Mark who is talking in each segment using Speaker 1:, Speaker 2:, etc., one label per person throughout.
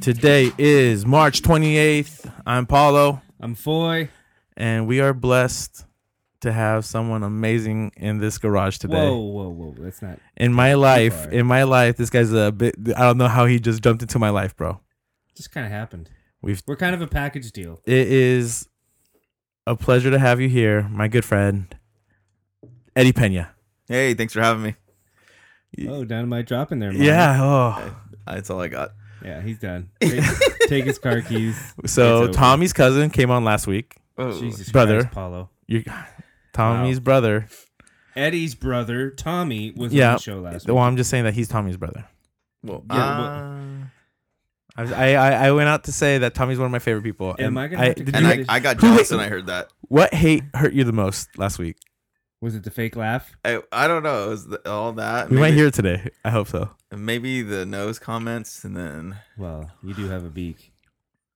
Speaker 1: Today is March 28th. I'm Paulo,
Speaker 2: I'm Foy.
Speaker 1: and we are blessed to have someone amazing in this garage today.
Speaker 2: Whoa, whoa, whoa. That's not.
Speaker 1: In my life,
Speaker 2: far.
Speaker 1: in my life, this guy's a bit. I don't know how he just jumped into my life, bro.
Speaker 2: Just kind of happened.
Speaker 1: We've.
Speaker 2: We're kind of a package deal.
Speaker 1: It is a pleasure to have you here, my good friend, Eddie Pena.
Speaker 3: Hey, thanks for having me.
Speaker 2: Oh, dynamite drop in there. Man.
Speaker 1: Yeah. Oh.
Speaker 3: That's all I got.
Speaker 2: Yeah, he's done. Take, take his car keys. It's
Speaker 1: So
Speaker 2: over.
Speaker 1: Tommy's cousin came on last week.
Speaker 2: Oh, Jesus
Speaker 1: Brother.
Speaker 2: Christ, Paulo.
Speaker 1: You, Tommy's brother.
Speaker 2: Eddie's brother, Tommy, was on
Speaker 1: Yeah.
Speaker 2: the show last
Speaker 1: Well,
Speaker 2: week.
Speaker 1: I'm just saying that he's Tommy's brother.
Speaker 3: Well,
Speaker 2: Yeah,
Speaker 3: uh,
Speaker 1: I, I I- I went out to say that Tommy's one of my favorite people.
Speaker 2: Am
Speaker 1: and
Speaker 2: I gonna have to
Speaker 1: did
Speaker 2: cut
Speaker 3: and
Speaker 1: you-
Speaker 3: I,
Speaker 2: Dude.
Speaker 3: I got
Speaker 1: Who-
Speaker 3: jealous and I heard that.
Speaker 1: What hate hurt you the most last week?
Speaker 2: Was it the fake laugh?
Speaker 3: I, I don't know. It was the, all that.
Speaker 1: We
Speaker 3: maybe,
Speaker 1: might hear it today. I hope so.
Speaker 3: maybe the nose comments, and then
Speaker 2: Well, you do have a beak.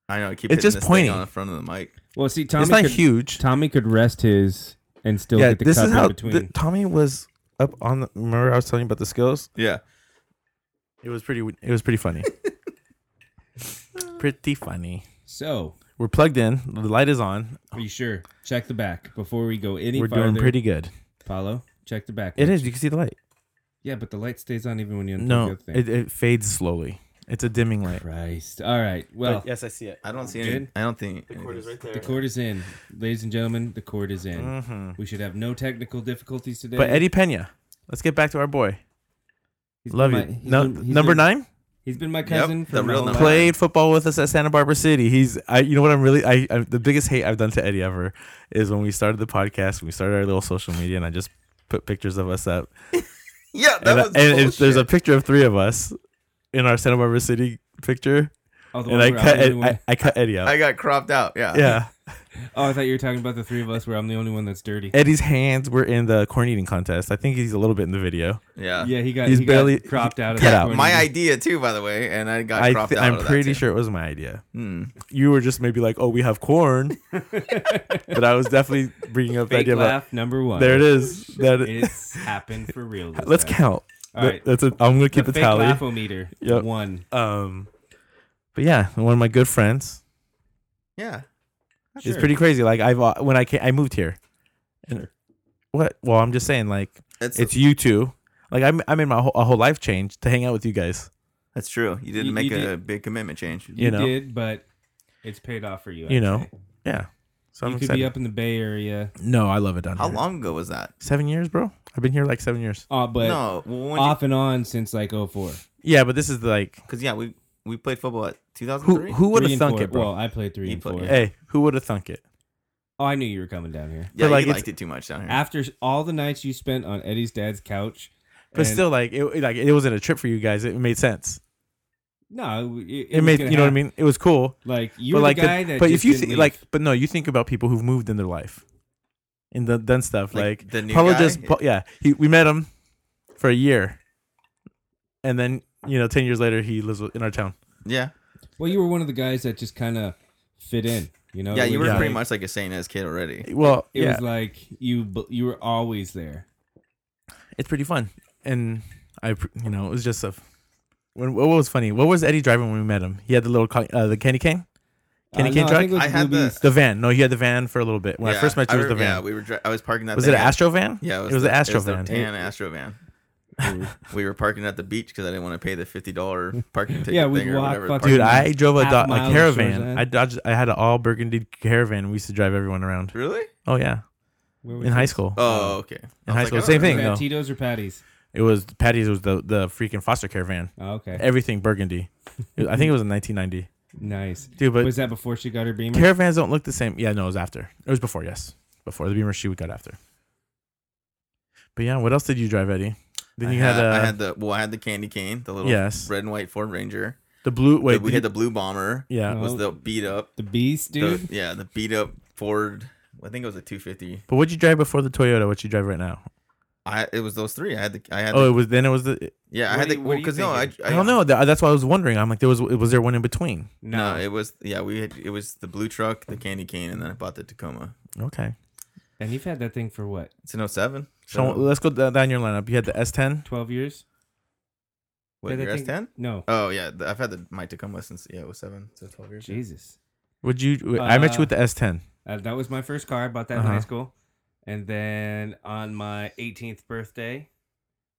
Speaker 3: I know I keep
Speaker 1: It's
Speaker 3: hitting
Speaker 1: just
Speaker 3: this
Speaker 1: pointing.
Speaker 3: thing on the front of the mic.
Speaker 2: Well, see, Tommy
Speaker 1: it's not
Speaker 2: could,
Speaker 1: huge.
Speaker 2: Tommy could rest his and still
Speaker 1: yeah,
Speaker 2: get the
Speaker 1: this
Speaker 2: cup
Speaker 1: is
Speaker 2: in
Speaker 1: how
Speaker 2: between.
Speaker 1: the, Tommy was up on. The, remember, I was telling you about the skills.
Speaker 3: Yeah,
Speaker 1: It was pretty. It was pretty funny. pretty funny.
Speaker 2: so,
Speaker 1: We're plugged in. The light is on.
Speaker 2: are you sure? Check the back before we go any
Speaker 1: We're
Speaker 2: farther.
Speaker 1: doing pretty good.
Speaker 2: Paulo, check the back.
Speaker 1: It is. You can see the light.
Speaker 2: Yeah, but the light stays on even when you unplug the
Speaker 1: No,
Speaker 2: other thing.
Speaker 1: it, it fades slowly. It's a dimming light.
Speaker 2: Christ. All right. Well,
Speaker 1: But yes, I see it.
Speaker 3: I don't see any.
Speaker 2: Good.
Speaker 3: I don't think
Speaker 1: The cord is right there.
Speaker 2: the court is in. Ladies and gentlemen, the court is in.
Speaker 1: hmm
Speaker 2: We should have no technical difficulties today.
Speaker 1: But Eddie Pena, let's get back to our boy.
Speaker 2: He's
Speaker 1: Love
Speaker 2: been
Speaker 1: you.
Speaker 2: my- he's
Speaker 1: no,
Speaker 2: been- he's
Speaker 1: number
Speaker 2: been-
Speaker 1: nine
Speaker 2: He's been my uh,
Speaker 3: Yep,
Speaker 2: cousin
Speaker 3: the
Speaker 2: for my
Speaker 3: real
Speaker 2: whole
Speaker 3: number
Speaker 2: life.
Speaker 1: played football with us at Santa Barbara City. He's, I, you know what I'm really, I, I, the biggest hate I've done to Eddie ever is when we started the podcast, we started our little social media, and I just put pictures of us up,
Speaker 3: Yeah,
Speaker 1: and,
Speaker 3: that
Speaker 1: I-
Speaker 3: was.
Speaker 1: and it's- there's a
Speaker 3: bullshit.
Speaker 1: picture of three of us in our Santa Barbara City picture,
Speaker 2: Oh, the
Speaker 1: and
Speaker 2: one
Speaker 1: I
Speaker 2: where
Speaker 1: cut,
Speaker 2: I'm the
Speaker 1: Ed,
Speaker 2: only
Speaker 1: I,
Speaker 2: one-
Speaker 1: I cut Eddie out.
Speaker 3: I got cropped out. Yeah.
Speaker 1: yeah,
Speaker 2: Oh, I thought you were talking about the three of us where I'm the only one that's dirty.
Speaker 1: Eddie's hands were in the corn eating contest. I think he's a little bit in the video.
Speaker 3: Yeah. Yeah.
Speaker 2: yeah, he got
Speaker 1: he's
Speaker 2: he got
Speaker 1: barely-
Speaker 2: cropped out of
Speaker 1: cut
Speaker 2: that
Speaker 1: out.
Speaker 2: corner.
Speaker 3: My idea too, by the way, and I got
Speaker 1: I
Speaker 3: cropped
Speaker 1: th-
Speaker 3: out.
Speaker 1: I'm
Speaker 3: of that,
Speaker 1: pretty
Speaker 3: too.
Speaker 1: sure it was my idea.
Speaker 3: Hmm.
Speaker 1: you were just maybe like, "Oh, we have corn," but I was definitely bringing up the
Speaker 2: fake
Speaker 1: idea about
Speaker 2: laugh number one.
Speaker 1: there it is. That
Speaker 2: It's happened for real. this
Speaker 1: let's
Speaker 2: time.
Speaker 1: count.
Speaker 2: All right.
Speaker 1: That's a, I'm gonna keep
Speaker 2: the
Speaker 1: a
Speaker 2: fake
Speaker 1: tally.
Speaker 2: laughometer.
Speaker 1: Yep.
Speaker 2: One.
Speaker 1: Um, but yeah, one of my good friends.
Speaker 3: Yeah.
Speaker 1: It's pretty crazy. Like I've uh, when I came, I moved here. And what? Well, I'm just saying, like
Speaker 3: That's
Speaker 1: it's you two. Like I'm, I'm in my whole, a whole life change to hang out with you guys.
Speaker 3: that's true. You
Speaker 2: You-
Speaker 3: didn't make
Speaker 2: you
Speaker 3: a
Speaker 2: did-
Speaker 3: big commitment change.
Speaker 1: You know,
Speaker 2: did, but it's paid off for you.
Speaker 1: you
Speaker 2: I'd
Speaker 1: know,
Speaker 2: say.
Speaker 1: yeah. So I'm
Speaker 2: you could
Speaker 1: excited.
Speaker 2: be up in the Bay Area.
Speaker 1: no, I love it down
Speaker 3: How
Speaker 1: here.
Speaker 3: long ago was that?
Speaker 1: Seven years, bro. I've been here like seven years.
Speaker 2: Uh, but
Speaker 3: no. well, When
Speaker 2: off and on since like 04.
Speaker 1: Yeah, but this is like
Speaker 3: Because yeah, we we played football at
Speaker 1: who
Speaker 3: 2003.
Speaker 1: who would have
Speaker 2: Three and
Speaker 1: thunk
Speaker 2: four.
Speaker 1: it, bro?
Speaker 2: Well, I played three
Speaker 3: He
Speaker 2: and
Speaker 3: played-
Speaker 2: four.
Speaker 1: Hey, who would have thunk it?
Speaker 2: Oh, I knew you were coming down here.
Speaker 1: But,
Speaker 3: Yeah,
Speaker 1: like,
Speaker 3: like, he
Speaker 1: it's-
Speaker 3: liked it too much down here.
Speaker 2: After all the nights you spent on Eddie's dad's couch.
Speaker 1: But
Speaker 2: and-
Speaker 1: still, like it, like it wasn't a trip for you guys. It made sense.
Speaker 2: no, it,
Speaker 1: It,
Speaker 2: was
Speaker 1: made you
Speaker 2: gonna
Speaker 1: know what I
Speaker 2: happen.
Speaker 1: mean. It was cool.
Speaker 2: Like you
Speaker 1: but
Speaker 2: were
Speaker 1: like,
Speaker 2: the
Speaker 1: the-
Speaker 2: guy that.
Speaker 1: but if
Speaker 2: just
Speaker 1: you
Speaker 2: didn't
Speaker 1: thi-
Speaker 2: leave.
Speaker 1: like, but no, you think about people who've moved in their life, and the, done stuff like,
Speaker 3: Like, the new
Speaker 1: Paulo
Speaker 3: guy?
Speaker 1: just Pa- yeah. He, we met him for a year, and then you know, ten years later, he lives in our town.
Speaker 3: yeah.
Speaker 2: well, you were one of the guys that just kind of fit in. You know.
Speaker 3: Yeah,
Speaker 2: It
Speaker 3: you
Speaker 2: was
Speaker 3: were
Speaker 1: Yeah.
Speaker 2: like-
Speaker 3: pretty much like a Saint as kid already.
Speaker 1: Well,
Speaker 2: It
Speaker 1: yeah,
Speaker 2: was like you. bu- You were always there.
Speaker 1: it's pretty fun, and I, pr- you know, it was just a. When, what was funny? What was Eddie driving when we met him? He had the little co- uh, the candy cane, candy
Speaker 2: Uh,
Speaker 1: cane
Speaker 2: no,
Speaker 1: truck.
Speaker 2: I, think it was
Speaker 3: I had
Speaker 2: Blue
Speaker 3: the-
Speaker 2: Beast.
Speaker 1: The van. No, he had the van for a little bit. When I
Speaker 3: Yeah,
Speaker 1: first met you, it was the
Speaker 3: re- Yeah,
Speaker 1: van.
Speaker 3: we were. Dri- I was parking at.
Speaker 1: was
Speaker 3: the
Speaker 1: it an Astro van?
Speaker 3: Yeah,
Speaker 1: it was the, Astro
Speaker 3: it was
Speaker 1: van.
Speaker 3: the tan Astro van. We were parking at the beach because I didn't want to pay the fifty dollar parking ticket.
Speaker 2: Yeah, we'd
Speaker 3: thing or
Speaker 2: walk
Speaker 3: whatever.
Speaker 2: fucking-
Speaker 1: Dude,
Speaker 3: Parking-
Speaker 1: I drove a,
Speaker 2: Half
Speaker 1: do-
Speaker 2: mile
Speaker 1: a
Speaker 2: to
Speaker 1: caravan.
Speaker 2: Shoreside.
Speaker 1: I dodged. I had an all burgundy caravan. We used to drive everyone around.
Speaker 3: really?
Speaker 1: Oh yeah,
Speaker 2: Where was
Speaker 1: in high
Speaker 2: it?
Speaker 1: school.
Speaker 3: Oh, okay.
Speaker 1: In
Speaker 3: I
Speaker 1: high
Speaker 3: was
Speaker 1: school,
Speaker 3: like, I
Speaker 1: same
Speaker 3: don't
Speaker 1: thing
Speaker 2: Was
Speaker 1: though.
Speaker 2: that Tito's or Patty's?
Speaker 1: It was Patty's. Was the the freaking Foster caravan.
Speaker 2: Oh, okay.
Speaker 1: Everything burgundy. It- I think it was in 1990.
Speaker 2: Nice.
Speaker 1: Dude, but
Speaker 2: was that before she got her beamer?
Speaker 1: caravans don't look the same. Yeah, no, it was after. It was before. Yes, before the Beamer she we got after. But yeah, what else did you drive, Eddie? Then
Speaker 3: I
Speaker 1: you had, uh,
Speaker 3: I had the well, I had the candy cane, the little
Speaker 1: Yes.
Speaker 3: red and white Ford Ranger.
Speaker 1: the blue. Wait,
Speaker 3: we
Speaker 1: did
Speaker 3: had
Speaker 1: you-
Speaker 3: the blue bomber.
Speaker 1: yeah.
Speaker 2: No.
Speaker 3: was the beat up
Speaker 2: the Beast,
Speaker 3: the-
Speaker 2: dude.
Speaker 3: yeah, the beat up Ford. I think it was a two fifty.
Speaker 1: But what'd you drive before the Toyota? What you drive right now?
Speaker 3: I it was those three. I had the I had
Speaker 1: Oh,
Speaker 3: the,
Speaker 1: it was then. It was the.
Speaker 3: yeah I
Speaker 2: What
Speaker 3: had
Speaker 2: do
Speaker 3: the
Speaker 2: you- what are
Speaker 3: well
Speaker 2: you
Speaker 3: because no I,
Speaker 2: thinking?
Speaker 1: I don't know. Th- That's why I was wondering. I'm like, there was was there one in between?
Speaker 3: No, it was yeah. We had it was the blue truck, the candy cane, and then I bought the Tacoma.
Speaker 1: Okay,
Speaker 2: and you've had that thing for what?
Speaker 3: It's an 07.
Speaker 1: so
Speaker 3: So
Speaker 1: let's go d- down your lineup. You had the S10.
Speaker 2: 12 years?
Speaker 3: What,
Speaker 2: Did I
Speaker 3: your
Speaker 2: think-
Speaker 3: S10?
Speaker 2: No,
Speaker 3: Oh, yeah. th- I've had the my Tacoma since, yeah, it was 7. So 12 years. yeah.
Speaker 2: Jesus.
Speaker 1: Would you? I met you with the S10.
Speaker 2: Uh, that was my first car. I bought that in
Speaker 1: Uh-huh.
Speaker 2: high school. And then on my 18th birthday,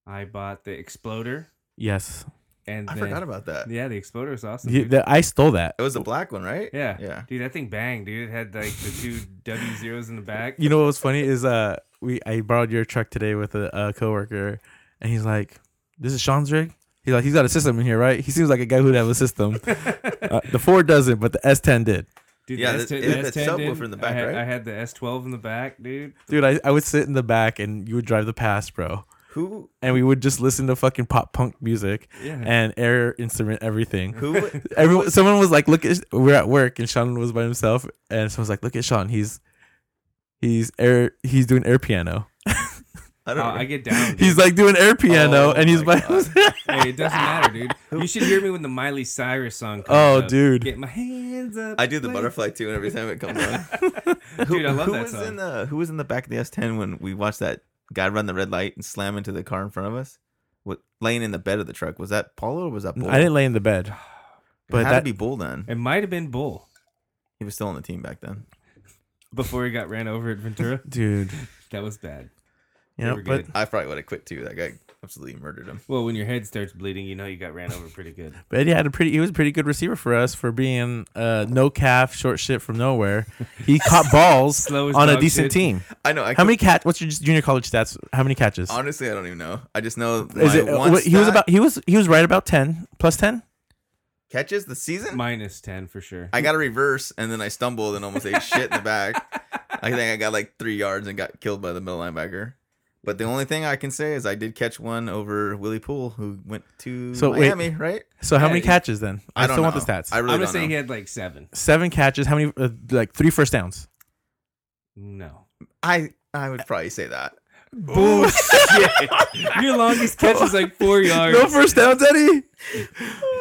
Speaker 2: I bought the Exploder.
Speaker 1: Yes,
Speaker 2: And
Speaker 3: I
Speaker 2: then,
Speaker 3: forgot about that.
Speaker 2: Yeah, the Exploder was awesome.
Speaker 1: You-
Speaker 2: dude.
Speaker 1: that- I stole that.
Speaker 3: It was the black one, right?
Speaker 2: yeah.
Speaker 3: Yeah.
Speaker 2: Dude, that thing banged, dude. It had like the two W zeros in the back.
Speaker 1: You know what was funny is uh we I borrowed your truck today with a, a coworker, and he's like, "This is Sean's rig." He's like, "He's got a system in here, right?" He seems like a guy who'd have a system. uh, the Ford doesn't, but the S10 did.
Speaker 2: Dude,
Speaker 3: Yeah,
Speaker 2: the
Speaker 3: that-
Speaker 2: S10,
Speaker 3: it had that
Speaker 2: the S10 did.
Speaker 3: subwoofer in the back,
Speaker 2: I had,
Speaker 3: right?
Speaker 2: I had the S12 in the back, dude.
Speaker 1: Dude, I, I would sit in the back and you would drive the past, bro.
Speaker 3: Who
Speaker 1: And we would just listen to fucking pop punk music
Speaker 2: Yeah.
Speaker 1: and air instrument everything.
Speaker 3: who
Speaker 1: Everyone, someone was like, "Look at we we're at work," and Sean was by himself, and someone's like, "Look at Sean, he's he's air he's doing air piano.
Speaker 3: I
Speaker 2: Oh,
Speaker 3: don't
Speaker 2: I get down. dude.
Speaker 1: He's like doing air piano,
Speaker 3: Oh
Speaker 1: and he's
Speaker 3: my
Speaker 1: by
Speaker 3: God.
Speaker 1: himself."
Speaker 2: hey, it doesn't matter, dude. You should hear me when the Miley Cyrus song comes
Speaker 1: Oh,
Speaker 2: up.
Speaker 1: dude.
Speaker 2: Get my hands up.
Speaker 3: I do the
Speaker 2: like-
Speaker 3: butterfly too, and every time it comes on.
Speaker 2: Dude, I love
Speaker 3: who
Speaker 2: that
Speaker 3: was
Speaker 2: song.
Speaker 3: in the Who was in the back of the S10 when we watched that guy run the red light and slam into the car in front of us? What laying in the bed of the truck was that Paulo or was that Bull?
Speaker 1: I didn't lay in the bed,
Speaker 3: It
Speaker 1: but
Speaker 3: had
Speaker 1: that
Speaker 3: to be Bull then.
Speaker 2: It might have been Bull
Speaker 3: He was still on the team back then.
Speaker 2: before he got ran over at Ventura.
Speaker 1: dude,
Speaker 2: that was bad.
Speaker 1: you
Speaker 2: They
Speaker 1: know,
Speaker 2: were
Speaker 1: but
Speaker 2: good.
Speaker 3: I probably would have quit too. That guy absolutely murdered him.
Speaker 2: Well, when your head starts bleeding, you know you got ran over pretty good.
Speaker 1: but Eddie had a pretty. He was a pretty good receiver for us for being uh, no calf, short shit from nowhere. He caught balls
Speaker 2: Slow as
Speaker 1: on a
Speaker 2: dog
Speaker 1: decent
Speaker 2: shit.
Speaker 1: team.
Speaker 3: I know.
Speaker 1: How
Speaker 3: I could-
Speaker 1: many catch? What's your junior college stats? How many catches?
Speaker 3: Honestly, I don't even know. I just know
Speaker 1: Is
Speaker 3: my
Speaker 1: it? uh,
Speaker 3: one
Speaker 1: what- he was
Speaker 3: stat-
Speaker 1: about. He was. He was right about ten plus ten.
Speaker 3: catches the season.
Speaker 2: Minus ten for sure.
Speaker 3: I got a reverse and then I stumbled and almost ate shit in the back. I think I got like three yards and got killed by the middle linebacker. But the only thing I can say is I did catch one over Willie Poole, who went to
Speaker 1: So, wait.
Speaker 3: Miami, right?
Speaker 1: So how
Speaker 2: Yeah,
Speaker 1: many
Speaker 2: it-
Speaker 1: catches then? I,
Speaker 3: don't
Speaker 1: still want
Speaker 3: know.
Speaker 1: the stats.
Speaker 3: I really
Speaker 2: I'm gonna
Speaker 3: don't
Speaker 2: say
Speaker 3: know.
Speaker 2: he had like seven.
Speaker 1: Seven catches. How many? Uh, like three first downs.
Speaker 2: No.
Speaker 3: I I would probably say that.
Speaker 2: Bullshit. your longest catch is like four yards.
Speaker 1: No first downs, Eddie.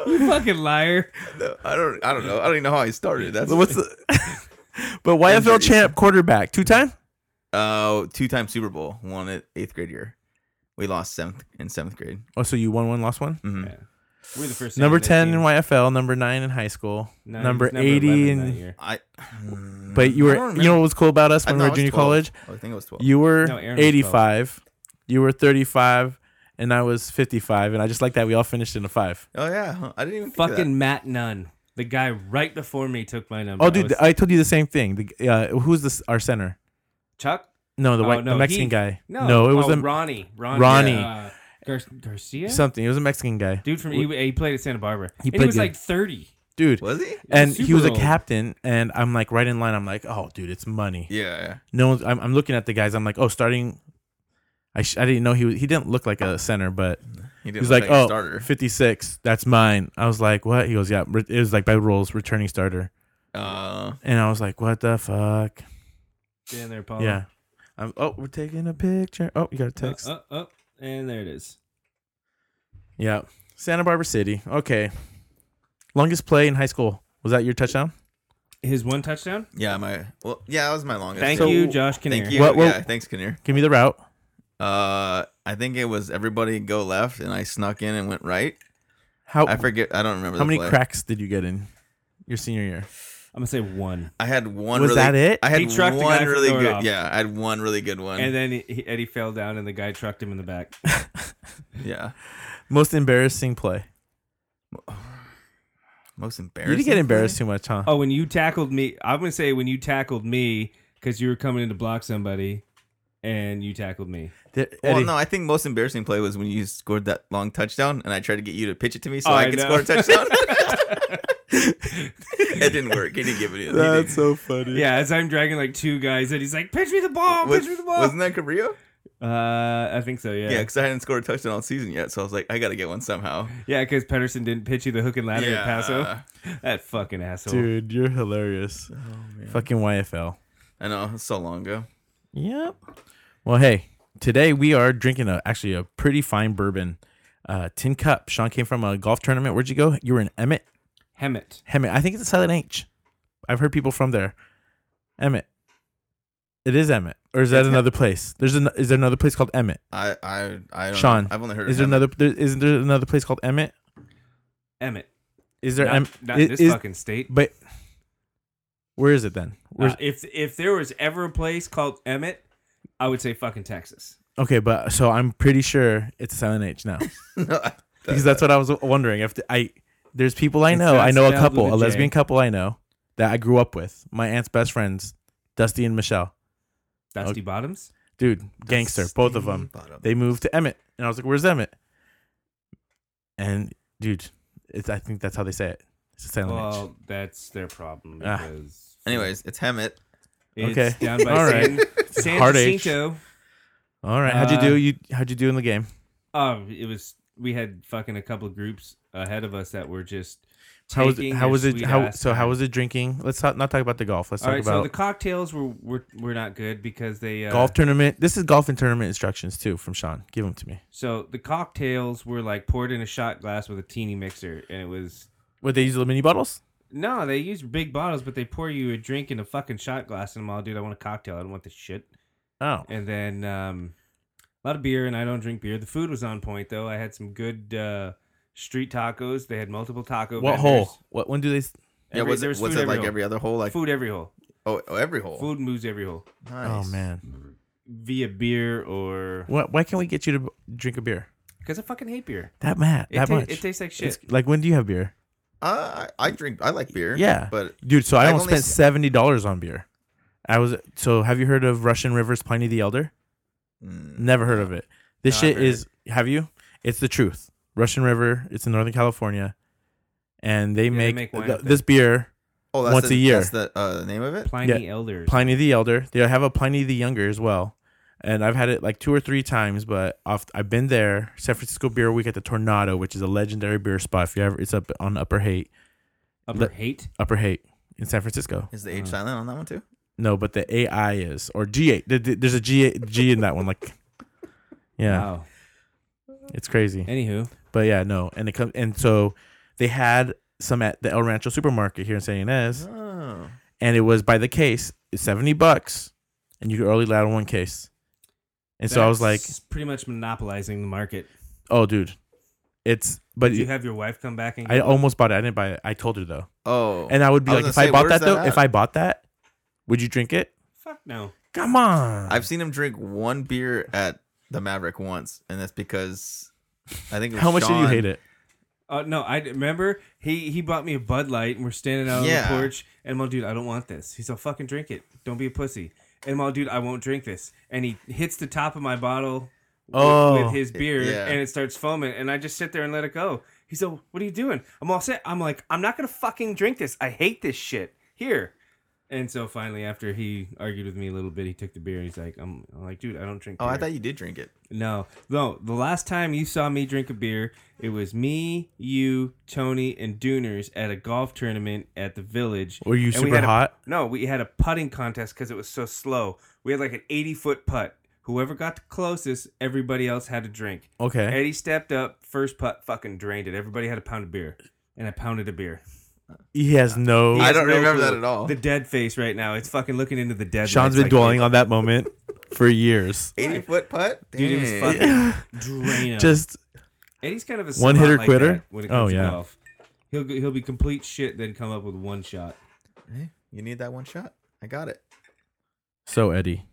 Speaker 2: you fucking liar.
Speaker 3: No, I don't. I don't know. I don't even know how I started. That's
Speaker 1: What's the? but YFL
Speaker 3: Injuries.
Speaker 1: champ quarterback two time.
Speaker 3: Oh, two-time Super Bowl, won it eighth grade year. We lost seventh in seventh grade.
Speaker 1: Oh, so you won one, lost one.
Speaker 3: Mhm.
Speaker 2: Yeah. We're the first.
Speaker 1: Number
Speaker 2: team that
Speaker 1: ten in
Speaker 2: team-
Speaker 1: YFL. Number nine in high school.
Speaker 3: Mm-hmm.
Speaker 2: No, it
Speaker 1: number
Speaker 2: was
Speaker 1: eighty
Speaker 2: 11 that
Speaker 1: in.
Speaker 2: year.
Speaker 3: I. hmm,
Speaker 1: But you
Speaker 3: I
Speaker 1: were.
Speaker 3: don't
Speaker 1: You know
Speaker 3: remember.
Speaker 1: what was cool about us
Speaker 3: I
Speaker 1: when
Speaker 3: know
Speaker 1: we
Speaker 3: I
Speaker 1: were
Speaker 3: was
Speaker 1: junior
Speaker 3: 12.
Speaker 1: college?
Speaker 3: I think it was twelve.
Speaker 1: You were
Speaker 2: No, Aaron was
Speaker 1: 85. You were 35, and I was 55. And I just like that we all finished in a five.
Speaker 3: oh yeah, huh, I didn't even think of that.
Speaker 2: Fucking Matt Nunn, the guy right before me, took my number.
Speaker 1: Oh,
Speaker 2: I
Speaker 1: dude,
Speaker 2: was-
Speaker 1: I told you the same thing. The, uh, who's this? Our center?
Speaker 2: Chuck.
Speaker 1: No, the
Speaker 2: Oh,
Speaker 1: white,
Speaker 2: no,
Speaker 1: the Mexican
Speaker 2: he-
Speaker 1: guy.
Speaker 2: No,
Speaker 1: it was
Speaker 2: oh,
Speaker 1: a,
Speaker 2: Ronnie. Ronnie.
Speaker 1: Ronnie.
Speaker 2: Uh, Gar- Garcia.
Speaker 1: something. It was a Mexican guy,
Speaker 2: Dude from he, he played at Santa Barbara.
Speaker 1: He
Speaker 2: He, and
Speaker 1: played
Speaker 2: he was
Speaker 1: good.
Speaker 2: like thirty.
Speaker 1: dude.
Speaker 3: Was he?
Speaker 1: And
Speaker 2: Super
Speaker 1: he was a
Speaker 2: old.
Speaker 1: captain, and I'm like right in line. I'm like, oh, dude, it's money.
Speaker 3: Yeah.
Speaker 1: No one's. I'm, I'm looking at the guys. I'm like, oh, starting. I, sh- I didn't know he was, he didn't look like a center, but
Speaker 3: He didn't
Speaker 1: He's
Speaker 3: look
Speaker 1: like, oh,
Speaker 3: a starter.
Speaker 1: 56. That's mine. I was like, what? He goes, yeah. re- It was like by rules, returning starter.
Speaker 3: Uh,
Speaker 1: And I was like, what the fuck?
Speaker 2: Yeah, there,
Speaker 3: Uh-huh.
Speaker 2: Paul.
Speaker 1: Yeah. I'm, oh, we're taking a picture. Oh, you got a
Speaker 2: Up,
Speaker 1: text.
Speaker 2: up, up, and there it is.
Speaker 1: Yeah. Santa Barbara City. Okay. Longest play in high school. Was that your touchdown?
Speaker 2: His one touchdown.
Speaker 3: yeah, my well, yeah, that was my longest.
Speaker 2: Thank
Speaker 1: So-
Speaker 2: you, Josh Kinnear.
Speaker 3: Thank you.
Speaker 1: What- what-
Speaker 3: yeah, thanks, Kinnear.
Speaker 1: Give me the route.
Speaker 3: Uh, I think it was everybody go left, and I snuck in and went right.
Speaker 1: How
Speaker 3: I forget. I don't remember.
Speaker 1: Oh. how
Speaker 3: the
Speaker 1: many
Speaker 3: play.
Speaker 1: cracks did you get in your senior year?
Speaker 2: I'm gonna say one,
Speaker 3: I had one.
Speaker 1: Was
Speaker 3: really,
Speaker 1: that it?
Speaker 3: I had
Speaker 2: He trucked the guy
Speaker 3: one
Speaker 2: for
Speaker 3: really
Speaker 2: throwing
Speaker 3: good.
Speaker 2: off.
Speaker 3: Yeah, I had one really good one.
Speaker 2: and then he, Eddie fell down, and the guy trucked him in the back.
Speaker 3: yeah,
Speaker 1: Most embarrassing play.
Speaker 3: most embarrassing.
Speaker 1: You didn't get embarrassed
Speaker 3: play?
Speaker 1: too much, huh?
Speaker 2: oh, when you tackled me, I'm gonna say when you tackled me because you were coming in to block somebody, and you tackled me.
Speaker 1: There-
Speaker 3: Well,
Speaker 1: Eddie,
Speaker 3: no, I think most embarrassing play was when you scored that long touchdown, and I tried to get you to pitch it to me so
Speaker 2: Oh,
Speaker 3: I
Speaker 2: I
Speaker 3: could
Speaker 2: know.
Speaker 3: score a touchdown. it didn't work. He didn't give it.
Speaker 1: That's so funny.
Speaker 2: Yeah, as I'm dragging like two guys, and he's like, "Pitch me the ball,
Speaker 3: was,
Speaker 2: pitch me the ball."
Speaker 3: wasn't that Cabrillo?
Speaker 2: uh, I think so.
Speaker 3: Yeah, because I hadn't scored a touchdown all season yet, so I was like, I got to get one somehow.
Speaker 2: Yeah, because Pedersen didn't pitch you the hook and ladder at Paso. That fucking asshole.
Speaker 1: Dude, you're hilarious.
Speaker 3: Oh man,
Speaker 1: Fucking YFL.
Speaker 3: I know it's so long ago.
Speaker 1: Yep. Well, hey, today we are drinking a actually a pretty fine bourbon, uh, tin cup. Sean came from a golf tournament. Where'd you go? You were in Emmett.
Speaker 2: Hemet.
Speaker 1: Emmett. I think it's a silent H. I've heard people from there. Emmett. It is Emmett, or is that
Speaker 3: It's Em-
Speaker 1: another place? There's an, is there another place called Emmett?
Speaker 3: I I I don't
Speaker 1: Sean,
Speaker 3: know. I've only heard.
Speaker 1: Is
Speaker 3: of
Speaker 1: there
Speaker 3: Emmett.
Speaker 1: another? There, isn't there another place called Emmett?
Speaker 2: Emmett.
Speaker 1: Is there?
Speaker 2: not,
Speaker 1: Em,
Speaker 2: not
Speaker 1: i-
Speaker 2: this
Speaker 1: is-
Speaker 2: fucking state.
Speaker 1: But where is it then? Where's,
Speaker 2: Uh, if if there was ever a place called Emmett, I would say fucking Texas.
Speaker 1: okay, but so I'm pretty sure it's Silent H now
Speaker 3: No, I-
Speaker 1: because that's what I was wondering. If the- I there's people I
Speaker 2: It's
Speaker 1: know,
Speaker 2: not
Speaker 1: I know a
Speaker 2: spelled
Speaker 1: couple,
Speaker 2: with
Speaker 1: a
Speaker 2: a J.
Speaker 1: lesbian couple I know that I grew up with. My aunt's best friends, Dusty and Michelle,
Speaker 2: Dusty Bottoms.
Speaker 1: dude, gangster, both of them.
Speaker 3: Bottom.
Speaker 1: They moved to Emmett, and I was like, "Where's Emmett?" And dude, it's, I think that's how they say it. It's Silent H.
Speaker 2: Well, that's their problem
Speaker 1: Ah.
Speaker 2: because
Speaker 3: Anyways, it's Hemet.
Speaker 2: it's
Speaker 1: okay.
Speaker 2: down by
Speaker 1: All
Speaker 2: San, San
Speaker 1: Hard H.
Speaker 2: Jacinto.
Speaker 1: All right, how'd you
Speaker 2: uh,
Speaker 1: do? You how'd you do in the game?
Speaker 2: Oh, it was we had fucking a couple of groups ahead of us that were just
Speaker 1: How was it?
Speaker 2: taking
Speaker 1: How
Speaker 2: their
Speaker 1: was it?
Speaker 2: sweet
Speaker 1: How
Speaker 2: ass
Speaker 1: so? How
Speaker 2: time.
Speaker 1: was it drinking? Let's not, not talk about the golf. Let's
Speaker 2: All
Speaker 1: talk
Speaker 2: right, so
Speaker 1: about
Speaker 2: the cocktails were, were were not good because they uh,
Speaker 1: golf tournament. This is golf and tournament instructions too from Sean. Give them to me.
Speaker 2: So the cocktails were like poured in a shot glass with a teeny mixer, and it was
Speaker 1: What they use the mini bottles?
Speaker 2: no, they use big bottles, but they pour you a drink in a fucking shot glass, and I'm all, dude, I want a cocktail, I don't want this shit.
Speaker 1: Oh,
Speaker 2: And then um, a lot of beer, and I don't drink beer. The food was on point though. I had some good uh, street tacos. They had multiple taco.
Speaker 1: what
Speaker 2: vendors.
Speaker 1: hole? What when do they? s-
Speaker 3: Yeah,
Speaker 2: Every-
Speaker 3: was
Speaker 2: there
Speaker 3: it was
Speaker 2: food
Speaker 3: it like
Speaker 2: hole.
Speaker 3: every other hole? Like
Speaker 2: food every hole?
Speaker 3: oh, oh, every hole.
Speaker 2: Food moves every hole
Speaker 3: Nice.
Speaker 1: Oh man,
Speaker 2: via beer or
Speaker 1: what? Why can't we get you to b- drink a beer?
Speaker 2: because I fucking hate beer.
Speaker 1: That mad?
Speaker 2: It,
Speaker 1: That
Speaker 2: ta-
Speaker 1: much?
Speaker 2: it tastes like shit.
Speaker 1: It's- like when do you have beer,
Speaker 3: Uh, I I drink. I like beer.
Speaker 1: Yeah.
Speaker 3: but
Speaker 1: dude? So I
Speaker 3: I've
Speaker 1: almost
Speaker 3: only
Speaker 1: spent
Speaker 3: s-
Speaker 1: seventy dollars on beer. I was so. Have you heard of Russian Rivers Pliny the Elder?
Speaker 3: mm,
Speaker 1: Never heard of it. This
Speaker 2: No,
Speaker 1: shit
Speaker 2: I've heard
Speaker 1: is. Have you? It's the truth. Russian River. It's in Northern California, and they
Speaker 2: they
Speaker 1: make,
Speaker 2: make wine
Speaker 1: th-
Speaker 2: up there.
Speaker 1: this beer.
Speaker 3: oh, that's
Speaker 1: once
Speaker 3: the,
Speaker 1: a year.
Speaker 3: That's the uh, name of it.
Speaker 2: Pliny Elders.
Speaker 1: Pliny the Elder. They have a Pliny the Younger as well. And I've had it like two or three times, but off, I've been there. San Francisco Beer Week at the Tornado, which is a legendary beer spot. If you ever, it's up on Upper Haight,
Speaker 2: Upper
Speaker 1: Le-
Speaker 2: hate.
Speaker 1: Upper Haight in San Francisco.
Speaker 3: Is the H silent on that one too?
Speaker 1: No, but the AI is or G8. There- there- There's a G G in that one. Like, yeah,
Speaker 2: Wow.
Speaker 1: it's crazy.
Speaker 2: Anywho.
Speaker 1: But yeah, no, and it comes and so they had some at the El Rancho supermarket here in San Ynez,
Speaker 3: Oh,
Speaker 1: and it was by the case, it's seventy bucks, and you could only allow one case. And so I was like,
Speaker 2: That's pretty much monopolizing the market.
Speaker 1: Oh, dude, it's but
Speaker 2: Did you have your wife come back and
Speaker 1: I almost bought it. I didn't buy it. I told her though,
Speaker 3: oh,
Speaker 1: and I would be
Speaker 3: I
Speaker 1: like,
Speaker 3: was gonna
Speaker 1: if
Speaker 3: say,
Speaker 1: I bought
Speaker 3: where's
Speaker 1: that though,
Speaker 3: that
Speaker 1: if
Speaker 3: at?
Speaker 1: I bought that, would you drink it?
Speaker 2: fuck no.
Speaker 1: Come on,
Speaker 3: I've seen him drink one beer at the Maverick once, and that's because I think it was
Speaker 1: how much did you
Speaker 3: Sean-
Speaker 1: hate it?
Speaker 2: Uh, no, I remember he he bought me a Bud Light and we're standing out on
Speaker 3: Yeah.
Speaker 2: the porch and I'm all, dude, I don't want this. He's all fucking drink it. Don't be a pussy. And I'm all, dude, I won't drink this. And he hits the top of my bottle with,
Speaker 1: Oh.
Speaker 2: with his beer
Speaker 3: Yeah.
Speaker 2: and it starts foaming and I just sit there and let it go. He's all, what are you doing? I'm all set. I'm like, I'm not gonna fucking drink this. I hate this shit. Here. And so finally, after he argued with me a little bit, he took the beer and he's like, I'm, I'm like, dude, I don't drink.
Speaker 3: Oh, I
Speaker 2: beer."
Speaker 3: thought you did drink it.
Speaker 2: No, no. The last time you saw me drink a beer, it was me, you, Tony, and Dooners at a golf tournament at the village.
Speaker 1: Were you
Speaker 2: And we
Speaker 1: super
Speaker 2: had a-
Speaker 1: hot?
Speaker 2: No, we had a putting contest because it was so slow. We had like an eighty-foot putt. Whoever got the closest, everybody else had a drink.
Speaker 1: Okay,
Speaker 2: Eddie stepped up, first putt, fucking drained it. Everybody had a pound of beer, and I pounded a beer.
Speaker 1: he has no.
Speaker 2: He
Speaker 3: I
Speaker 2: has
Speaker 3: don't
Speaker 2: no
Speaker 3: remember
Speaker 2: clue.
Speaker 3: that at all.
Speaker 2: The dead face right now. It's fucking looking into the dead.
Speaker 1: Sean's
Speaker 2: lights
Speaker 1: been
Speaker 2: like,
Speaker 1: dwelling on that moment for years.
Speaker 3: Eighty foot putt.
Speaker 2: Dude, it was
Speaker 3: Dang.
Speaker 2: fucking drain.
Speaker 1: Just
Speaker 2: Eddie's kind of a
Speaker 1: One hitter
Speaker 2: savant like
Speaker 1: quitter?
Speaker 2: that when it
Speaker 1: Oh,
Speaker 2: comes
Speaker 1: yeah.
Speaker 2: to golf. He'll go- he'll be complete shit, then come up with one shot.
Speaker 3: Hey, you need that one shot. I got it.
Speaker 1: so Eddie.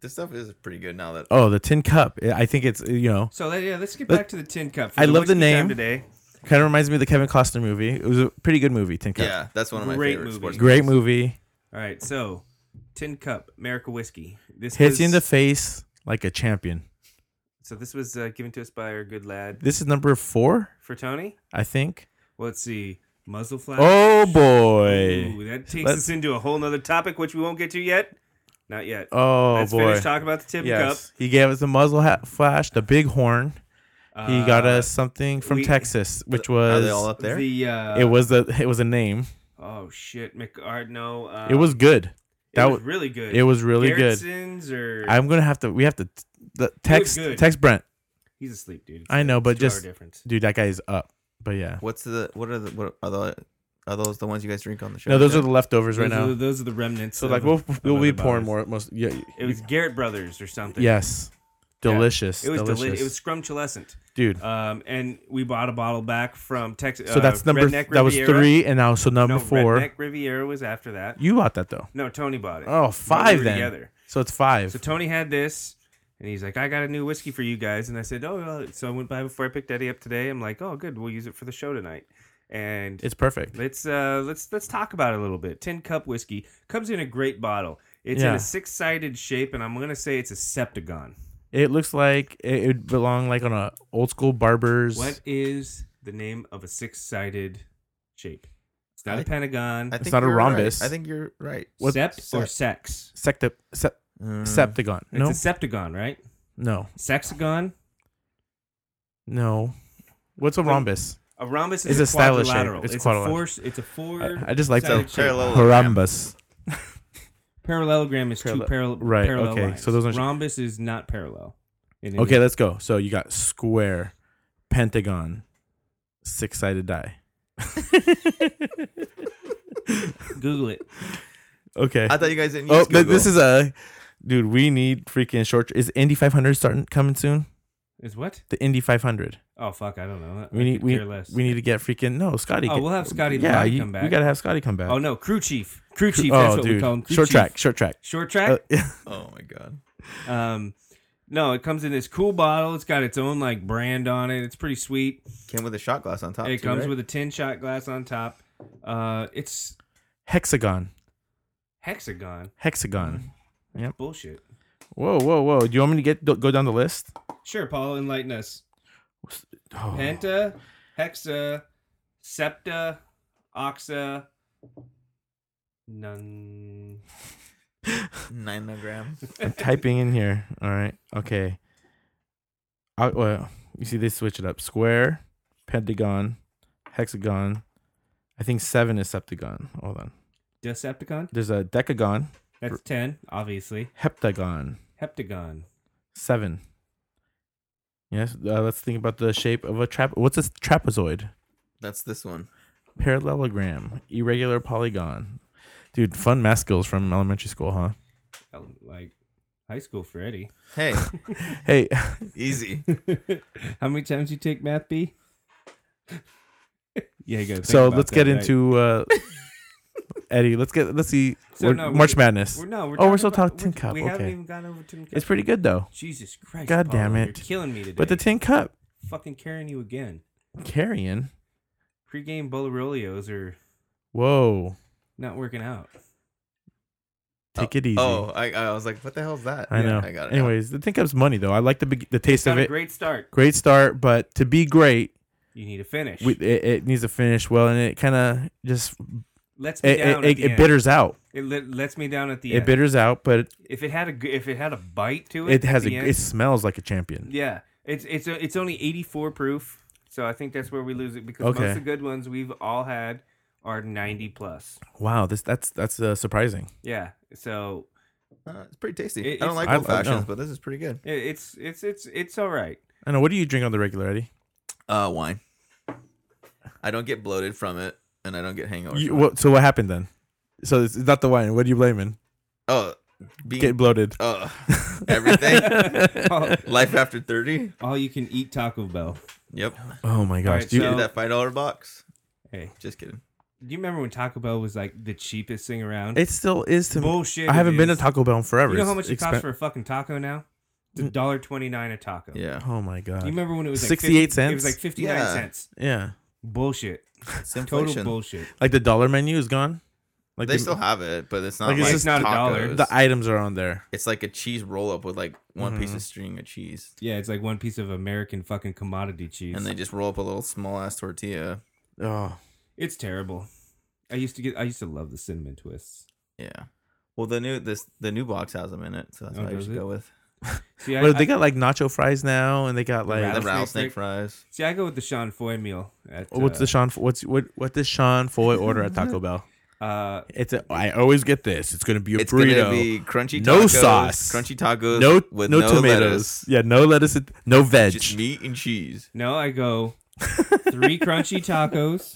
Speaker 3: This stuff is pretty good now. That
Speaker 1: Oh, the tin cup. I think it's you know
Speaker 2: So let, yeah, let's get
Speaker 1: Let-
Speaker 2: back to the tin cup.
Speaker 1: I love the
Speaker 2: whiskey time
Speaker 1: name.
Speaker 2: today.
Speaker 1: kind of reminds me of the Kevin Costner movie. It was a pretty good movie. Tin cup.
Speaker 3: yeah, that's one of my
Speaker 2: Great
Speaker 3: favorite
Speaker 2: movie.
Speaker 3: sports.
Speaker 1: Great movie.
Speaker 2: All right, so tin cup America whiskey. This
Speaker 1: Hits you in
Speaker 2: was-
Speaker 1: the face like a champion.
Speaker 2: so this was uh, given to us by our good lad
Speaker 1: This is number four,
Speaker 2: for Tony.
Speaker 1: I think.
Speaker 2: Well, let's see, muzzle flash.
Speaker 1: Oh boy.
Speaker 2: Uh, Ooh, that takes
Speaker 1: Let's-
Speaker 2: us into a whole nother topic, which we won't get to yet. Not yet.
Speaker 1: Oh
Speaker 2: let's
Speaker 1: boy.
Speaker 2: finish talking about the tin
Speaker 1: Yes, he gave us the muzzle hat flash, the big horn.
Speaker 2: cup.
Speaker 1: He got
Speaker 2: Uh,
Speaker 1: us something from
Speaker 2: we-
Speaker 1: Texas, which
Speaker 3: Are
Speaker 1: was
Speaker 3: they all up there?
Speaker 2: the. Uh,
Speaker 1: it was the it was a name.
Speaker 2: oh shit, McArdno. no. Uh,
Speaker 1: it was good. That
Speaker 2: it was
Speaker 1: w-
Speaker 2: really good.
Speaker 1: It was really good.
Speaker 2: Garrettson's or
Speaker 1: I'm gonna have to. We have to t- the text
Speaker 2: good.
Speaker 1: text Brent,
Speaker 2: he's asleep, dude. It's
Speaker 1: I know,
Speaker 2: it's
Speaker 1: but
Speaker 2: two hour
Speaker 1: just-
Speaker 2: difference.
Speaker 1: dude. That guy is up. But yeah,
Speaker 3: What's the what are the what are the Are those the ones you guys drink on the show?
Speaker 1: No, those are the leftovers right
Speaker 2: Those are the-
Speaker 1: now.
Speaker 2: those are the remnants.
Speaker 1: So
Speaker 2: of
Speaker 1: like we'll
Speaker 2: the-
Speaker 1: we'll
Speaker 2: of
Speaker 1: be
Speaker 2: the
Speaker 1: pouring
Speaker 2: bottles.
Speaker 1: more. Most yeah.
Speaker 2: It was Garrett Brothers or something.
Speaker 1: yes, delicious.
Speaker 2: It was
Speaker 1: delicious.
Speaker 2: delicious. It was scrumptulescent.
Speaker 1: dude.
Speaker 2: Um, and we bought a bottle back from Texas.
Speaker 1: so that's number
Speaker 2: uh, Redneck
Speaker 1: that was
Speaker 2: Riviera.
Speaker 1: three, and now so number
Speaker 2: no,
Speaker 1: four.
Speaker 2: Redneck Riviera was after that.
Speaker 1: You bought that though.
Speaker 2: No, Tony bought it.
Speaker 1: Oh, five
Speaker 2: were
Speaker 1: then.
Speaker 2: together.
Speaker 1: So it's five.
Speaker 2: So Tony had this, and he's like, "I got a new whiskey for you guys." And I said, "Oh," well. so I went by before I picked Eddie up today. I'm like, "Oh, good. We'll use it for the show tonight." And
Speaker 1: it's perfect.
Speaker 2: let's uh, let's let's talk about it a little bit. Tin cup whiskey comes in a great bottle. It's in
Speaker 1: Yeah.
Speaker 2: a six sided shape, and I'm gonna say it's a septagon.
Speaker 1: It looks like it it would belong like on a old school barber's.
Speaker 2: What is the name of a six sided shape? It's not a
Speaker 3: I-
Speaker 2: pentagon.
Speaker 3: I think
Speaker 1: not a
Speaker 3: you're right.
Speaker 1: rhombus.
Speaker 3: I think you're right.
Speaker 1: what-
Speaker 2: sept or
Speaker 3: sept?
Speaker 2: sex?
Speaker 1: Secta, se-
Speaker 3: Mm.
Speaker 1: septagon?
Speaker 2: It's
Speaker 1: No,
Speaker 2: a septagon, right?
Speaker 1: no,
Speaker 2: Sexagon.
Speaker 1: no. What's a rhombus?
Speaker 2: A rhombus
Speaker 1: It's
Speaker 2: is
Speaker 1: a
Speaker 2: a,
Speaker 1: style of shape.
Speaker 2: quadrilateral.
Speaker 1: It's
Speaker 2: It's, a four.
Speaker 1: quadrilateral.
Speaker 2: It's a four.
Speaker 1: I, I just like
Speaker 2: sided
Speaker 1: the
Speaker 3: Septagon.
Speaker 2: shape.
Speaker 3: Parallel-
Speaker 1: rhombus.
Speaker 2: Parallelogram is two
Speaker 1: Parallel-
Speaker 2: parallel.
Speaker 1: right,
Speaker 2: Parallel
Speaker 1: okay,
Speaker 2: Lines.
Speaker 1: so those are-
Speaker 2: rhombus is not parallel. in any-
Speaker 1: Okay, let's go. So you got square, pentagon, six sided die.
Speaker 2: Google it.
Speaker 1: Okay.
Speaker 3: I thought you guys didn't. Use
Speaker 1: oh, th- this
Speaker 3: Google.
Speaker 1: is a dude. We need freaking short. Is Indy 500 starting coming soon?
Speaker 2: Is what?
Speaker 1: The Indy 500.
Speaker 2: Oh fuck! I don't know.
Speaker 1: We
Speaker 2: I
Speaker 1: need
Speaker 2: could
Speaker 1: we,
Speaker 2: care less.
Speaker 1: we need to get freaking no Scotty.
Speaker 2: Oh,
Speaker 1: get-
Speaker 2: we'll have Scotty the
Speaker 1: Yeah,
Speaker 2: Bot
Speaker 1: you,
Speaker 2: come back.
Speaker 1: we gotta have Scotty come back.
Speaker 2: Oh no, crew chief. Crew
Speaker 1: Cr-
Speaker 2: chief.
Speaker 1: oh,
Speaker 2: that's what we
Speaker 1: dude.
Speaker 2: call him. Crew
Speaker 1: short
Speaker 2: chief.
Speaker 1: track. Uh, Short track.
Speaker 2: Short
Speaker 1: Uh,
Speaker 2: track.
Speaker 3: Oh my god.
Speaker 2: um, no, it comes in this cool bottle. It's got its own like brand on it. It's pretty sweet.
Speaker 3: Came with a shot glass on top.
Speaker 2: it
Speaker 3: too,
Speaker 2: comes
Speaker 3: right?
Speaker 2: with a tin shot glass on top. Uh, it's
Speaker 1: hexagon.
Speaker 2: hexagon.
Speaker 1: Hexagon.
Speaker 2: Bullshit.
Speaker 1: Whoa, whoa, whoa. Do you want me to get go down the list?
Speaker 2: Sure, Paul, enlighten us.
Speaker 1: Oh.
Speaker 2: Penta, hexa, septa, oxa, nun.
Speaker 3: nanogram.
Speaker 1: I'm typing in here. All right. Okay. I, well, you see, they switch it up. Square, pentagon, hexagon. I think seven is septagon. Hold on.
Speaker 2: Decepticon.
Speaker 1: There's a decagon,
Speaker 2: That's ten, obviously.
Speaker 1: heptagon,
Speaker 2: Heptagon.
Speaker 1: seven. Yes. Uh, let's think about the shape of a trap. What's a trapezoid?
Speaker 3: That's this one.
Speaker 1: Parallelogram, irregular polygon. Dude, fun math skills from elementary school, huh?
Speaker 2: Oh, Like high school for Eddie.
Speaker 3: Hey,
Speaker 1: Hey,
Speaker 3: easy.
Speaker 2: How many times you take math B? yeah, you gotta think
Speaker 1: so
Speaker 2: about
Speaker 1: let's
Speaker 2: that,
Speaker 1: get
Speaker 2: right?
Speaker 1: into uh, Eddie. Let's get let's see
Speaker 2: So
Speaker 1: we're-
Speaker 2: no, we-
Speaker 1: March Madness.
Speaker 2: We're, no, we're
Speaker 1: Oh, we're
Speaker 2: talking
Speaker 1: still talking
Speaker 2: about-
Speaker 1: Tin
Speaker 2: we're-
Speaker 1: Cup,
Speaker 2: We haven't
Speaker 1: okay.
Speaker 2: even gotten over tin cup.
Speaker 1: It's pretty good though.
Speaker 2: Jesus Christ!
Speaker 1: God damn
Speaker 2: Paulo,
Speaker 1: it.
Speaker 2: You're killing me today.
Speaker 1: But the tin cup
Speaker 2: fucking carrying you again.
Speaker 1: carrying.
Speaker 2: Pre-game Bolorolios are
Speaker 1: Whoa,
Speaker 2: not working out.
Speaker 1: take it easy.
Speaker 3: Oh, I, I was like, what the hell's that?
Speaker 1: I
Speaker 3: Yeah,
Speaker 1: know.
Speaker 3: I got it. now.
Speaker 1: Anyways, the tin cup's money though. I like the beg- the
Speaker 2: It's
Speaker 1: taste
Speaker 2: got
Speaker 1: of
Speaker 2: a
Speaker 1: it.
Speaker 2: great start.
Speaker 1: Great start, but to be great,
Speaker 2: You need to finish.
Speaker 1: we, it, it needs to finish well, and it kind of just
Speaker 2: lets me
Speaker 1: it
Speaker 2: down.
Speaker 1: it,
Speaker 2: at
Speaker 1: it,
Speaker 2: the
Speaker 1: it
Speaker 2: end.
Speaker 1: bitters out.
Speaker 2: It let, lets me down at the
Speaker 1: It
Speaker 2: end.
Speaker 1: bitters out, but it,
Speaker 2: if it had a g- if it had a bite to it,
Speaker 1: it
Speaker 2: at
Speaker 1: has a
Speaker 2: the end-
Speaker 1: it smells like a champion.
Speaker 2: yeah. It's it's a, it's only 84 proof. So I think that's where we lose it because most
Speaker 1: Okay.
Speaker 2: of the good ones we've all had are 90 plus.
Speaker 1: Wow, this that's that's uh, surprising.
Speaker 2: Yeah. So
Speaker 3: Uh, it's pretty tasty.
Speaker 2: It-
Speaker 3: I
Speaker 2: it's-
Speaker 3: don't like
Speaker 1: I- I
Speaker 3: old fashions,
Speaker 1: know.
Speaker 3: but this is pretty good.
Speaker 2: it, it's it's it's it's all right.
Speaker 1: I know. What do you drink on the regular, Eddie?
Speaker 3: Uh, wine. I don't get bloated from it, and I don't get hangovers.
Speaker 1: You,
Speaker 3: from it.
Speaker 1: what, so what happened then? Oh, So it's not the wine. What are you blaming?
Speaker 3: Oh, being
Speaker 1: Get bloated.
Speaker 3: oh, everything.
Speaker 2: all,
Speaker 3: Life after thirty.
Speaker 2: all you can eat Taco Bell.
Speaker 3: Yep.
Speaker 1: Oh my gosh,
Speaker 2: right,
Speaker 1: dude.
Speaker 2: so-
Speaker 3: Did that five dollar box.
Speaker 2: Hey,
Speaker 3: Just kidding.
Speaker 2: do you remember when Taco Bell was like the cheapest thing around?
Speaker 1: It still is to
Speaker 2: Bullshit
Speaker 1: me. I
Speaker 2: it
Speaker 1: haven't been to
Speaker 2: is.
Speaker 1: Taco Bell in forever.
Speaker 2: You know how much
Speaker 1: It's
Speaker 2: it costs
Speaker 1: expen- Mm.
Speaker 2: for a fucking taco now? It's a dollar twenty nine a taco.
Speaker 3: Yeah.
Speaker 1: Oh my
Speaker 2: You
Speaker 1: god.
Speaker 2: remember when it was like
Speaker 1: 68
Speaker 2: 50 It was
Speaker 1: cents?
Speaker 2: like fifty nine
Speaker 3: Yeah.
Speaker 2: cents.
Speaker 1: Yeah.
Speaker 2: Bullshit.
Speaker 3: It's
Speaker 2: Total
Speaker 3: inflation.
Speaker 2: bullshit.
Speaker 1: Like the dollar menu is gone. Like
Speaker 3: They
Speaker 1: the,
Speaker 3: still have it, but it's not
Speaker 1: Like,
Speaker 3: like,
Speaker 1: it's
Speaker 2: just not a dollar.
Speaker 3: tacos.
Speaker 1: the items are on there.
Speaker 3: it's like a cheese roll up with like one piece
Speaker 2: Mm-hmm.
Speaker 3: of string of cheese,
Speaker 2: Yeah, it's like one piece of American fucking commodity cheese.
Speaker 3: and they just roll up a little small ass tortilla.
Speaker 1: Oh.
Speaker 2: it's terrible. I used to get. I used to love the cinnamon twists.
Speaker 3: Yeah. Well, the new this the new box has them in it, so that's
Speaker 2: Oh,
Speaker 3: what I
Speaker 2: does
Speaker 3: should
Speaker 2: it?
Speaker 3: go with.
Speaker 2: See, I,
Speaker 1: But they
Speaker 2: I-
Speaker 1: got like nacho fries now, and they got like
Speaker 3: The
Speaker 2: Rattlesnake
Speaker 3: rattlesnake
Speaker 2: fri-
Speaker 3: fries.
Speaker 2: see, I go with the Sean Foy meal. At,
Speaker 1: oh, what's the Sean? Fo- What's what? What does Sean Foy order at Taco Bell?
Speaker 2: the? Uh,
Speaker 1: It's a, I always get this. It's gonna be a
Speaker 3: It's
Speaker 1: burrito.
Speaker 3: gonna be crunchy tacos,
Speaker 1: No sauce.
Speaker 3: crunchy tacos,
Speaker 1: no,
Speaker 3: with
Speaker 1: no, tomatoes.
Speaker 3: lettuce,
Speaker 1: Yeah, no lettuce. No veg.
Speaker 3: just meat and cheese.
Speaker 2: no, I go three crunchy tacos,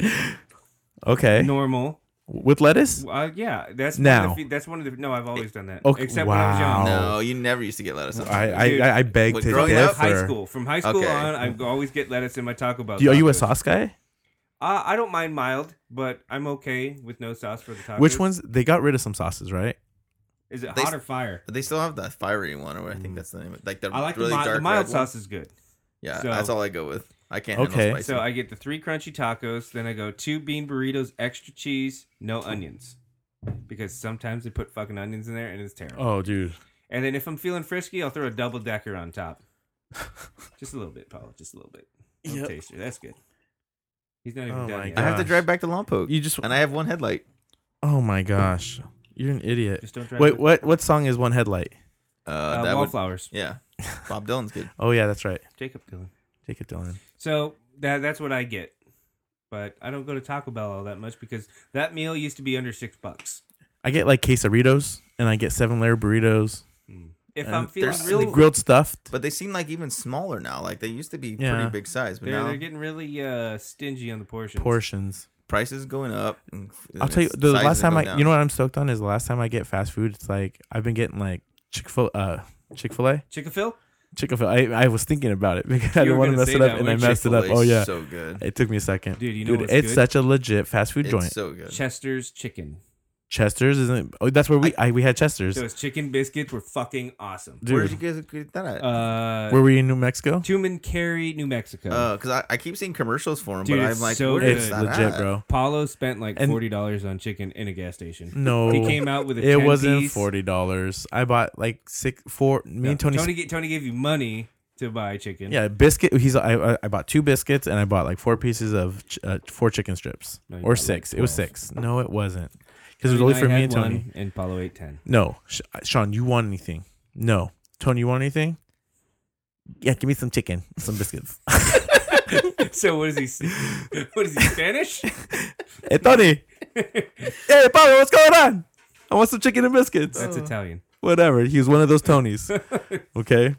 Speaker 1: Okay.
Speaker 2: normal.
Speaker 1: With lettuce?
Speaker 2: Uh, yeah, that's One
Speaker 1: Now.
Speaker 2: of the, fe- that's one of the. No, I've always done that.
Speaker 1: Okay,
Speaker 2: Except when I was
Speaker 1: wow.
Speaker 2: young.
Speaker 3: No, you never used to get lettuce. on
Speaker 1: I
Speaker 3: tacos.
Speaker 1: I,
Speaker 2: Dude,
Speaker 1: I, I beg
Speaker 3: with
Speaker 1: to
Speaker 3: growing
Speaker 1: differ.
Speaker 3: up,
Speaker 2: High school. From high school
Speaker 3: Okay.
Speaker 2: on, I always get lettuce in my Taco Bell.
Speaker 1: Do you- are you a
Speaker 2: tacos.
Speaker 1: sauce guy?
Speaker 2: Uh, I don't mind mild, but I'm okay with no sauce for the tacos.
Speaker 1: Which ones? They got rid of some sauces, right?
Speaker 2: Is it
Speaker 3: They-
Speaker 2: hot or fire?
Speaker 3: But they still have that fiery one, or I think that's the name. of it. Like the
Speaker 2: Mm. I like
Speaker 3: really
Speaker 2: the, mi-
Speaker 3: dark
Speaker 2: the mild
Speaker 3: red one.
Speaker 2: sauce is good.
Speaker 3: Yeah,
Speaker 2: so-
Speaker 3: that's all I go with. I can't
Speaker 1: Okay.
Speaker 3: handle spicy.
Speaker 2: So I get the three crunchy tacos, then I go two bean burritos, extra cheese, no onions, because sometimes they put fucking onions in there and it's terrible.
Speaker 1: Oh, dude.
Speaker 2: And then if I'm feeling frisky, I'll throw a double decker on top, just a little bit, Paul, just a little bit. Little
Speaker 1: Yep.
Speaker 2: taster, that's good. He's not even
Speaker 1: Oh my
Speaker 2: done yet.
Speaker 3: I have to
Speaker 1: gosh.
Speaker 3: drive back to Lompoc,
Speaker 1: You just.
Speaker 3: and I have one headlight.
Speaker 1: Oh my gosh. You're an idiot.
Speaker 2: Just don't drive.
Speaker 1: Wait, what? What song is one headlight?
Speaker 3: Uh,
Speaker 2: Uh,
Speaker 3: that would,
Speaker 2: wallflowers,
Speaker 3: yeah, Bob Dylan's good.
Speaker 1: Oh yeah, that's right.
Speaker 2: Jacob Dylan.
Speaker 1: Jacob Dylan.
Speaker 2: So that that's what I get. But I don't go to Taco Bell all that much because that meal used to be under six bucks.
Speaker 1: I get like quesadillas, and I get seven layer burritos.
Speaker 2: If
Speaker 1: Hmm. And
Speaker 2: I'm feeling
Speaker 3: there's
Speaker 2: really,
Speaker 1: The grilled stuffed.
Speaker 3: But they seem like even smaller now. Like they used to be
Speaker 1: Yeah.
Speaker 3: pretty big size, but
Speaker 2: they're,
Speaker 3: now
Speaker 2: they're getting really uh, stingy on the portions.
Speaker 1: portions.
Speaker 3: prices going up. and
Speaker 1: I'll tell you
Speaker 3: it's-
Speaker 1: the
Speaker 3: sizes
Speaker 1: last time
Speaker 3: go
Speaker 1: I
Speaker 3: down.
Speaker 1: you know what I'm stoked on is the last time I get fast food. It's like I've been getting like Chick fil uh Chick fil A
Speaker 2: Chick Fil.
Speaker 1: Chick fil I I was thinking about it because I
Speaker 2: You
Speaker 1: didn't
Speaker 2: were
Speaker 1: want to
Speaker 2: gonna
Speaker 1: mess
Speaker 2: say
Speaker 1: it up
Speaker 2: that,
Speaker 1: and I
Speaker 2: weren't you?
Speaker 1: messed it up.
Speaker 3: Chick-fil-A
Speaker 1: Oh
Speaker 3: is
Speaker 1: yeah,
Speaker 3: so good.
Speaker 1: it took me a second.
Speaker 2: Dude, you know what's
Speaker 1: it's
Speaker 2: good?
Speaker 1: such a legit fast food
Speaker 3: It's
Speaker 1: joint.
Speaker 3: so good.
Speaker 2: Chester's chicken.
Speaker 1: Chester's isn't. Oh, that's where we I, we had Chester's.
Speaker 2: Those chicken biscuits were fucking awesome.
Speaker 1: Dude, Oh,
Speaker 3: Where did you guys get that at?
Speaker 2: Uh,
Speaker 1: were Uh, we in New Mexico?
Speaker 2: Tumen Carey, New Mexico.
Speaker 3: Because Uh, I, I keep seeing commercials for them,
Speaker 2: Dude,
Speaker 3: but
Speaker 2: it's
Speaker 3: I'm like,
Speaker 2: so
Speaker 3: where
Speaker 2: good.
Speaker 1: It's
Speaker 3: is that
Speaker 1: legit,
Speaker 3: at?
Speaker 1: bro.
Speaker 2: Paulo spent like
Speaker 1: And-
Speaker 2: forty dollars on chicken in a gas station.
Speaker 1: No,
Speaker 2: He came out with a
Speaker 1: it
Speaker 2: 10
Speaker 1: wasn't
Speaker 2: piece.
Speaker 1: forty dollars. I bought like six, four. Me
Speaker 2: Yeah.
Speaker 1: and Tony.
Speaker 2: Tony, ga- Tony gave you money to buy chicken.
Speaker 1: Yeah, biscuit. He's. I, I- I bought two biscuits and I bought like four pieces of ch- uh, four chicken strips
Speaker 2: No, you
Speaker 1: or
Speaker 2: bought, like,
Speaker 1: six. it was
Speaker 2: 12.
Speaker 1: six. No, it wasn't because it was only for me and Tony.
Speaker 2: One and Paulo ate ten.
Speaker 1: No, Sh- uh, Sean, you want anything? No, Tony, you want anything? Yeah, give me some chicken, some biscuits.
Speaker 2: So what is he? What is he Spanish?
Speaker 1: hey, Tony. hey, Pablo, what's going on? I want some chicken and biscuits.
Speaker 2: That's Italian.
Speaker 1: whatever. He was one of those Tonys. Okay.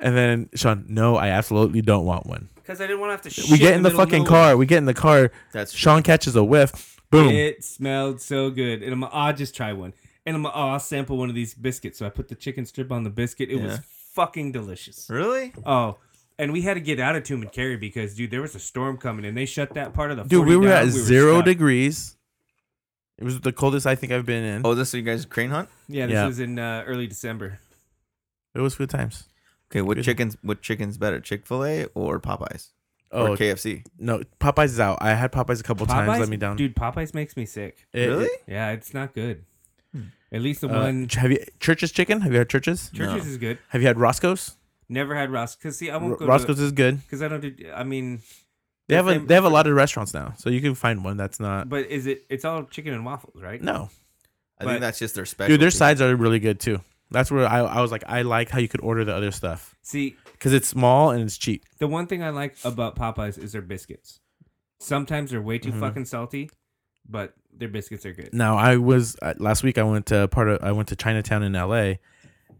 Speaker 1: And then Sean, no, I absolutely don't want one.
Speaker 2: Because I didn't want to have to. Shit
Speaker 1: We get in the
Speaker 2: middle of
Speaker 1: fucking
Speaker 2: nowhere.
Speaker 1: car. We get in the car.
Speaker 3: That's
Speaker 1: Sean catches a whiff. Boom.
Speaker 2: It smelled so good, and I'm like, I'll just try one, and I'm like, oh, I'll sample one of these biscuits. So I put the chicken strip on the biscuit. It was
Speaker 3: Yeah.
Speaker 2: fucking delicious.
Speaker 3: really.
Speaker 1: Mm-hmm.
Speaker 2: Oh. And we had to get out of Tumen Carry because, dude, there was a storm coming, and they shut that part of the.
Speaker 1: Dude,
Speaker 2: 40
Speaker 1: we were
Speaker 2: down.
Speaker 1: at zero
Speaker 2: stuck.
Speaker 1: degrees. It was the coldest I think I've been in.
Speaker 3: Oh, this is you guys crane hunt.
Speaker 2: Yeah, this
Speaker 1: Yeah.
Speaker 2: was in uh, early December.
Speaker 1: It was good times.
Speaker 3: Okay, what
Speaker 1: Good.
Speaker 3: chickens? What chickens better, Chick Fil A or Popeyes
Speaker 1: Oh
Speaker 3: or KFC?
Speaker 1: no, Popeyes is out. I had Popeyes a couple times. Let me down.
Speaker 2: dude. Popeyes makes me sick.
Speaker 1: It- uh,
Speaker 3: really?
Speaker 1: it-
Speaker 2: Yeah, it's not good. At least the
Speaker 1: uh,
Speaker 2: one
Speaker 1: ch- have you Church's chicken? Have you had Church's?
Speaker 2: Church's
Speaker 3: No.
Speaker 2: is good.
Speaker 1: Have you had Roscoe's?
Speaker 2: Never had Roscoe. Cause see, I
Speaker 1: R-
Speaker 2: won't go
Speaker 1: Roscoe's is good.
Speaker 2: because I don't do. I mean,
Speaker 1: They have a,
Speaker 2: fam-
Speaker 1: they have a lot of restaurants now, so you can find one that's not.
Speaker 2: but is it? It's all chicken and waffles, right?
Speaker 1: No,
Speaker 3: I
Speaker 2: But-
Speaker 3: think that's just their special.
Speaker 1: dude, their sides are really good too. That's where I, I was like, I like how you could order the other stuff
Speaker 2: See,
Speaker 1: because it's small and it's cheap.
Speaker 2: the one thing I like about Popeyes is their biscuits. Sometimes they're way too
Speaker 1: Mm-hmm.
Speaker 2: fucking salty, but their biscuits are good.
Speaker 1: Now I was uh, last week. I went to part of I went to Chinatown in L.A.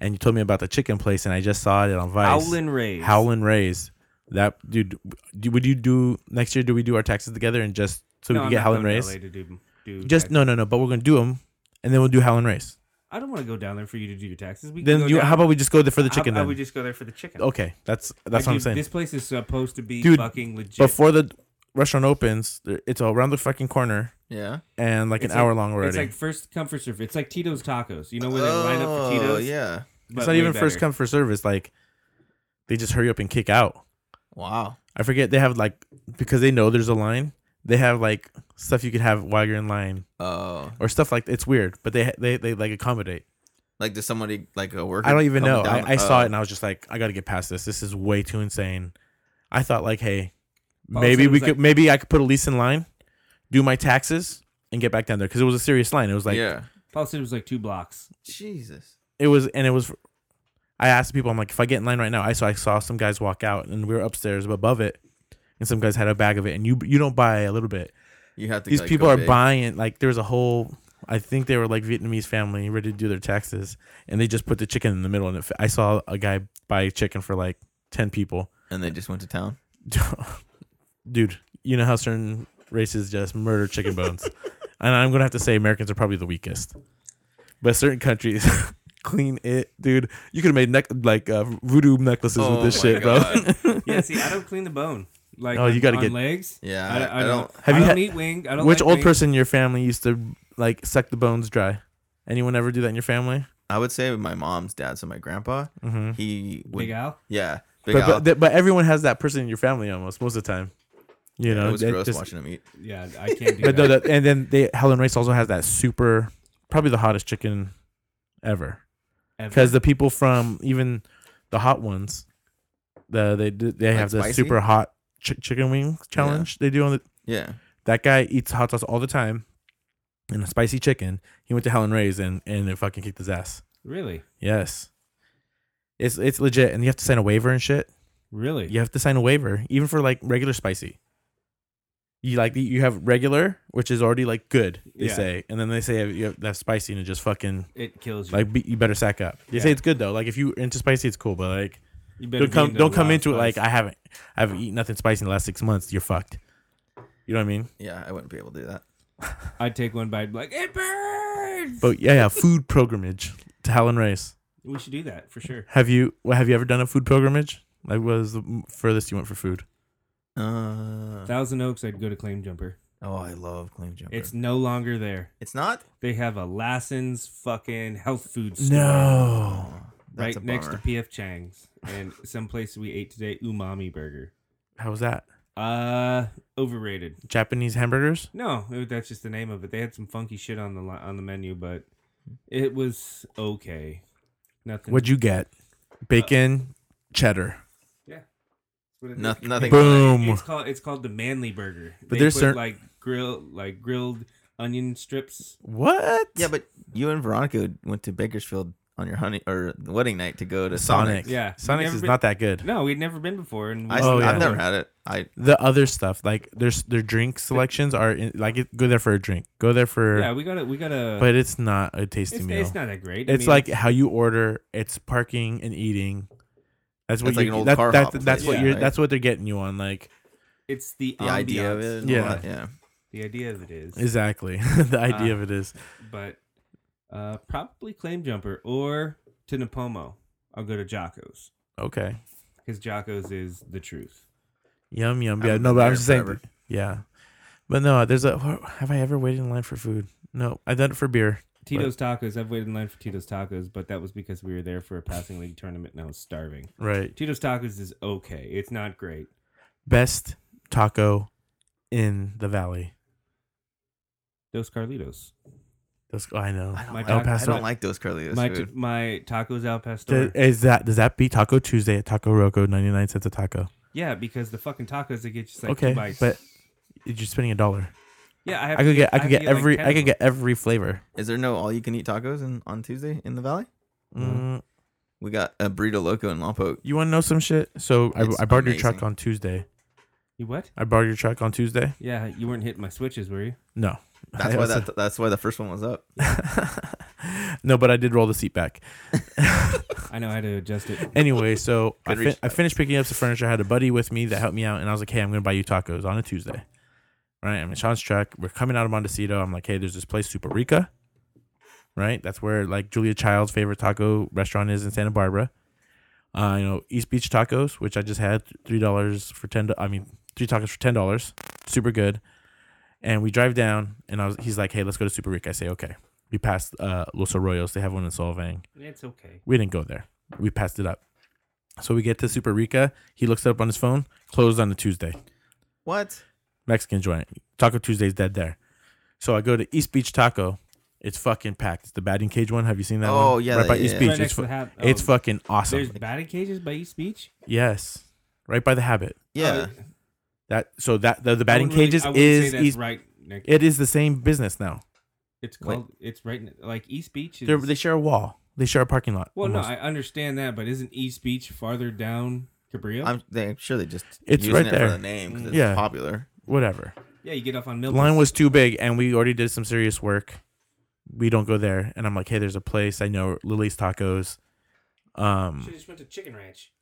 Speaker 1: and you told me about the chicken place, and I just saw it on Vice.
Speaker 2: Howlin' Rays.
Speaker 1: Howlin' Rays. That dude, do, would you do next year? Do we do our taxes together and just so we
Speaker 2: No, I'm
Speaker 1: can get
Speaker 2: not
Speaker 1: Howlin'
Speaker 2: going to
Speaker 1: Rays?
Speaker 2: LA to do- do
Speaker 1: Just
Speaker 2: taxes.
Speaker 1: no, no, no. But we're gonna do them, and then we'll do Howlin' Rays.
Speaker 2: I don't want to go down there for you to do your taxes. We can
Speaker 1: Then
Speaker 2: go
Speaker 1: you,
Speaker 2: down-
Speaker 1: how about we just go there for the
Speaker 2: I-
Speaker 1: chicken?
Speaker 2: I,
Speaker 1: then
Speaker 2: would just go there for the chicken.
Speaker 1: okay, that's that's
Speaker 2: Like,
Speaker 1: what I'm
Speaker 2: dude,
Speaker 1: saying.
Speaker 2: This place is supposed to be
Speaker 1: Dude,
Speaker 2: fucking legit.
Speaker 1: Before the restaurant opens, there- it's around the fucking corner
Speaker 3: Yeah.
Speaker 1: and like
Speaker 2: It's
Speaker 1: an hour long already.
Speaker 2: It's like first come first serve. It's like Tito's Tacos. You know where they line up for Tito's.
Speaker 3: Oh, yeah.
Speaker 2: but
Speaker 1: it's not
Speaker 2: way
Speaker 1: even first
Speaker 2: better.
Speaker 1: come first service. Like they just hurry up and kick out.
Speaker 3: Wow.
Speaker 1: I forget they have like because they know there's a line. They have like stuff you could have while you're in line
Speaker 3: Oh,
Speaker 1: or stuff like it's weird, but they they they like accommodate.
Speaker 3: like does somebody like a worker?
Speaker 1: I don't even
Speaker 3: come
Speaker 1: know.
Speaker 3: down-
Speaker 1: I, I saw
Speaker 2: uh,
Speaker 3: oh.
Speaker 1: it and I was just like, I got to get past this. This is way too insane. I thought like, hey,
Speaker 2: Paul
Speaker 1: maybe
Speaker 2: said Oh, it
Speaker 1: we
Speaker 2: was
Speaker 1: could,
Speaker 2: like-
Speaker 1: maybe I could put a lease in line, do my taxes, and get back down there because it was a serious line. It was like,
Speaker 3: yeah.
Speaker 2: Paul said it was like two blocks.
Speaker 3: Jesus.
Speaker 1: it was, and it was. I asked people, I'm like, if I get in line right now, I saw I saw some guys walk out, and we were upstairs above it, and some guys had a bag of it, and you you don't buy a little bit.
Speaker 3: You have to.
Speaker 1: These
Speaker 3: like,
Speaker 1: people
Speaker 3: go
Speaker 1: are
Speaker 3: big.
Speaker 1: buying like there was a whole. I think they were like Vietnamese family ready to do their taxes, and they just put the chicken in the middle. And it, I saw a guy buy chicken for like ten people.
Speaker 3: and they just went to town.
Speaker 1: dude you know how certain races just murder chicken bones. and I'm gonna have to say Americans are probably the weakest. But certain countries clean it, dude. You could have made neck like uh, voodoo necklaces
Speaker 3: Oh
Speaker 1: with this
Speaker 3: my
Speaker 1: shit, bro.
Speaker 3: God.
Speaker 2: yeah, see, I don't clean the bone. Like,
Speaker 1: Oh, you
Speaker 2: on-
Speaker 1: gotta
Speaker 2: on
Speaker 1: get-
Speaker 2: legs.
Speaker 3: Yeah,
Speaker 2: I,
Speaker 3: I-
Speaker 2: I
Speaker 3: I
Speaker 2: don't.
Speaker 1: Have you
Speaker 2: I don't
Speaker 1: had-
Speaker 2: eat wing. I don't.
Speaker 1: Which
Speaker 2: like
Speaker 1: old
Speaker 2: wing.
Speaker 1: person in your family used to like suck the bones dry? Anyone ever do that in your family?
Speaker 3: I would say with my mom's dad, so my grandpa,
Speaker 1: Mm-hmm.
Speaker 3: he would.
Speaker 2: Big Al.
Speaker 3: Yeah, big
Speaker 1: But,
Speaker 3: Al.
Speaker 1: but th- but everyone has that person in your family almost most of the time. You know,
Speaker 3: it was
Speaker 1: that
Speaker 3: gross
Speaker 1: just-
Speaker 3: watching him eat.
Speaker 2: Yeah, I can't do
Speaker 1: but no,
Speaker 2: that.
Speaker 1: that, and then they Helen Race also has that super, probably the hottest chicken ever.
Speaker 2: Ever.
Speaker 1: because the people from even the hot ones, the they do- they
Speaker 3: Like
Speaker 1: have the
Speaker 3: spicy?
Speaker 1: super hot chi- chicken wing challenge they do on the.
Speaker 3: Yeah,
Speaker 1: That guy eats hot sauce all the time, and a spicy chicken. He went to Helen Ray's and and it fucking kicked his ass.
Speaker 2: really,
Speaker 1: Yes, it's it's legit, and you have to sign a waiver and shit.
Speaker 2: really.
Speaker 1: You have to sign a waiver even for like regular spicy. You like you have regular, which is already like good, they
Speaker 2: Yeah.
Speaker 1: say, and then they say you have that spicy and it just fucking
Speaker 2: It kills you.
Speaker 1: like be, you better sack up. They say
Speaker 2: Yeah.
Speaker 1: it's good though. Like if you into spicy, it's cool, but like
Speaker 2: You better
Speaker 1: don't
Speaker 2: be
Speaker 1: come
Speaker 2: into
Speaker 1: don't
Speaker 2: a
Speaker 1: come
Speaker 2: lot of
Speaker 1: into it like
Speaker 2: spice.
Speaker 1: I haven't I haven't eaten nothing spicy in the last six months. You're fucked. You know what I mean?
Speaker 3: yeah, I wouldn't be able to do that.
Speaker 2: I'd take one bite. and be Like it burns.
Speaker 1: But yeah, yeah. Food pilgrimage to Helen Race.
Speaker 2: we should do that for sure.
Speaker 1: Have you what, have you ever done a food pilgrimage? Like what was the furthest you went for food?
Speaker 3: Uh,
Speaker 2: Thousand Oaks. I'd go to Claim Jumper.
Speaker 3: oh, I love claim jumper.
Speaker 2: It's
Speaker 3: It's
Speaker 2: no longer there.
Speaker 3: it's not.
Speaker 2: They have a Lassen's fucking health food store.
Speaker 1: No,
Speaker 3: Oh, That's
Speaker 2: Oh, right
Speaker 3: a
Speaker 2: next to
Speaker 3: bummer.
Speaker 2: PF Chang's and some place we ate today, Umami Burger.
Speaker 1: how was that?
Speaker 2: Uh, overrated.
Speaker 1: Japanese hamburgers?
Speaker 2: No, it- that's just the name of it. They had some funky shit on the li- on the menu, but it was okay. Nothing.
Speaker 1: What'd you get? Bacon, cheddar.
Speaker 2: what is it?
Speaker 3: No, nothing.
Speaker 1: Boom.
Speaker 2: It's called it's called the Manly Burger.
Speaker 1: But
Speaker 2: But
Speaker 1: there's
Speaker 2: there's put,
Speaker 1: certain-
Speaker 2: like grill like grilled onion strips.
Speaker 1: What?
Speaker 3: Yeah, but you and Veronica went to Bakersfield on your honey or wedding night to go to
Speaker 1: Sonic.
Speaker 3: Sonic.
Speaker 2: Yeah.
Speaker 1: Sonic
Speaker 2: Never
Speaker 1: is
Speaker 2: been-
Speaker 1: not that good.
Speaker 2: No, we'd never been before, and
Speaker 3: I,
Speaker 2: we-
Speaker 1: Oh, yeah.
Speaker 3: I've never had it. I
Speaker 1: The other stuff, like there's their drink selections are in, like it- go there for a drink, go there for,
Speaker 2: yeah, we got to we got to.
Speaker 1: but it's not a tasty
Speaker 2: it's,
Speaker 1: meal.
Speaker 2: it's not that great. I
Speaker 1: It's
Speaker 2: mean,
Speaker 1: like how you order. It's parking and eating. That's what you.
Speaker 3: That's like an old
Speaker 1: that,
Speaker 3: car
Speaker 1: that-
Speaker 3: hop
Speaker 1: that's what
Speaker 2: place,
Speaker 1: you're.
Speaker 3: right?
Speaker 1: That's what they're getting you on. Like
Speaker 2: it's the,
Speaker 3: the idea of it. and all
Speaker 1: Yeah.
Speaker 3: that, yeah.
Speaker 2: The idea of it is,
Speaker 1: exactly the idea
Speaker 2: Ah.
Speaker 1: of it is.
Speaker 2: but uh, probably claim jumper or to Napomo. I'll go to Jocko's
Speaker 1: Okay.
Speaker 2: because Jocko's is the truth.
Speaker 1: Yum yum.
Speaker 3: I
Speaker 1: Yeah.
Speaker 3: haven't
Speaker 1: No,
Speaker 3: been
Speaker 1: but I
Speaker 3: there
Speaker 1: was just saying.
Speaker 3: forever.
Speaker 1: Yeah. But no, there's a. wh- Have I ever waited in line for food? No, I've done it for beer.
Speaker 2: Tito's Tacos. I've waited in line for Tito's Tacos, but that was because we were there for a passing league tournament and I was starving.
Speaker 1: Right.
Speaker 2: Tito's Tacos is okay. It's not great.
Speaker 1: Best taco in the valley.
Speaker 2: Dos Carlitos.
Speaker 1: That's, I know.
Speaker 3: I don't,
Speaker 2: My
Speaker 3: like,
Speaker 2: taco-
Speaker 3: Oh I don't
Speaker 1: Paso.
Speaker 3: like those Carlitos
Speaker 2: my
Speaker 3: food.
Speaker 2: my tacos al pastor.
Speaker 1: Th- Is that does that beat Taco Tuesday at Taco Roco? Ninety nine cents a taco.
Speaker 2: yeah, because the fucking tacos they get just like two
Speaker 1: okay,
Speaker 2: bites.
Speaker 1: but you're spending a dollar.
Speaker 2: yeah, I, have
Speaker 1: I
Speaker 2: to
Speaker 1: could
Speaker 2: eat-
Speaker 1: get. I could
Speaker 2: have
Speaker 1: get
Speaker 2: to eat, like,
Speaker 1: every.
Speaker 2: 10
Speaker 1: I
Speaker 2: of
Speaker 1: could
Speaker 2: them.
Speaker 1: get every flavor.
Speaker 3: Is there no all-you-can-eat tacos in, on Tuesday in the Valley?
Speaker 1: Mm,
Speaker 3: We got a burrito loco in Lompoc.
Speaker 1: You want to know some shit? So I,
Speaker 3: It's
Speaker 1: I borrowed your truck
Speaker 3: amazing.
Speaker 1: on Tuesday.
Speaker 2: You what?
Speaker 1: I borrowed your truck on Tuesday.
Speaker 2: Yeah, you weren't hitting my switches, were you?
Speaker 1: No,
Speaker 3: That's
Speaker 1: I
Speaker 3: why
Speaker 1: also-
Speaker 3: that. That's why the first one was up.
Speaker 1: No, but I did roll the seat back.
Speaker 2: I know how to adjust it.
Speaker 1: Anyway, so I,
Speaker 3: Good
Speaker 1: fin-
Speaker 3: reach.
Speaker 1: I finished picking up some furniture. I had a buddy with me that helped me out, and I was like, "Hey, I'm gonna buy you tacos on a Tuesday." Right, I'm in Sean's truck. We're coming out of Montecito. I'm like, "Hey, there's this place, Super Rica." Right, that's where like Julia Child's favorite taco restaurant is in Santa Barbara. Uh, you know, East Beach Tacos, which I just had three dollars for ten. do- I mean, three tacos for ten dollars, super good. And we drive down, and I was. He's like, "Hey, let's go to Super Rica." I say, "Okay." We passed uh, Los Arroyos. They have one in Solvang.
Speaker 2: It's okay.
Speaker 1: We didn't go there. We passed it up. So we get to Super Rica. He looks it up on his phone. Closed on a Tuesday.
Speaker 3: What?
Speaker 1: Oh, Mexican joint. Taco Tuesday's dead there. So I go to East Beach Taco. It's fucking packed. It's the batting cage one. Have you seen that one?
Speaker 3: Oh, yeah,
Speaker 1: right by
Speaker 3: yeah,
Speaker 1: East
Speaker 3: yeah.
Speaker 1: Beach.
Speaker 2: Right
Speaker 1: it's,
Speaker 2: next to
Speaker 1: fu-
Speaker 2: the hat.
Speaker 1: it's
Speaker 2: oh,
Speaker 1: fucking awesome.
Speaker 2: There's batting cages by East Beach.
Speaker 1: yes, right by the Habit.
Speaker 3: Yeah.
Speaker 2: Oh,
Speaker 1: That so that the, the
Speaker 2: I
Speaker 1: batting
Speaker 2: wouldn't really-
Speaker 1: cages
Speaker 2: I wouldn't say
Speaker 1: is
Speaker 2: that's
Speaker 1: East.
Speaker 2: right. Next,
Speaker 1: It is the same business now.
Speaker 2: it's
Speaker 3: Wait.
Speaker 2: called. It's right ne- like East Beach. Is,
Speaker 1: They're, they share a wall. They share a parking lot.
Speaker 2: well,
Speaker 1: almost.
Speaker 2: no, I understand that, but isn't East Beach farther down Cabrillo?
Speaker 3: I'm, they, I'm sure they just
Speaker 1: It's
Speaker 3: using
Speaker 1: right
Speaker 3: it
Speaker 1: there.
Speaker 3: for the name because it's
Speaker 1: Yeah.
Speaker 3: popular.
Speaker 1: whatever.
Speaker 2: yeah, you get off on
Speaker 1: The
Speaker 2: Milton.
Speaker 1: line was too big, and we already did some serious work. We don't go there, and I'm like, hey, there's a place I know, Lily's Tacos. Um,
Speaker 2: Should just went to Chicken Ranch.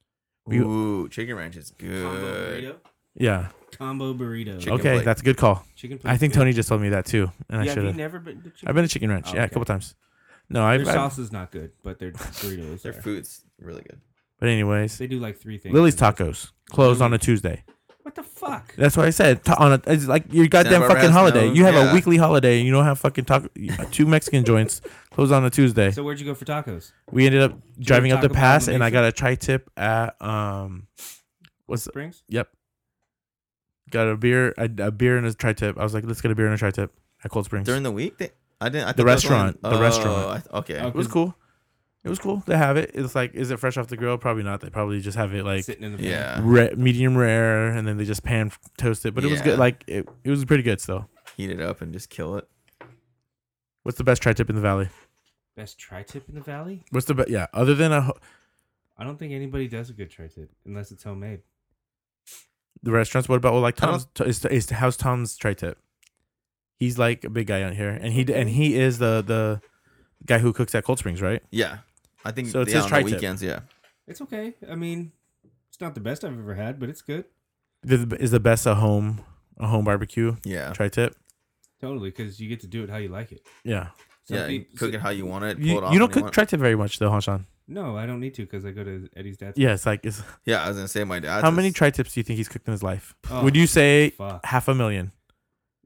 Speaker 1: You-
Speaker 3: Ooh, Chicken Ranch is
Speaker 2: Combo
Speaker 3: good.
Speaker 2: burrito.
Speaker 1: Yeah.
Speaker 2: Combo burrito.
Speaker 3: Uh, Chicken
Speaker 1: okay,
Speaker 3: plate.
Speaker 1: that's a good call.
Speaker 2: Chicken plate.
Speaker 1: I think Tony just told me that too, and
Speaker 2: Yeah,
Speaker 1: I
Speaker 2: have
Speaker 1: should
Speaker 2: you
Speaker 1: have.
Speaker 2: never been? to chicken-
Speaker 1: I've been to Chicken Ranch,
Speaker 2: Oh,
Speaker 1: yeah, a
Speaker 2: okay.
Speaker 1: couple times. No, I've,
Speaker 2: Their
Speaker 1: I've-
Speaker 2: sauce is not good, but their burrito is
Speaker 3: Their
Speaker 2: there.
Speaker 3: food's really good.
Speaker 1: but anyways,
Speaker 2: They do like three things.
Speaker 1: Lily's Tacos closed
Speaker 2: Mm-hmm.
Speaker 1: on a Tuesday.
Speaker 2: What the fuck?
Speaker 1: That's what I said. Ta- on a, it's like your goddamn
Speaker 3: Santa
Speaker 1: fucking
Speaker 3: Barbara's
Speaker 1: holiday.
Speaker 3: known,
Speaker 1: You have a
Speaker 3: yeah.
Speaker 1: weekly holiday, and you don't have fucking taco. Two Mexican joints closed on a Tuesday.
Speaker 2: So where'd you go for tacos?
Speaker 1: we ended up driving up
Speaker 2: Taco
Speaker 1: the
Speaker 2: Bell on
Speaker 1: pass,
Speaker 2: the
Speaker 1: and I
Speaker 2: Mesa?
Speaker 1: got a tri tip at um, what's
Speaker 2: Springs.
Speaker 1: Yep. Got a beer, a, a beer and a tri tip. I was like, let's get a beer and a tri tip at Cold Springs.
Speaker 3: During the week, they, I didn't. I
Speaker 1: The
Speaker 3: thought that was only-
Speaker 1: restaurant, the
Speaker 3: Oh,
Speaker 1: restaurant.
Speaker 3: I th- okay.
Speaker 1: it was cool. It was cool. They have it. It's like, is it fresh off the grill? Probably not. They probably just have it like
Speaker 2: Sitting in the van.
Speaker 3: Yeah,
Speaker 1: re- medium rare, and then they just pan f- toast it. But it was
Speaker 3: Yeah.
Speaker 1: good. Like it, it was pretty good still.
Speaker 3: heat it up and just kill it.
Speaker 1: What's the best tri tip in the valley?
Speaker 2: Best tri tip in the valley?
Speaker 1: What's the best? Yeah, other than a ho-
Speaker 2: I don't think anybody does a good tri tip unless it's homemade.
Speaker 1: the restaurants. What about well, like
Speaker 3: I don't-
Speaker 1: Tom's? To, is, is how's Tom's tri tip? He's like a big guy out here, and he d-
Speaker 3: Mm-hmm.
Speaker 1: and he is the the guy who cooks at Cold Springs, right?
Speaker 3: Yeah, I think.
Speaker 1: So it's
Speaker 3: yeah,
Speaker 1: his
Speaker 3: on the
Speaker 1: tri-tip.
Speaker 3: weekends. Yeah,
Speaker 2: It's okay. I mean, it's not the best I've ever had, but it's good.
Speaker 1: The- Is the best a home a home barbecue
Speaker 3: yeah,
Speaker 1: tri tip?
Speaker 2: Totally, because you get to do it how you like it.
Speaker 1: Yeah,
Speaker 2: Some
Speaker 3: yeah. You
Speaker 2: peop-
Speaker 3: cook it how you want it. Pull
Speaker 1: you,
Speaker 3: it off
Speaker 1: you
Speaker 3: when
Speaker 1: don't cook
Speaker 3: want.
Speaker 1: tri tip very much though, huh, Sean?
Speaker 2: No, I don't need to because I go to Eddie's dad's.
Speaker 1: Yeah, it's like it's
Speaker 3: yeah, I was gonna say my dad.
Speaker 1: how many tri tips do you think he's cooked in his life?
Speaker 2: Oh,
Speaker 1: Would you say
Speaker 2: Fuck.
Speaker 1: half a million?